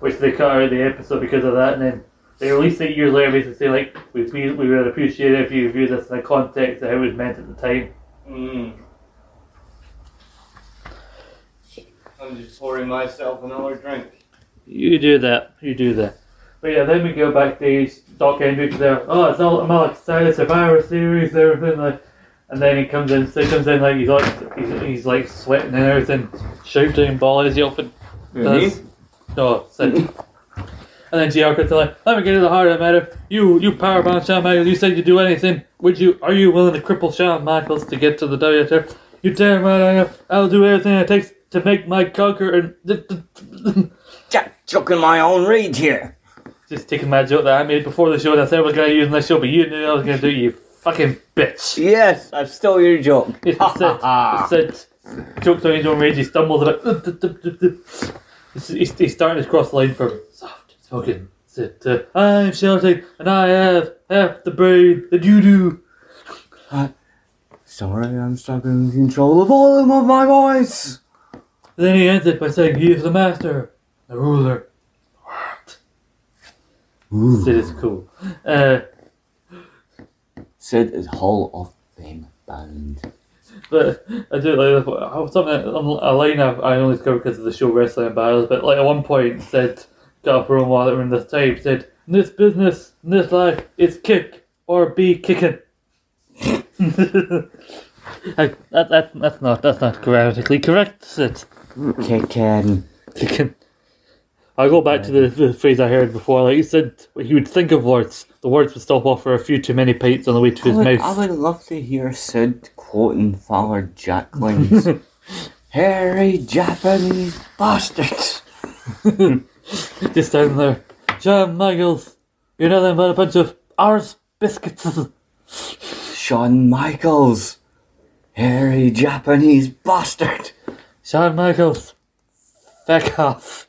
which they cut out of the episode because of that, and then they released it years later, basically saying like, we we, we would appreciate it if you view this in the context of how it was meant at the time.
Mm. I'm just pouring myself another drink.
You do that. You do that. But yeah, then we go backstage. Doc Hendricks there. Oh, it's all I'm all excited. Survivor Series, everything like. And then he comes in. So he comes in like he's like he's, he's like sweating and everything, shouting and bawling as he often does. No, Sid. and then GR comes in like, let me get to the heart of the matter. You, you powerbomb Shawn Michaels. You said you'd do anything. Would you? Are you willing to cripple Shawn Michaels to get to the WTF? You damn right I am. I'll do everything it takes to make my conquer and. (laughs)
Jack chucking my own read here.
just taking my joke that I made before the show and I said I was going to use in this show, but you knew I was going to do it, you fucking bitch.
Yes, I stole your joke.
It's said, jokes on his own rage, he stumbles about. He's, he's, he's starting to cross the line from soft spoken. Said, uh, I'm shouting and I have half the brain that you do.
Sorry, I'm struggling to control the volume of my voice.
Then he ends it by saying he is the master, the ruler. What? Sid is cool. Uh,
Sid is Hall of Fame bound.
but I do like that. I- something a line um, I, I only discovered because of the show Wrestling and Battles. But like at one point said, got a promo while they were in this time said, "In this business, in this life, it's kick or be kicking." (laughs) I, that, that, that's not that's not grammatically correct. Sid.
Kicking.
Kicking. I'll go back to the, the phrase I heard before. Like he said, he would think of words. The words would stop off for a few too many pints on the way to
I
his
would,
mouth.
I would love to hear Sid quoting Father
(laughs)
Jacklin's hairy Japanese bastards.
Just down there. John Michaels, you're nothing but a bunch of arse biscuits.
Shawn Michaels, hairy Japanese bastard.
Shawn Michaels, feck off.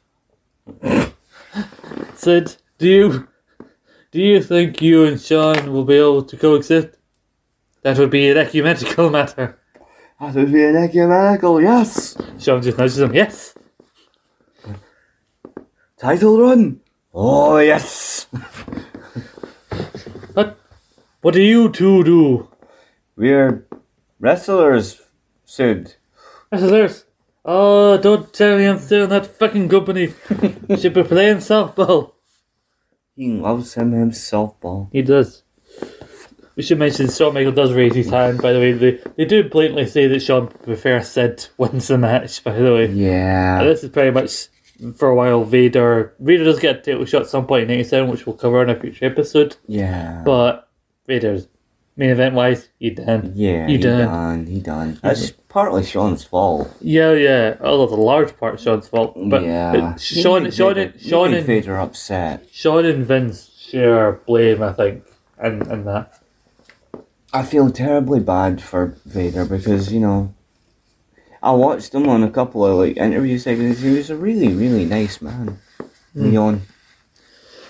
(laughs) Sid, do you do you think you and Sean will be able to coexist? That would be an ecumenical matter.
That would be an ecumenical, yes.
Sean just nudges him. Yes.
Title run. Oh yes.
What? What do you two do?
We're wrestlers, Sid.
Wrestlers. Oh, don't tell me I'm still in that fucking company. Should be playing softball.
He loves him himself, ball.
He does. We should mention Shawn Michaels does raise his hand, by the way. They, they do blatantly say that Shawn prefers (laughs) Sid wins the match, by the way. And
Yeah.
this is pretty much, for a while, Vader. Vader does get a title shot at some point in 87, which we'll cover in a future episode.
Yeah.
But Vader's main event wise, he done.
Yeah,
he,
he
done.
done. He done. That's partly Sean's fault.
Yeah, yeah. Although the large part Shawn's fault. But
yeah.
but Shawn,
He made
Shawn,
Vader-
and
he
Shawn,
made
and,
Vader upset.
Shawn and Vince share blame, I think, and and that.
I feel terribly bad for Vader because you know, I watched him on a couple of like interview segments. He was a really, really nice man.
Mm.
Leon.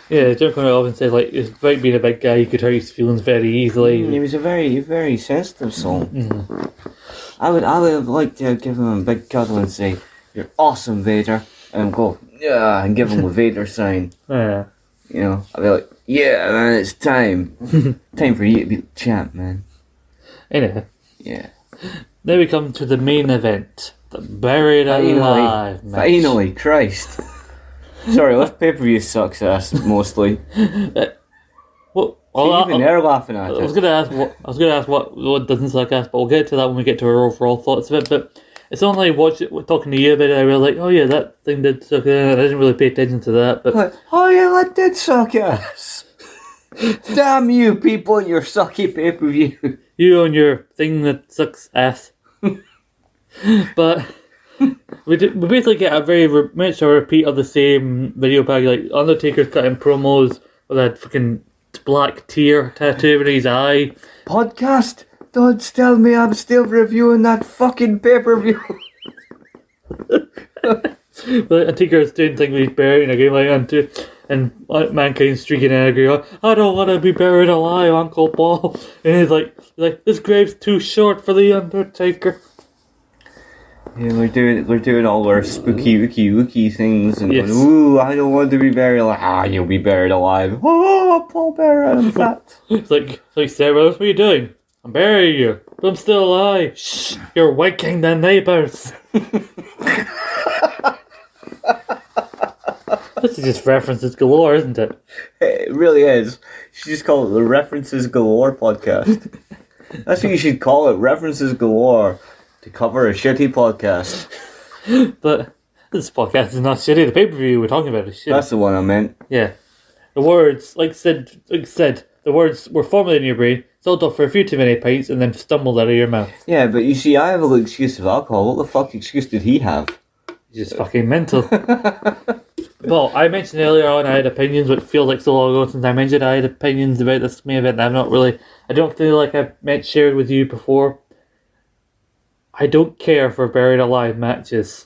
Yeah, Jim Conrad often says like, despite being a big guy, you could hurt his feelings very Mm-hmm. easily.
He was a very, very sensitive soul. I would, I would have liked to give him a big cuddle and say, "You're awesome, Vader," and go, "Yeah," and give him a Vader sign.
Yeah.
You know, I'd be like, "Yeah, man, it's time, time for you to be the champ, man."
Anyway,
Yeah,
then we come to the main event, the buried
finally,
alive match.
finally, Christ. Sorry, this pay per view sucks ass
(laughs)
mostly.
Well, well, I-
Even
I,
they're laughing
I
at
was
it.
gonna ask what I was gonna ask what what doesn't suck ass, but we'll get to that when we get to our overall thoughts of it. But it's only watch it we're talking to you about it. I realized, like, oh yeah, that thing did suck. ass. I didn't really pay attention to that, but
Like, oh yeah, that did suck ass. (laughs) Damn you, people, and your sucky pay per view.
you on your thing that sucks ass. but we, do, we basically get a very re- much a repeat of the same video package. Like Undertaker's cutting promos with that fucking black tear tattoo over his eye.
(laughs) podcast. Don't tell me I'm still reviewing that fucking pay per view.
But Undertaker's doing things with his buried in a game like unto and uh, mankind's streaking in angry. I don't want to be buried alive, Uncle Paul. And he's like, he's like this grave's too short for the Undertaker.
Yeah, we're doing we're doing all our spooky wookie wookie things and
Yes.
going, ooh, I don't want to be buried alive. Ah, you'll be buried alive. (laughs) Oh, Paul
(laughs)
Bearer, I'm fat.
It's like, it's like Sarah, what are you doing? I'm burying you, but I'm still alive. Shh, you're waking the neighbors. this is just references galore, isn't it?
it really is. She just called it the References Galore podcast. That's what you should call it, References Galore, to cover a shitty podcast.
But this podcast is not shitty. The pay per view we're talking about is shitty.
That's the one I meant.
Yeah. The words, like said, like said, the words were formulated in your brain, sold off for a few too many pints, and then stumbled out of your mouth.
Yeah, but you see, I have a little excuse of alcohol. What the fuck excuse did he have?
It's just fucking
(laughs)
mental. well, I mentioned earlier on I had opinions, which feels like so long ago since I mentioned I had opinions about this main event. that I've not really, I don't feel like I've met shared with you before. I don't care for buried alive matches.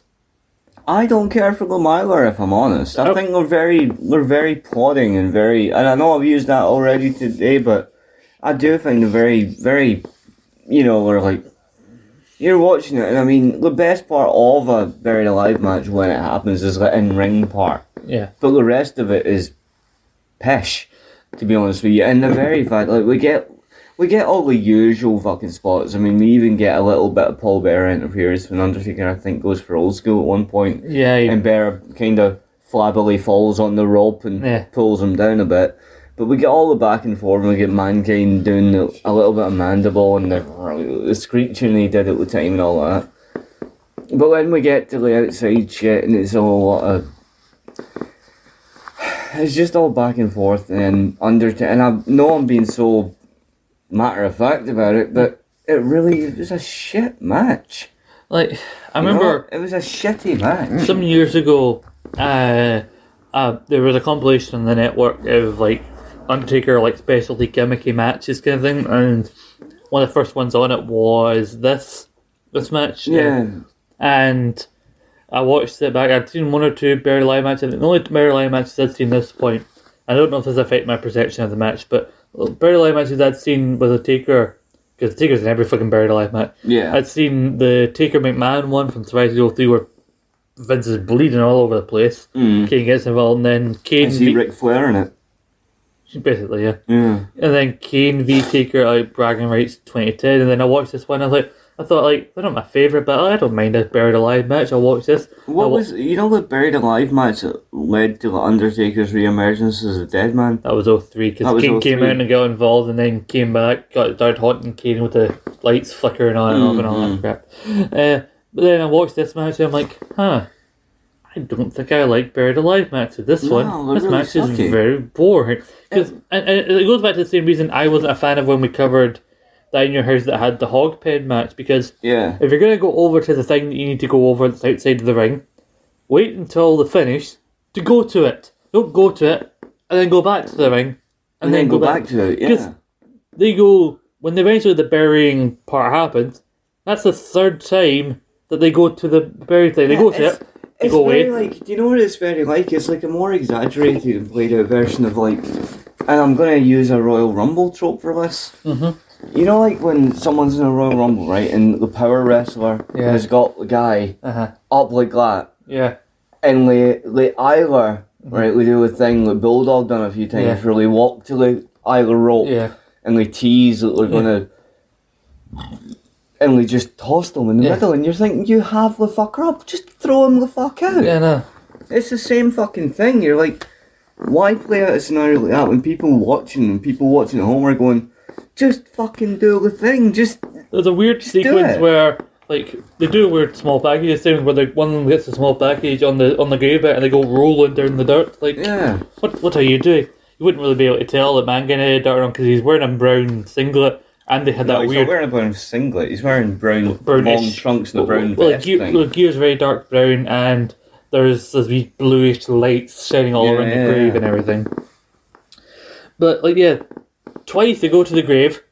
I don't care for them either, if I'm honest. I
Oh.
think they're very, they're very plodding and very, and I know I've used that already today, but I do think they're very, very you know, we're like, you're watching it, and I mean, the best part of a Buried Alive match when it happens is the in ring part.
Yeah.
But the rest of it is pish, to be honest with you. And the very fact, like, we get. We get all the usual fucking spots. I mean, we even get a little bit of Paul Bearer interference when Undertaker, I think, goes for old school at one point.
Yeah. he-
And Bear kind of flabbily falls on the rope and
Yeah.
pulls him down a bit. But we get all the back and forth, and we get Mankind doing a little bit of mandible and the, the screeching he did at the time and all that. But then we get to the outside shit, and it's all a lot of. It's just all back and forth, and under. And I know I'm being so matter of fact about it, but it really it was a shit match.
like I
you know?
remember.
it was a shitty match.
some years ago, uh, uh, there was a compilation on the network of like Undertaker like specialty gimmicky matches kind of thing, and one of the first ones on it was this this match.
Yeah.
and I watched it back. I'd seen one or two Barry Lyman matches. The only Barry Lyman matches I'd seen this point. I don't know if this affect my perception of the match, but Barry Lyman matches I'd seen with a Taker because Taker's in every fucking Barry Lyman match.
Yeah.
I'd seen the Taker McMahon one from Survivor Series 03 where Vince is bleeding all over the place. Kane gets involved, and then Kane
Mm. I see
v-
Ric Flair in it.
basically yeah,
Yeah.
and then Kane v Taker out bragging rights 2010, and then I watched this one. I was like, I thought like they're not my favorite, but I don't mind a buried alive match. I'll watch this.
What
I'll-
was you know the buried alive match that led to the Undertaker's reemergence as a dead man?
That was 03
That
because
was
Kane came
03.
out and got involved and then came back, got started haunting Kane with the lights flickering on and off and all
Mm-hmm.
that crap. Uh, but then I watched this match and I'm like, huh, I don't think I like Buried Alive matches. This
No,
one,
they're
this
really
match
sucky.
is very boring. Cause, and, and it goes back to the same reason I wasn't a fan of when we covered that in your house that had the hog pen match because
Yeah.
if you're going to go over to the thing that you need to go over that's outside of the ring, wait until the finish to go to it. Don't go to it and then go back to the ring.
And then go back to it,
Because
yeah.
They go, when the eventually the burying part happens, that's the third time that they go to the bury thing. They go to
it's-
it, they
It's
go away.
very like do you know what it's very like? It's like a more exaggerated and played out version of like and I'm gonna use a Royal Rumble trope for this. Mm-hmm. You know like when someone's in a Royal Rumble, right, and the power wrestler
Yeah.
has got the guy
Uh-huh.
up like that
yeah.
and they they either right they do a thing that Bulldog done a few times
Mm-hmm. Yeah.
where they walk to the either rope
Yeah.
and they tease that they're gonna and they just toss them in the
Yeah.
middle and you're thinking you have the fucker up just throw him the fuck out
Yeah, no.
it's the same fucking thing you're like why play out a scenario like that when people watching and people watching at home are going just fucking do the thing just
There's a weird sequence
it.
where like they do weird small package things where like one of them gets a small package on the on the grave bit and they go rolling down the dirt. Like
yeah
what what are you doing? You wouldn't really be able to tell that man had a dirt on because he's wearing a brown singlet and they had that weird
wearing a brown singlet he's wearing brown
brownish well, like, gear, well, gear's very dark brown and there's this wee bluish lights shining all
Yeah,
around
yeah,
the grave
yeah.
and everything. But like yeah, twice they go to the grave,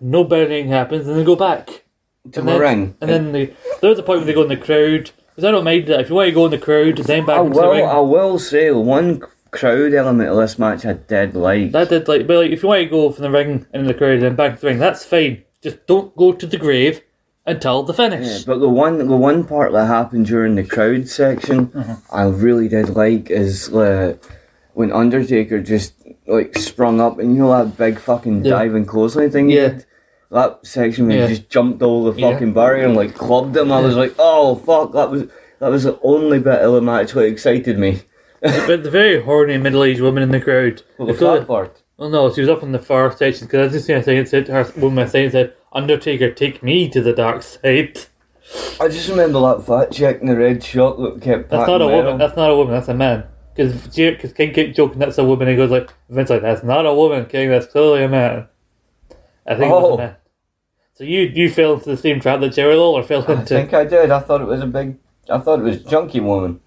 no burning happens, and they go back.
to
And then,
the ring
And then they, there's a point where they go in the crowd. Because I don't mind that. If you want to go in the crowd, then back
I
into the
will.
ring.
Oh, I will say the one crowd element of this match I did like.
that did like, but like, if you want to go from the ring and the crowd, then back to the ring, that's fine. Just don't go to the grave until the
Yeah,
finish.
but the one, the one part that happened during the crowd section,
Mm-hmm.
I really did like is uh, when Undertaker just like sprung up and you know that big fucking
Yeah.
diving clothesline thing. he
Yeah.
did? That section where
Yeah.
he just jumped over the
Yeah.
fucking barrier and like clubbed him. I was like, oh fuck, that was that was the only bit of the match that excited me.
but the very horny middle-aged woman in the crowd.
Well,
I
the
feel
fat
like-
part.
Oh no, she was up in the far section because I just seen a thing that said to her when my thing said, "Undertaker, take me to the dark side."
I just remember that fat chick in the red shirt that kept.
That's
patting
not a
my
woman.
arm.
That's not a woman. That's a man. Because because King kept joking that's a woman. He goes like Vince like that's not a woman, King. That's clearly a man. I think it was
Oh.
a man. So you you fell into the same trap that Jerry Lawler fell into.
I think I did. I thought it was a big. I thought it was junkie woman.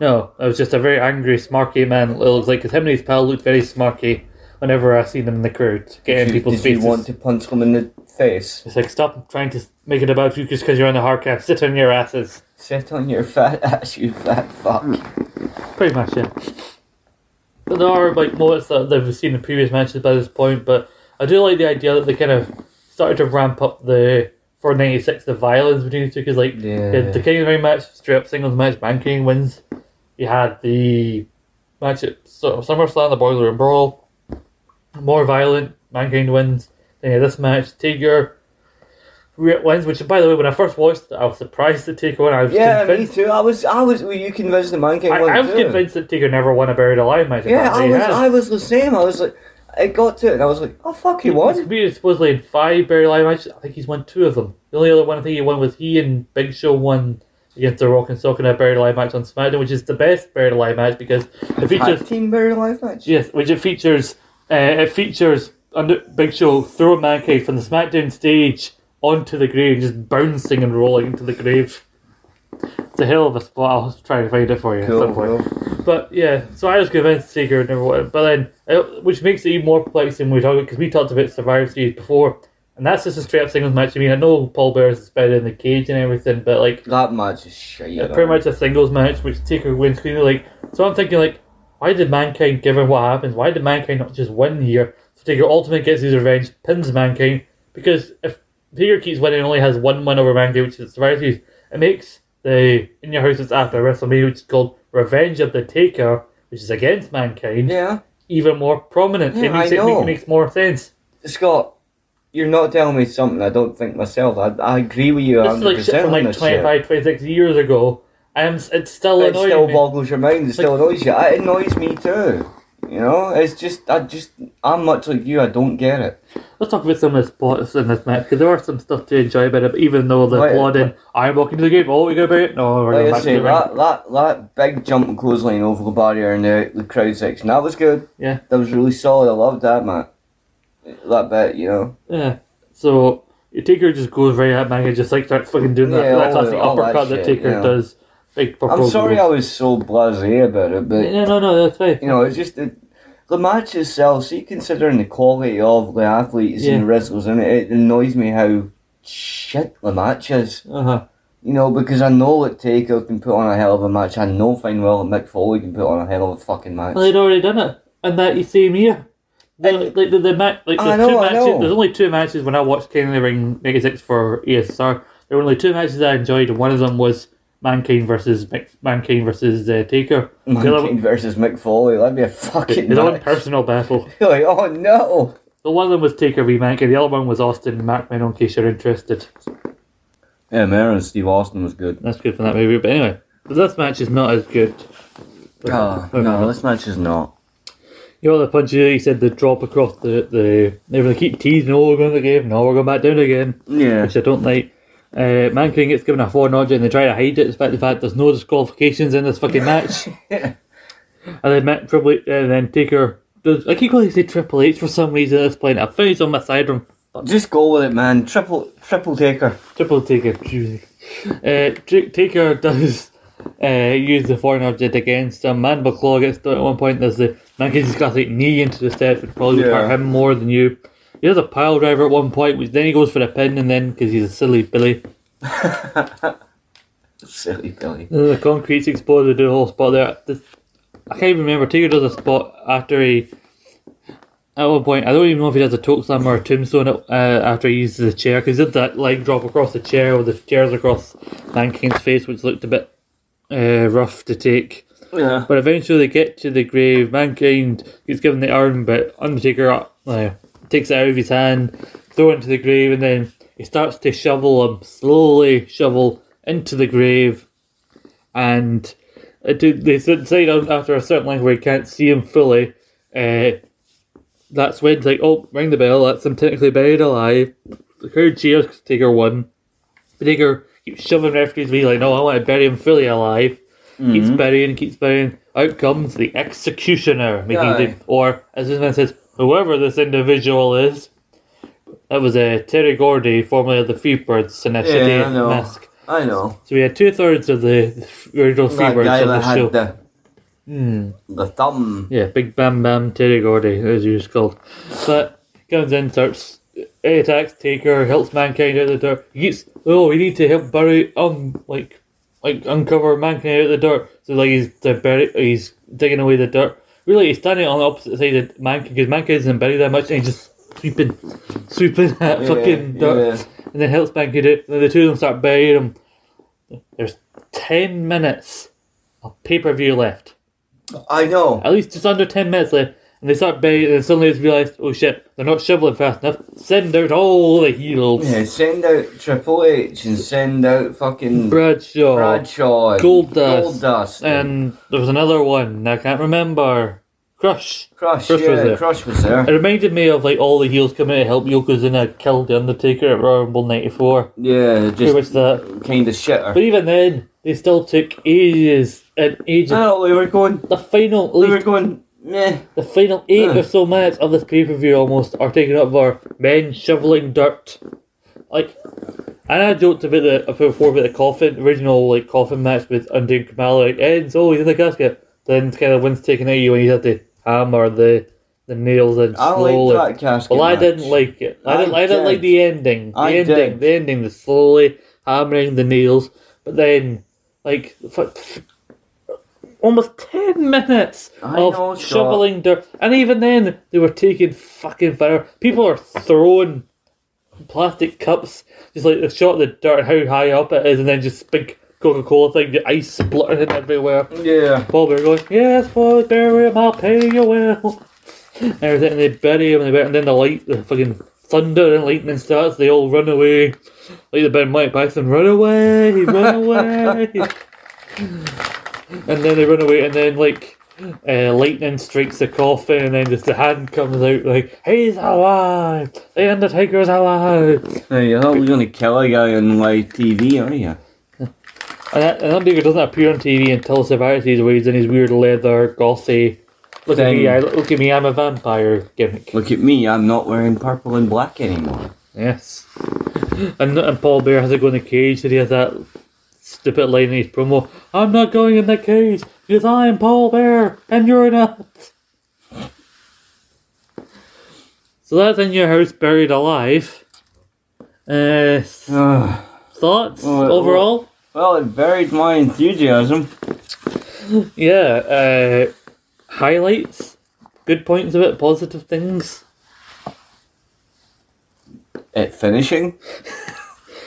No, it was just a very angry, smarky man. It looks like because him and his pal looked very smarky whenever I seen them in the crowd, getting
Did
people's
you- did
faces.
you want to punch them in the face?
It's like stop trying to make it about you just because you're on the hard cap. Sit on your asses.
Sit on your fat (laughs) ass, you fat fuck.
Pretty much, yeah. But there are like moments that they've seen in previous matches by this point, but I do like the idea that they kind of started to ramp up the for '96 the violence between the two because like you had
Yeah.
the King of the Ring match, straight up singles match, Man King wins. You had the match at sort of SummerSlam, the Boiler Room Brawl, more violent. Mankind wins. Then you had this match, Taker. Riot wins, which by the way, when I first watched it, I was surprised that Taker won. I was
Yeah, me
convinced.
too. I was, I was. Were you convinced that mankind
I,
won
I was
too?
convinced that Taker never won a buried alive match.
Yeah, I
apparently he
was,
has.
I was the same. I was like, I got to it, and I was like, oh fuck, he
He's
won.
been supposedly in five Barry Live matches. I think he's won two of them. The only other one I think he won was he and Big Show won against The Rock and Sock in a Barry Live match on SmackDown, which is the best Barry Live match because it features
Tag team buried alive match.
yes, which it features uh, it features under Big Show throwing Mankind from the SmackDown stage onto the grave, just bouncing and rolling into the grave. It's a hell of a spot. I'll try to find it for you. at
Cool,
some point.
cool.
But yeah, so I was convinced Taker would never win. But then, uh, which makes it even more perplexing when we talk because we talked about Survivor Series before, and that's just a straight up singles match. I mean, I know Paul Bearers is better in the cage and everything, but like
That match is shit.
uh, pretty much a singles match, which Taker wins cleanly. Like, so I'm thinking like, why did Mankind, given what happens, why did Mankind not just win here? So Taker ultimately gets his revenge, pins Mankind because if Taker keeps winning, and only has one win over Mankind, which is Survivor Series. It makes the In Your House It's After WrestleMania, which is called Revenge of the Taker, which is against Mankind,
Yeah,
even more prominent.
Yeah,
it makes
I
it
know.
make, makes more sense.
Scott, you're not telling me something I don't think myself. I, I agree with you
This is
100
like shit
percent
from
on
like
this shit.
25, 26 years ago, and it's- it's still
It
annoying
still
me.
boggles your mind. It still annoys you. It annoys me too. You know, it's just I just I'm much like you. I don't get it.
Let's talk about some of the spots in this match because there are some stuff to enjoy about it. But even though the
Right.
blood and I'm walking to the gate, oh, we got about it. No, we're going
Like I
back
say,
to the ring.
that, that that big jump and clothesline over the barrier in the, the crowd section that was good.
Yeah,
That was really solid. I loved that man. That bit, you know.
yeah. So Taker just goes right at Manga, just like starts fucking doing that,
Yeah,
that
all
classic
the- all that
uppercut that,
shit,
Taker
yeah.
does. Big
I'm
purple
sorry I
goes.
was so blasé about it, but
No, no, no, that's fine.
you know, it's just the, the match itself. See, considering the quality of the athletes
Yeah.
and wrestlers in it, it annoys me how shit the match is.
Uh huh.
You know, because I know that Taker can put on a hell of a match. I know fine well that Mick Foley can put on a hell of a fucking match.
Well, they'd already done it, and that you see him here. The,
And-
like the, the match, like
I
there's
know,
two
I
matches.
know.
There's only two matches when I watched King of the Ring '96 for E ESR. There were only two matches that I enjoyed, and one of them was Mankind versus Mick- Mankind versus uh, Taker. the other,
Mankind
one-
versus Mick Foley, that'd be a fucking
the other one
match.
personal battle.
Like, (laughs) oh no!
The one of them was Taker v Mankind. The other one was Austin and McMahon. In case you're interested,
Yeah, Mara and Steve Austin was good.
that's good for that movie. But anyway, but this match is not as good.
Oh, no, this match is not.
You know the punch you said the drop across the the they were like, keep teasing, oh we're going to the game, no we're going back down again.
Yeah.
Which I don't like. Uh, Mankind gets given a four nodge and they try to hide it despite the fact there's no disqualifications in this fucking
(laughs)
match. And then Matt Triple H, and then Taker does I keep calling say Triple H for some reason at this point. I found he's on my side room.
Just go with it, man. Triple, triple taker.
Triple Taker. Jesus. Uh, T- Taker does uh, use the foreign object against him. Mandible Claw gets done at one point. There's the Mankind's classic knee into the steps, which probably would
Yeah.
hurt him more than you. He has a pile driver at one point, which then he goes for a pin, and then because he's a silly Billy,
Silly Billy.
then the concrete's exploded. Do a whole spot there. This- I can't even remember. Taker does a spot after he. At one point, I don't even know if he does a choke slam or a tombstone uh, after he uses the chair because he did that leg drop across the chair with the chairs across Mankind's face, which looked a bit uh, rough to take.
Yeah.
But eventually they get to the grave. Mankind gets given the urn, but Undertaker uh, uh, takes it out of his hand, throw it into the grave, and then he starts to shovel him, slowly shovel into the grave. And it, did- they decide on- after a certain length where you can't see him fully, uh, that's when it's like, oh, ring the bell, that's him technically buried alive. The crowd cheers 'cause Taker won. But Taker keeps shoving referees, being like, no, I want to bury him fully alive keeps burying, keeps burying. Out comes the executioner, making
Aye.
the, or as this man says, whoever this individual is. That was a uh, Terry Gordy, formerly of the Freebirds, Sinestro
Yeah, I know.
mask.
I know.
So we had two thirds of the original
that
Freebirds
guy
on
that
the
had
show.
the the thumb.
Yeah, Big Bam Bam Terry Gordy, as he was called. But comes in, starts attacks Taker, helps mankind out of the dirt. He gets oh, we need to help bury um like like uncover mankind out of the dirt. So like he's to bury, he's digging away the dirt. Really, he's standing on the opposite side of mankind because mankind isn't buried that much, and he just sweeping, sweeping that fucking dirt,
yeah.
and then helps Bank get it. And then the two of them start burying him. There's ten minutes of pay per view left,
I know.
at least just under ten minutes left, and they start burying, and then suddenly it's realized, oh shit, they're not shoveling fast enough. Send out all the heels.
Yeah, send out Triple H and send out fucking
Bradshaw,
Bradshaw, and
Goldust,
Goldust
and there was another one I can't remember. Crush.
Crush.
Crush was
yeah,
there.
Crush was there.
It reminded me of like all the heels coming to help Yokozuna kill the Undertaker at Royal Rumble '94.
Yeah,
Pretty
just
much that.
kind of shitter.
But even then, they still took ages and ages.
No, we were going.
The final, at
We Oh. were
least
going. Meh.
the final eight
Ugh.
or so minutes of this pay per view almost are taken up for men shoveling dirt. Like, and I joked about the about before about the coffin original like coffin match with Undoing Kamala. Like, ends oh he's in the casket, then kind of wins taken at you and you have to hammer the the nails in
I
slowly.
liked that casket.
Well, I
match.
didn't like it. I,
I
didn't. I didn't like
did.
the ending. The
I
ending.
did.
The ending. The slowly hammering the nails, but then like f- f- almost ten minutes
I
of
know, Scott.
shoveling dirt, and even then they were taking fucking fire. People are throwing plastic cups, just like the shot of the dirt, how high up it is, and then just big Coca Cola thing, the ice splattering everywhere.
Yeah.
Paul Bear going, Yes, boys, bury him, I'll pay you well. And everything, and they bury him, and, they bury, and then the light, the fucking thunder and lightning starts, they all run away. Like the bit in Mike Python, run away, run away. and then they run away, and then, like, uh, lightning strikes the coffin, and then just the hand comes out, like, He's alive! The Undertaker's alive!
Now, you thought we were going to kill a guy on live TV, are you?
And that, and Undertaker doesn't appear on TV until Survivor Series, where he's in his weird leather, gothy. Look at
Thing.
me! I, look at me! I'm a vampire gimmick.
Look at me, I'm not wearing purple and black (sighs) anymore.
Yes. And and Paul Bear has to go in the cage, and he has that stupid line in his promo. I'm not going in the cage because I'm Paul Bear, and you're not. So that's in your house, buried alive. Uh,
Ugh.
thoughts
Well, well-
overall?
well, it buried my enthusiasm.
Yeah, uh, highlights, good points of it, positive things.
It finishing,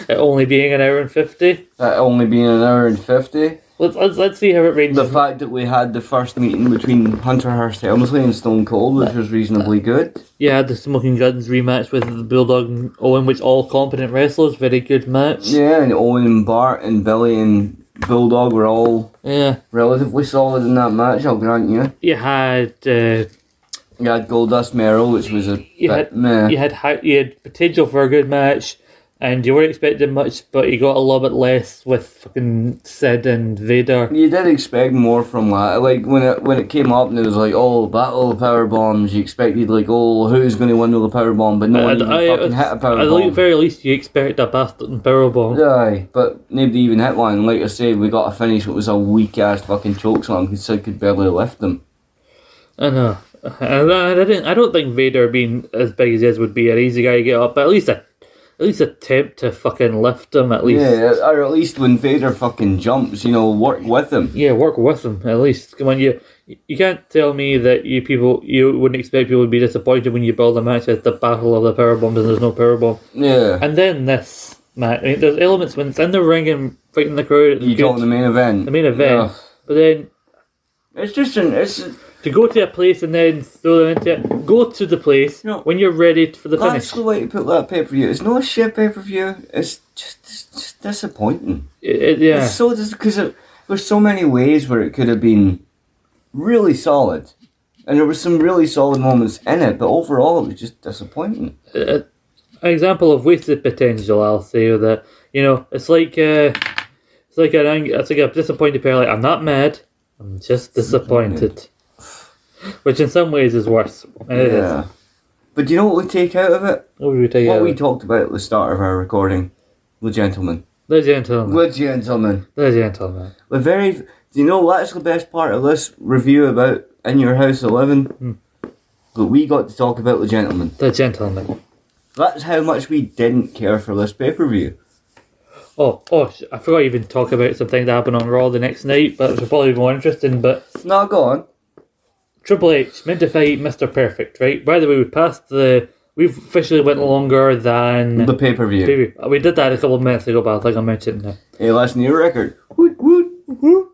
It only being an hour and fifty.
that only being an hour and 50.
Let's let's, let's see how it
The
ranges.
fact that we had the first meeting between Hunter Hearst Helmsley and Stone Cold, which was reasonably good.
yeah, the Smoking Guns rematch with the Bulldog and Owen, which all competent wrestlers, very good match.
Yeah, and Owen and Bart and Billy and Bulldog were all
Yeah.
relatively solid in that match, I'll grant you.
You had uh,
You had Goldust Merrill, which was a
you
bit
had
meh.
you had hi- you had potential for a good match, and you weren't expecting much, but you got a little bit less with fucking Sid and Vader.
You did expect more from that. Like when it when it came up and it was like, oh, battle of power bombs. You expected like, oh, who's going to win with a power bomb? But no one even fucking hit a power
at the
bomb.
very least, you expect a bastard and barrel bomb.
Aye, but nobody even hit one. Like I say, we got a finish. It was a weak ass fucking choke slam because Sid could barely lift them.
I know. And I, I didn't. I don't think Vader being as big as he is would be an easy guy to get up. But at least a, at least attempt to fucking lift him. At least yeah,
Yeah, or at least when Vader fucking jumps, you know, work with him.
work with him. At least come on, you you can't tell me that you people you wouldn't expect people to be disappointed when you build a match as the battle of the power bombs and there's no power bomb.
Yeah,
And then this match, I mean, there's elements when it's in the ring and fighting the crowd. It's
you got in the
good,
main event.
the main event, but then
Yeah. It's just an it's
to go to a place and then throw them into it. Go to the place
No.
when you're ready for the
that's
finish.
the way to put that pay per view. It's not a shit pay per view. It's just it's just disappointing.
It- it- yeah.
It's so because there's so many ways where it could have been really solid, and there were some really solid moments in it, but overall it was just disappointing.
an example of wasted potential. I'll say that you know it's like uh, it's like an ang- it's like a disappointed parent. Like, I'm not mad. I'm just disappointed. Which in some ways is worse. And it is.
Yeah. But do you know what we take out of it?
What would we take
What
out?
we talked about at the start of our recording, the gentleman.
the gentleman.
The gentleman.
The gentleman.
The very. Do you know what's the best part of this review about In Your House Eleven?
Hmm.
That we got to talk about the gentleman.
The gentleman.
That's how much we didn't care for this pay per view.
Oh, oh! sh- I forgot to even talk about something that happened on Raw the next night, but it was probably more interesting. But
Now go on.
Triple H meant to fight Mr. Perfect, right? By the way, we passed the we've officially went longer than
The pay per view.
Baby, we did that a couple of minutes ago, but I think I mentioned it.
Hey, last new record. Woot, woot, woot.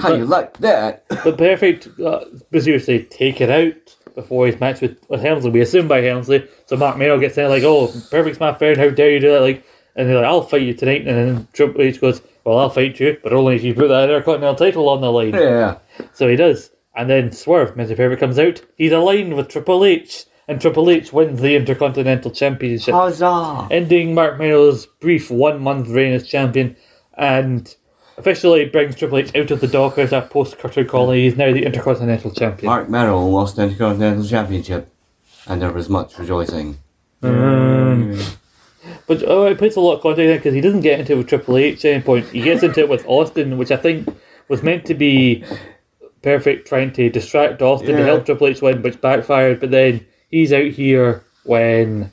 How you like that?
But perfect, uh, but seriously, take it out before his match with, with Helmsley. We assume by Helmsley, so Mark Merrill gets there like, "Oh, perfect's my friend. How dare you do that?" Like, and they're like, "I'll fight you tonight." And then Triple H goes, "Well, I'll fight you, but only if you put that Intercontinental title on the line."
Yeah.
So he does, and then Swerve, Mr. Perfect comes out. He's aligned with Triple H, and Triple H wins the Intercontinental Championship.
Huzzah.
ending Mark Merrill's brief one month reign as champion and officially brings Triple H out of the dock as a post Cutter colony. He's now the Intercontinental Champion.
Mark Merrill lost the Intercontinental Championship, and there was much rejoicing.
But oh, it puts a lot of context in because he doesn't get into it with Triple H at any point. He gets into it with Austin, which I think was meant to be perfect trying to distract Austin to
Yeah.
help Triple H win, which backfired. But then he's out here when.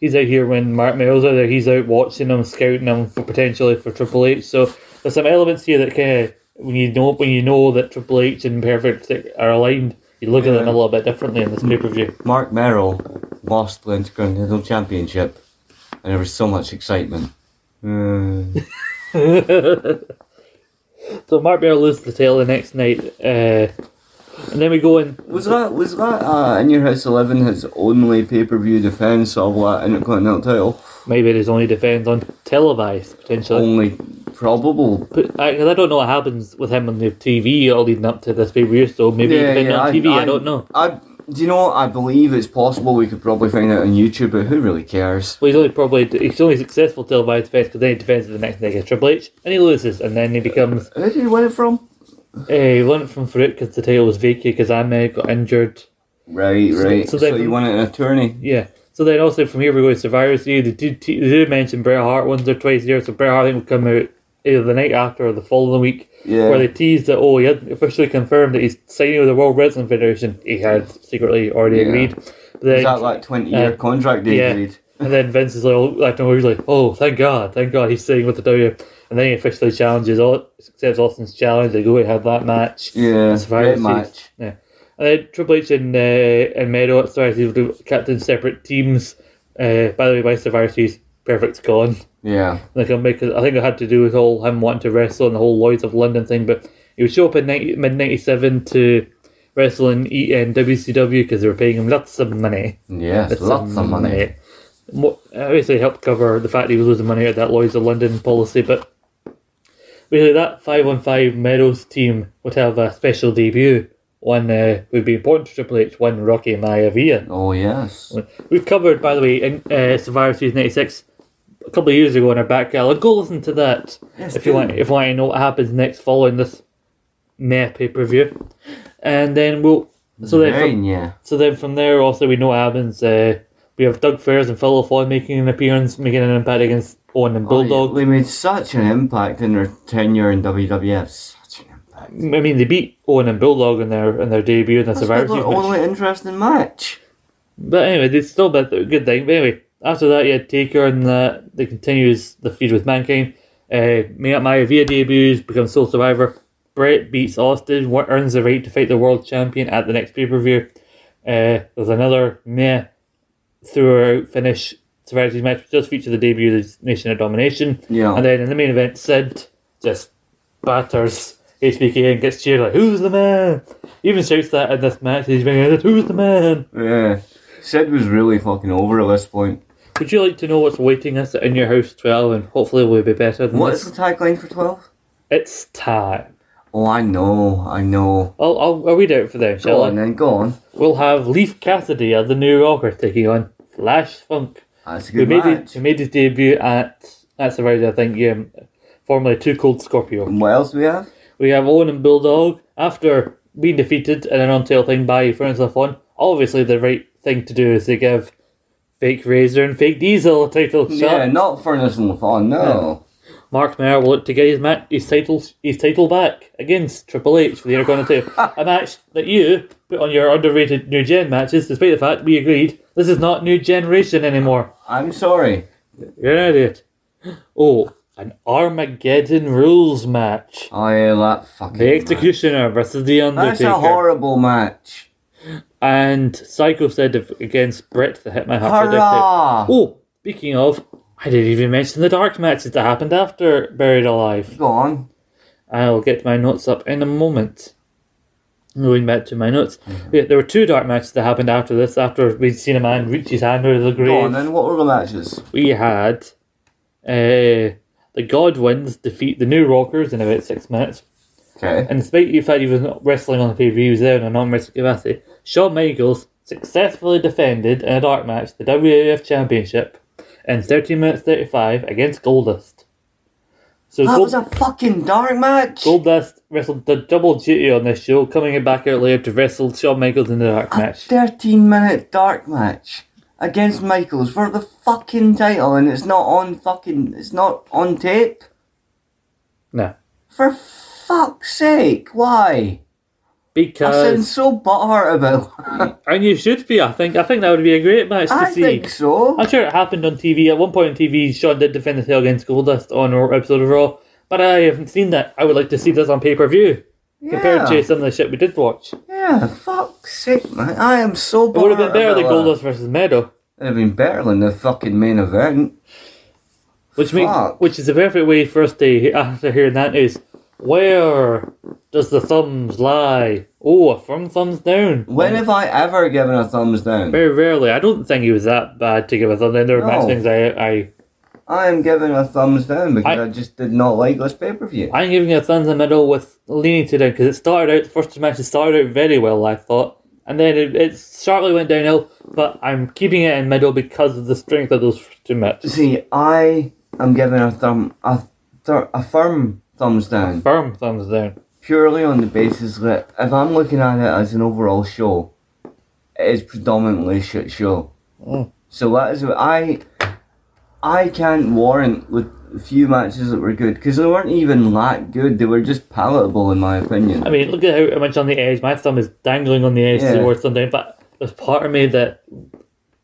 He's out here when Mark Merrill's out there. He's out watching him, scouting him for potentially for Triple H. So there's some elements here that kind of when you know when you know that Triple H and Perfect are aligned, you look at them a little bit differently in this pay per view.
Mark Merrill lost the Intercontinental Championship, and there was so much excitement. Mm.
So Mark Merrill loses the tail the next night, uh, and then we go in.
was that was that uh, In Your House Eleven his only pay per view defense of that Intercontinental title?
Maybe it is only defends on televised potentially.
Only probable.
But I, 'cause I don't know what happens with him on the TV all leading up to this pay per view. So maybe yeah, on TV. I, don't know.
I do you know? what? I believe it's possible we could probably find out on YouTube, but who really cares?
Well, he's only probably he's only successful televised defense because then he defends it the next night against Triple H and he loses and then he becomes
Who did he win it from?
uh, he won it from Farouk because the title was vacant because Ahmed got injured.
Right, right.
so
So,
they-
you won it an attorney.
Yeah. So then also from here we go to Survivor Series. They did, they did mention Bret Hart once or twice a year, so Bret Hart I think, would come out either the night after or the following week,
Yeah.
where they teased that oh he had officially confirmed that he's signing with the World Wrestling Federation. He had secretly already
Yeah.
agreed. But then,
Is that like twenty year
Uh,
contract they
yeah.
agreed?
And then Vince is like, oh, like no, he's like, oh, thank God, thank God, he's staying with the WWE. And then he officially challenges, Au- accepts Austin's challenge. They go and have that match.
Yeah,
Survivor
great
Series.
match.
Yeah. And then Triple H and uh, and Meadow at Survivor Series will do captain separate teams. Uh, by the way, by Survivor Series, Perfect's gone.
Yeah.
Like I'll make. I think it had to do with all him wanting to wrestle and the whole Lloyd's of London thing. But he would show up in 90, mid ninety seven to wrestle in E and WCW because they were paying him lots of money.
Yes, lots of money.
Mo- Obviously, it helped cover the fact he was losing money at that Lloyd's of London policy, but really, that 515 Meadows team would have a special debut. One uh, would be important to Triple H, one Rocky Maivia.
Oh yes.
We've covered, by the way, in uh, Survivor Series 96 a couple of years ago in our back gallery. Go listen to that if you
do.
want if you want to know what happens next following this meh pay per view. And then we'll. So then from-
Rain, yeah.
so then from there, also we know what happens. Uh, we have Doug Fairs and Phil Foy making an appearance, making an impact against Owen
Oh,
and Bulldog.
They made such an impact in their tenure in WWF. Such an impact.
I mean, they beat Owen and Bulldog in their in their debut in the Survivor
That's
Series
their
match.
only interesting match.
But anyway, they still did a good thing. But anyway, after that, you had Taker and that they continues the feud with Mankind. Uh, Mia Maivia debuts, becomes sole survivor. Brett beats Austin, wa- earns the right to fight the world champion at the next pay per view. Uh, there's another meh throughout finish Survivor Series match, which does feature the debut of the Nation of Domination.
Yeah.
And then in the main event, Sid just batters HBK and gets cheered like, Who's the man? He even shouts that in this match. He's being like, Who's the man?
Yeah. Sid was really fucking over at this point.
Would you like to know what's waiting us in your house 12 and hopefully we'll be better than
What is
this?
the tagline for 12?
It's time.
Oh, I know, I know.
I'll, I'll, I'll read it out for them, shall
Go on
I?
then, go on.
We'll have Leaf Cassidy as the new rocker taking on Flash Funk,
That's a
who
good
made, it,
match.
who made his debut at, at Survivor, I think, um, formerly Too Cold Scorpio.
And What else do we have?
We have Owen and Bulldog after being defeated in an on tail thing by Friends of Fun. Obviously, the right thing to do is to give fake Razor and fake Diesel a title shot.
Yeah, not Furnace and LaFon, no.
Mark Mayer will look to get his match, his title, his title back against Triple H for the Intercontinental.
(laughs)
title. a match that you put on your underrated New Gen matches, despite the fact we agreed this is not New Generation anymore.
I'm sorry.
You're an idiot. Oh, an Armageddon rules match.
Oh, yeah, that fucking.
The
match.
Executioner versus the
That's
Undertaker.
a horrible match.
And Psycho said of- against Britt, the Hitman half
Hurrah!
Oh, speaking of, I didn't even mention the dark matches that happened after Buried Alive.
Go on.
I'll get my notes up in a moment. Going back to my notes,
Mm-hmm.
yeah, there were two dark matches that happened after this. After we'd seen a man reach his hand over the
Go
grave,
on then. What were the matches?
we had uh, the Godwins defeat the New Rockers in about six minutes.
Okay.
And despite the fact he was not wrestling on the pay per view, he was there on a non wrestling capacity. Shawn Michaels successfully defended in a dark match the WWF Championship in 13 minutes 35 against Goldust. So
That
Gold-
was a fucking dark match.
Goldust wrestled the double duty on this show, coming back out later to wrestle Shawn Michaels in the dark match.
13 minute dark match against Michaels for the fucking title and it's not on fucking it's not on tape.
No.
For fuck's sake, why? I sound
Because
so butthurt about
and you should be, I think. I think that would be a great match to
I
see.
think so.
I'm sure it happened on TV. At one point on TV, Sean did defend the title against Goldust on an episode of Raw, but I haven't seen that. I would like to see this on pay per view compared
Yeah.
to some of the shit we did watch. It
Yeah, fuck's sake, man. I am so butthurt.
would have been better than
about that.
Goldust versus Meadow,
It'd have been better than the fucking main event.
which means
Fuck.
which is the perfect way for us to after hearing that is where does the thumbs lie? Oh, from thumbs down.
When have I ever given a thumbs down?
Very rarely. I don't think he was that bad to give a thumbs down. There were
No.
no. things I, I
I am giving a thumbs down because I,
I-
just did not like this pay per view.
I'm giving it a thumbs in the middle with leaning to down because it started out the first two matches started out very well, I thought, and then it, it sharply went downhill. But I'm keeping it in middle because of the strength of those first two matches.
See, I am giving a thumb a, thir- a firm thumbs down
Firm thumbs down.
purely on the basis that if I'm looking at it as an overall show, it is predominantly a shit show.
Mm.
So that is what I I can't warrant with a few matches that were good because they weren't even that good. They were just palatable in my opinion.
I mean, look at how much on the edge. My thumb is dangling on the edge
Yeah.
towards thumbs down. But there's part of me that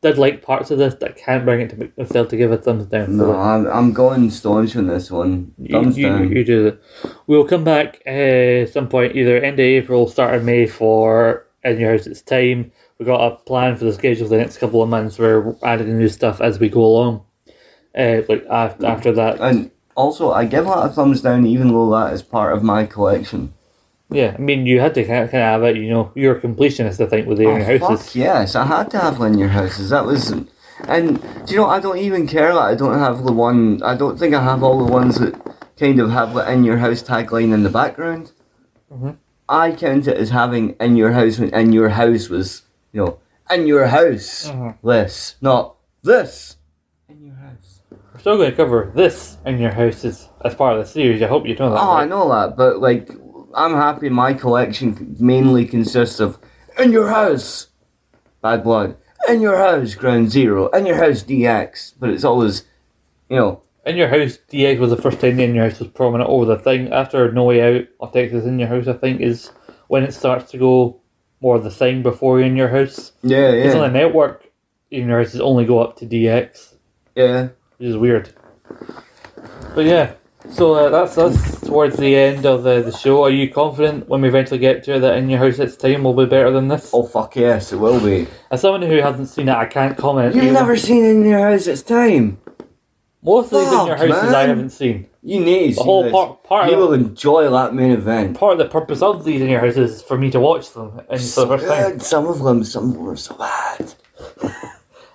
did like parts of this that can't bring it to myself to give a thumbs down.
No,
So
I'm, I'm going staunch on this one. Thumbs
you,
down.
You, you do that. We'll come back uh, some point, either end of April, start of May for In Your House It's Time. We've got a plan for the schedule for the next couple of months. We're adding new stuff as we go along. Uh, like after, after that,
And also, I give that a thumbs down even though that is part of my collection.
yeah. I mean, you had to kind of, kind of have it. You know, you're a completionist. I think with the In
Oh,
Your
fuck
Houses.
yes, I had to have linear houses. That was, and do you know? I don't even care that I don't have the one. I don't think I have all the ones that kind of have the in your house tagline in the background. I count it as having in your house when in your house was you know in your house this, not this. In your house.
We're still going to cover this In Your Houses as part of the series. I hope you know that.
Oh, I
right?
know that, but like, I'm happy my collection mainly consists of In Your House, Bad Blood, In Your House, Ground Zero, In Your House, DX, but it's always, you know,
In Your House, DX was the first time the In Your House was prominent over the thing. After No Way Out or Texas In Your House, I think, is when it starts to go more the thing before you're in your house.
yeah,
It's on the
yeah,
network, in your house, is only go up to DX,
yeah.
which is weird. But yeah, so uh, that's us towards the end of uh, the show. Are you confident when we eventually get to it that In Your House It's Time will be better than this?
Oh fuck yes, it will be.
As someone who hasn't seen it, I can't comment.
You've
even-
never seen In Your House, it's time.
Most of these In Your
Fuck,
Houses I
man.
haven't seen.
You need to see
whole
this.
part- part
You
of-
will enjoy that main event.
Part of the purpose of these In Your House is for me to watch them. And so the first time.
Good. Some of them, some of them are so bad.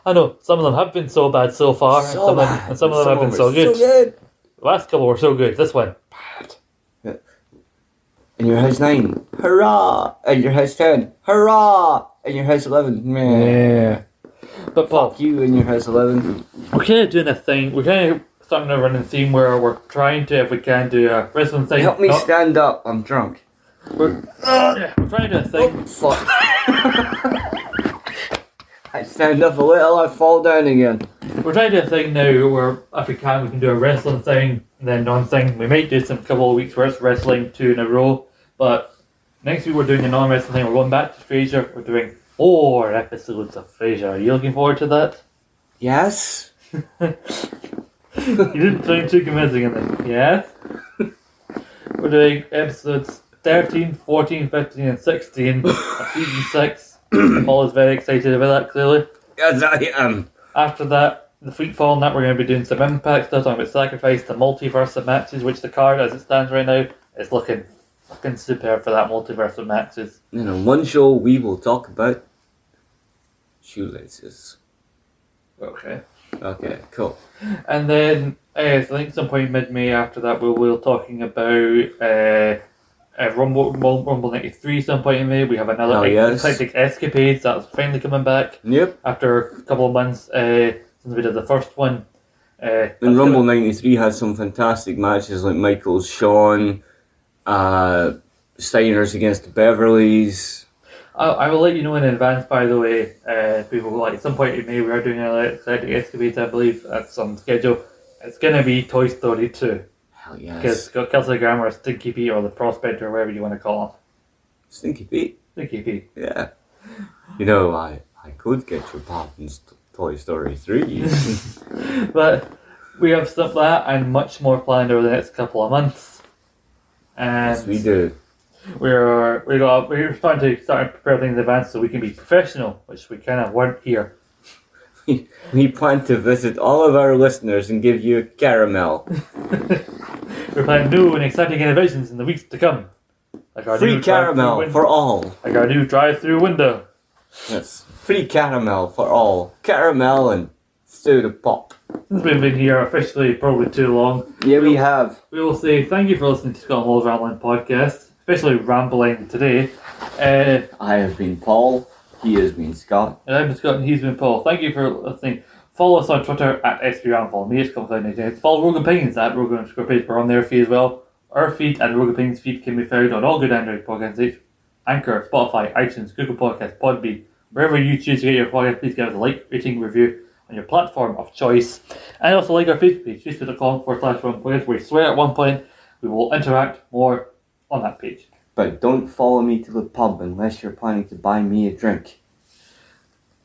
I know some of them have been so bad so far, and
So
some, of-
bad.
and some of them have been
are
so good.
So good.
The last couple were so good. This one,
In your house nine, hurrah! In your house ten, hurrah! In your house eleven, meh.
but Paul,
Fuck you in your house eleven.
we're kind of doing a thing. We're kind of starting a running theme where we're trying to, if we can, do a wrestling thing.
Help me
Not-
stand up. I'm drunk.
yeah, we're trying to do a thing.
Fuck. (laughs) I stand up a little. I fall down again.
We're trying to do a thing now where, if we can, we can do a wrestling thing and then non-thing. We might do some couple of weeks where it's wrestling two in a row, but next week we're doing a non-wrestling thing. We're going back to Frasier. We're doing four episodes of Frasier. Are you looking forward to that?
Yes.
You didn't sound too convincing in there. Yes? We're doing episodes 13, 14, 15, and 16 of season 6. Paul is very excited about that, clearly.
Yes, I am.
After that, the Freak Fall Net, we're going to be doing some impact stuff, talking about Sacrifice, the multiverse of matches, which the card, as it stands right now, is looking fucking superb for that multiverse of matches.
And on one show, we will talk about shoelaces.
Okay.
Okay, cool.
And then, uh, so I think some point mid May after that, we were talking about uh, uh, Rumble, Rumble, Rumble 93 some point in May. We have another
Oh,
like,
yes.
Eclectic Escapades that's finally coming back
Yep.
after a couple of months uh, since we did the first one. Uh,
And Rumble 93 had some fantastic matches like Michael's Shawn, uh, Steiner's against the Beverleys.
I, I will let you know in advance, by the way, uh, people, like, at some point in May, we are doing an Eclectic Escapades, I believe, that's on schedule. It's going to be Toy Story 2,
Hell
because
yes.
it's got Kelsey Grammer, Stinky Pete, or The Prospect, or whatever you want to call him.
Stinky Pete.
Stinky Pete.
Yeah. You know, I, I could get your Patton's t- Toy Story (laughs) 3.
But we have stuff like that and much more planned over the next couple of months. And
yes, we do. (laughs)
We're we got we're starting to start to prepare things in advance so we can be professional, which we kind of weren't here.
We plan to visit all of our listeners and give you a caramel.
We're planning new and exciting innovations in the weeks to come, like our
Free
new drive-through
caramel
win-
for all.
like our new drive-through window.
Yes. Free caramel for all. Caramel and soda pop.
Since we've been here officially probably too long,
Yeah, we have.
we will say thank you for listening to Scott Hall's Rambling Podcast, especially rambling today. Uh,
I have been Paul. He has been Scott.
And I've been Scott and he's been Paul. Thank you for listening. Follow us on Twitter at SBRAM. Follow me at Scott Follow Rogan Opinions at Rogan underscore page. We're on their feed as well. Our feed and Rogan Opinions feed can be found on all good Android podcast apps, Anchor, Spotify, iTunes, Google Podcasts, Podbean. Wherever you choose to get your podcast, please give us a like, rating, review on your platform of choice. And also like our Facebook page, facebook.com forward slash Rogan podcast, where we swear at one point we will interact more on that page.
But don't follow me to the pub unless you're planning to buy me a drink.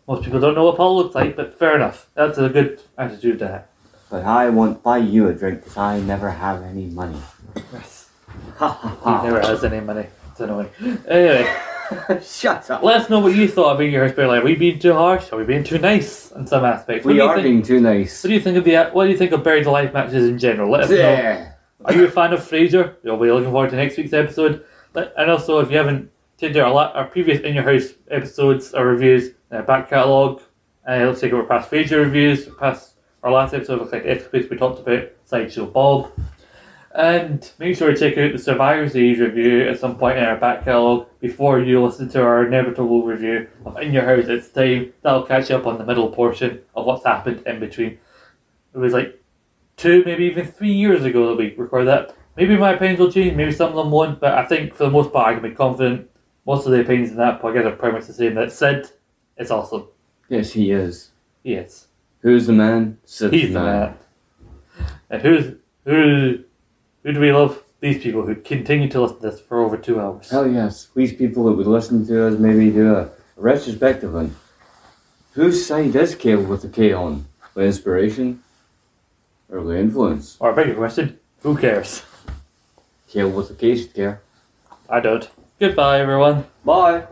Most people don't know what Paul looks like, but fair enough. That's a good attitude to have.
But I won't buy you a drink because I never have any money.
Yes.
Ha ha
He
ha.
never has any money. It's annoying. Anyway,
(laughs) Shut up.
let us know what you thought of being your husband. Like, are we being too harsh? Are we being too nice in some aspects? What
We
do you
are
think-
being too nice.
What do you think of the? What do you think of buried alive matches in general? Let us know.
Yeah.
Are you a fan of Fraser? You'll be looking forward to next week's episode. Let- and also, if you haven't checked out our, la- our previous In Your House episodes or reviews, uh, back catalogue, uh, let's take over past Fraser reviews, past our last episode of like Escapades we talked about, Sideshow Bob. And make sure to check out the Survivor Series review at some point in our back catalogue before you listen to our inevitable review of In Your House It's Time. That'll catch you up on the middle portion of what's happened in between. It was like two, maybe even three years ago that we recorded that. Maybe my opinions will change, maybe some of them won't, but I think for the most part I can be confident most of the opinions in that podcast are pretty much the same. That said, it's awesome.
Yes, he is.
Yes.
Who's the man? Sid's
He's the man. And who's who who do we love? These people who continue to listen to this for over two hours.
Hell yes. These people that would listen to us maybe do a retrospective on whose side is Kale with the K on? The inspiration or the influence?
Or a bigger question, who cares?
Kale with the K should care.
I don't. Goodbye everyone.
Bye.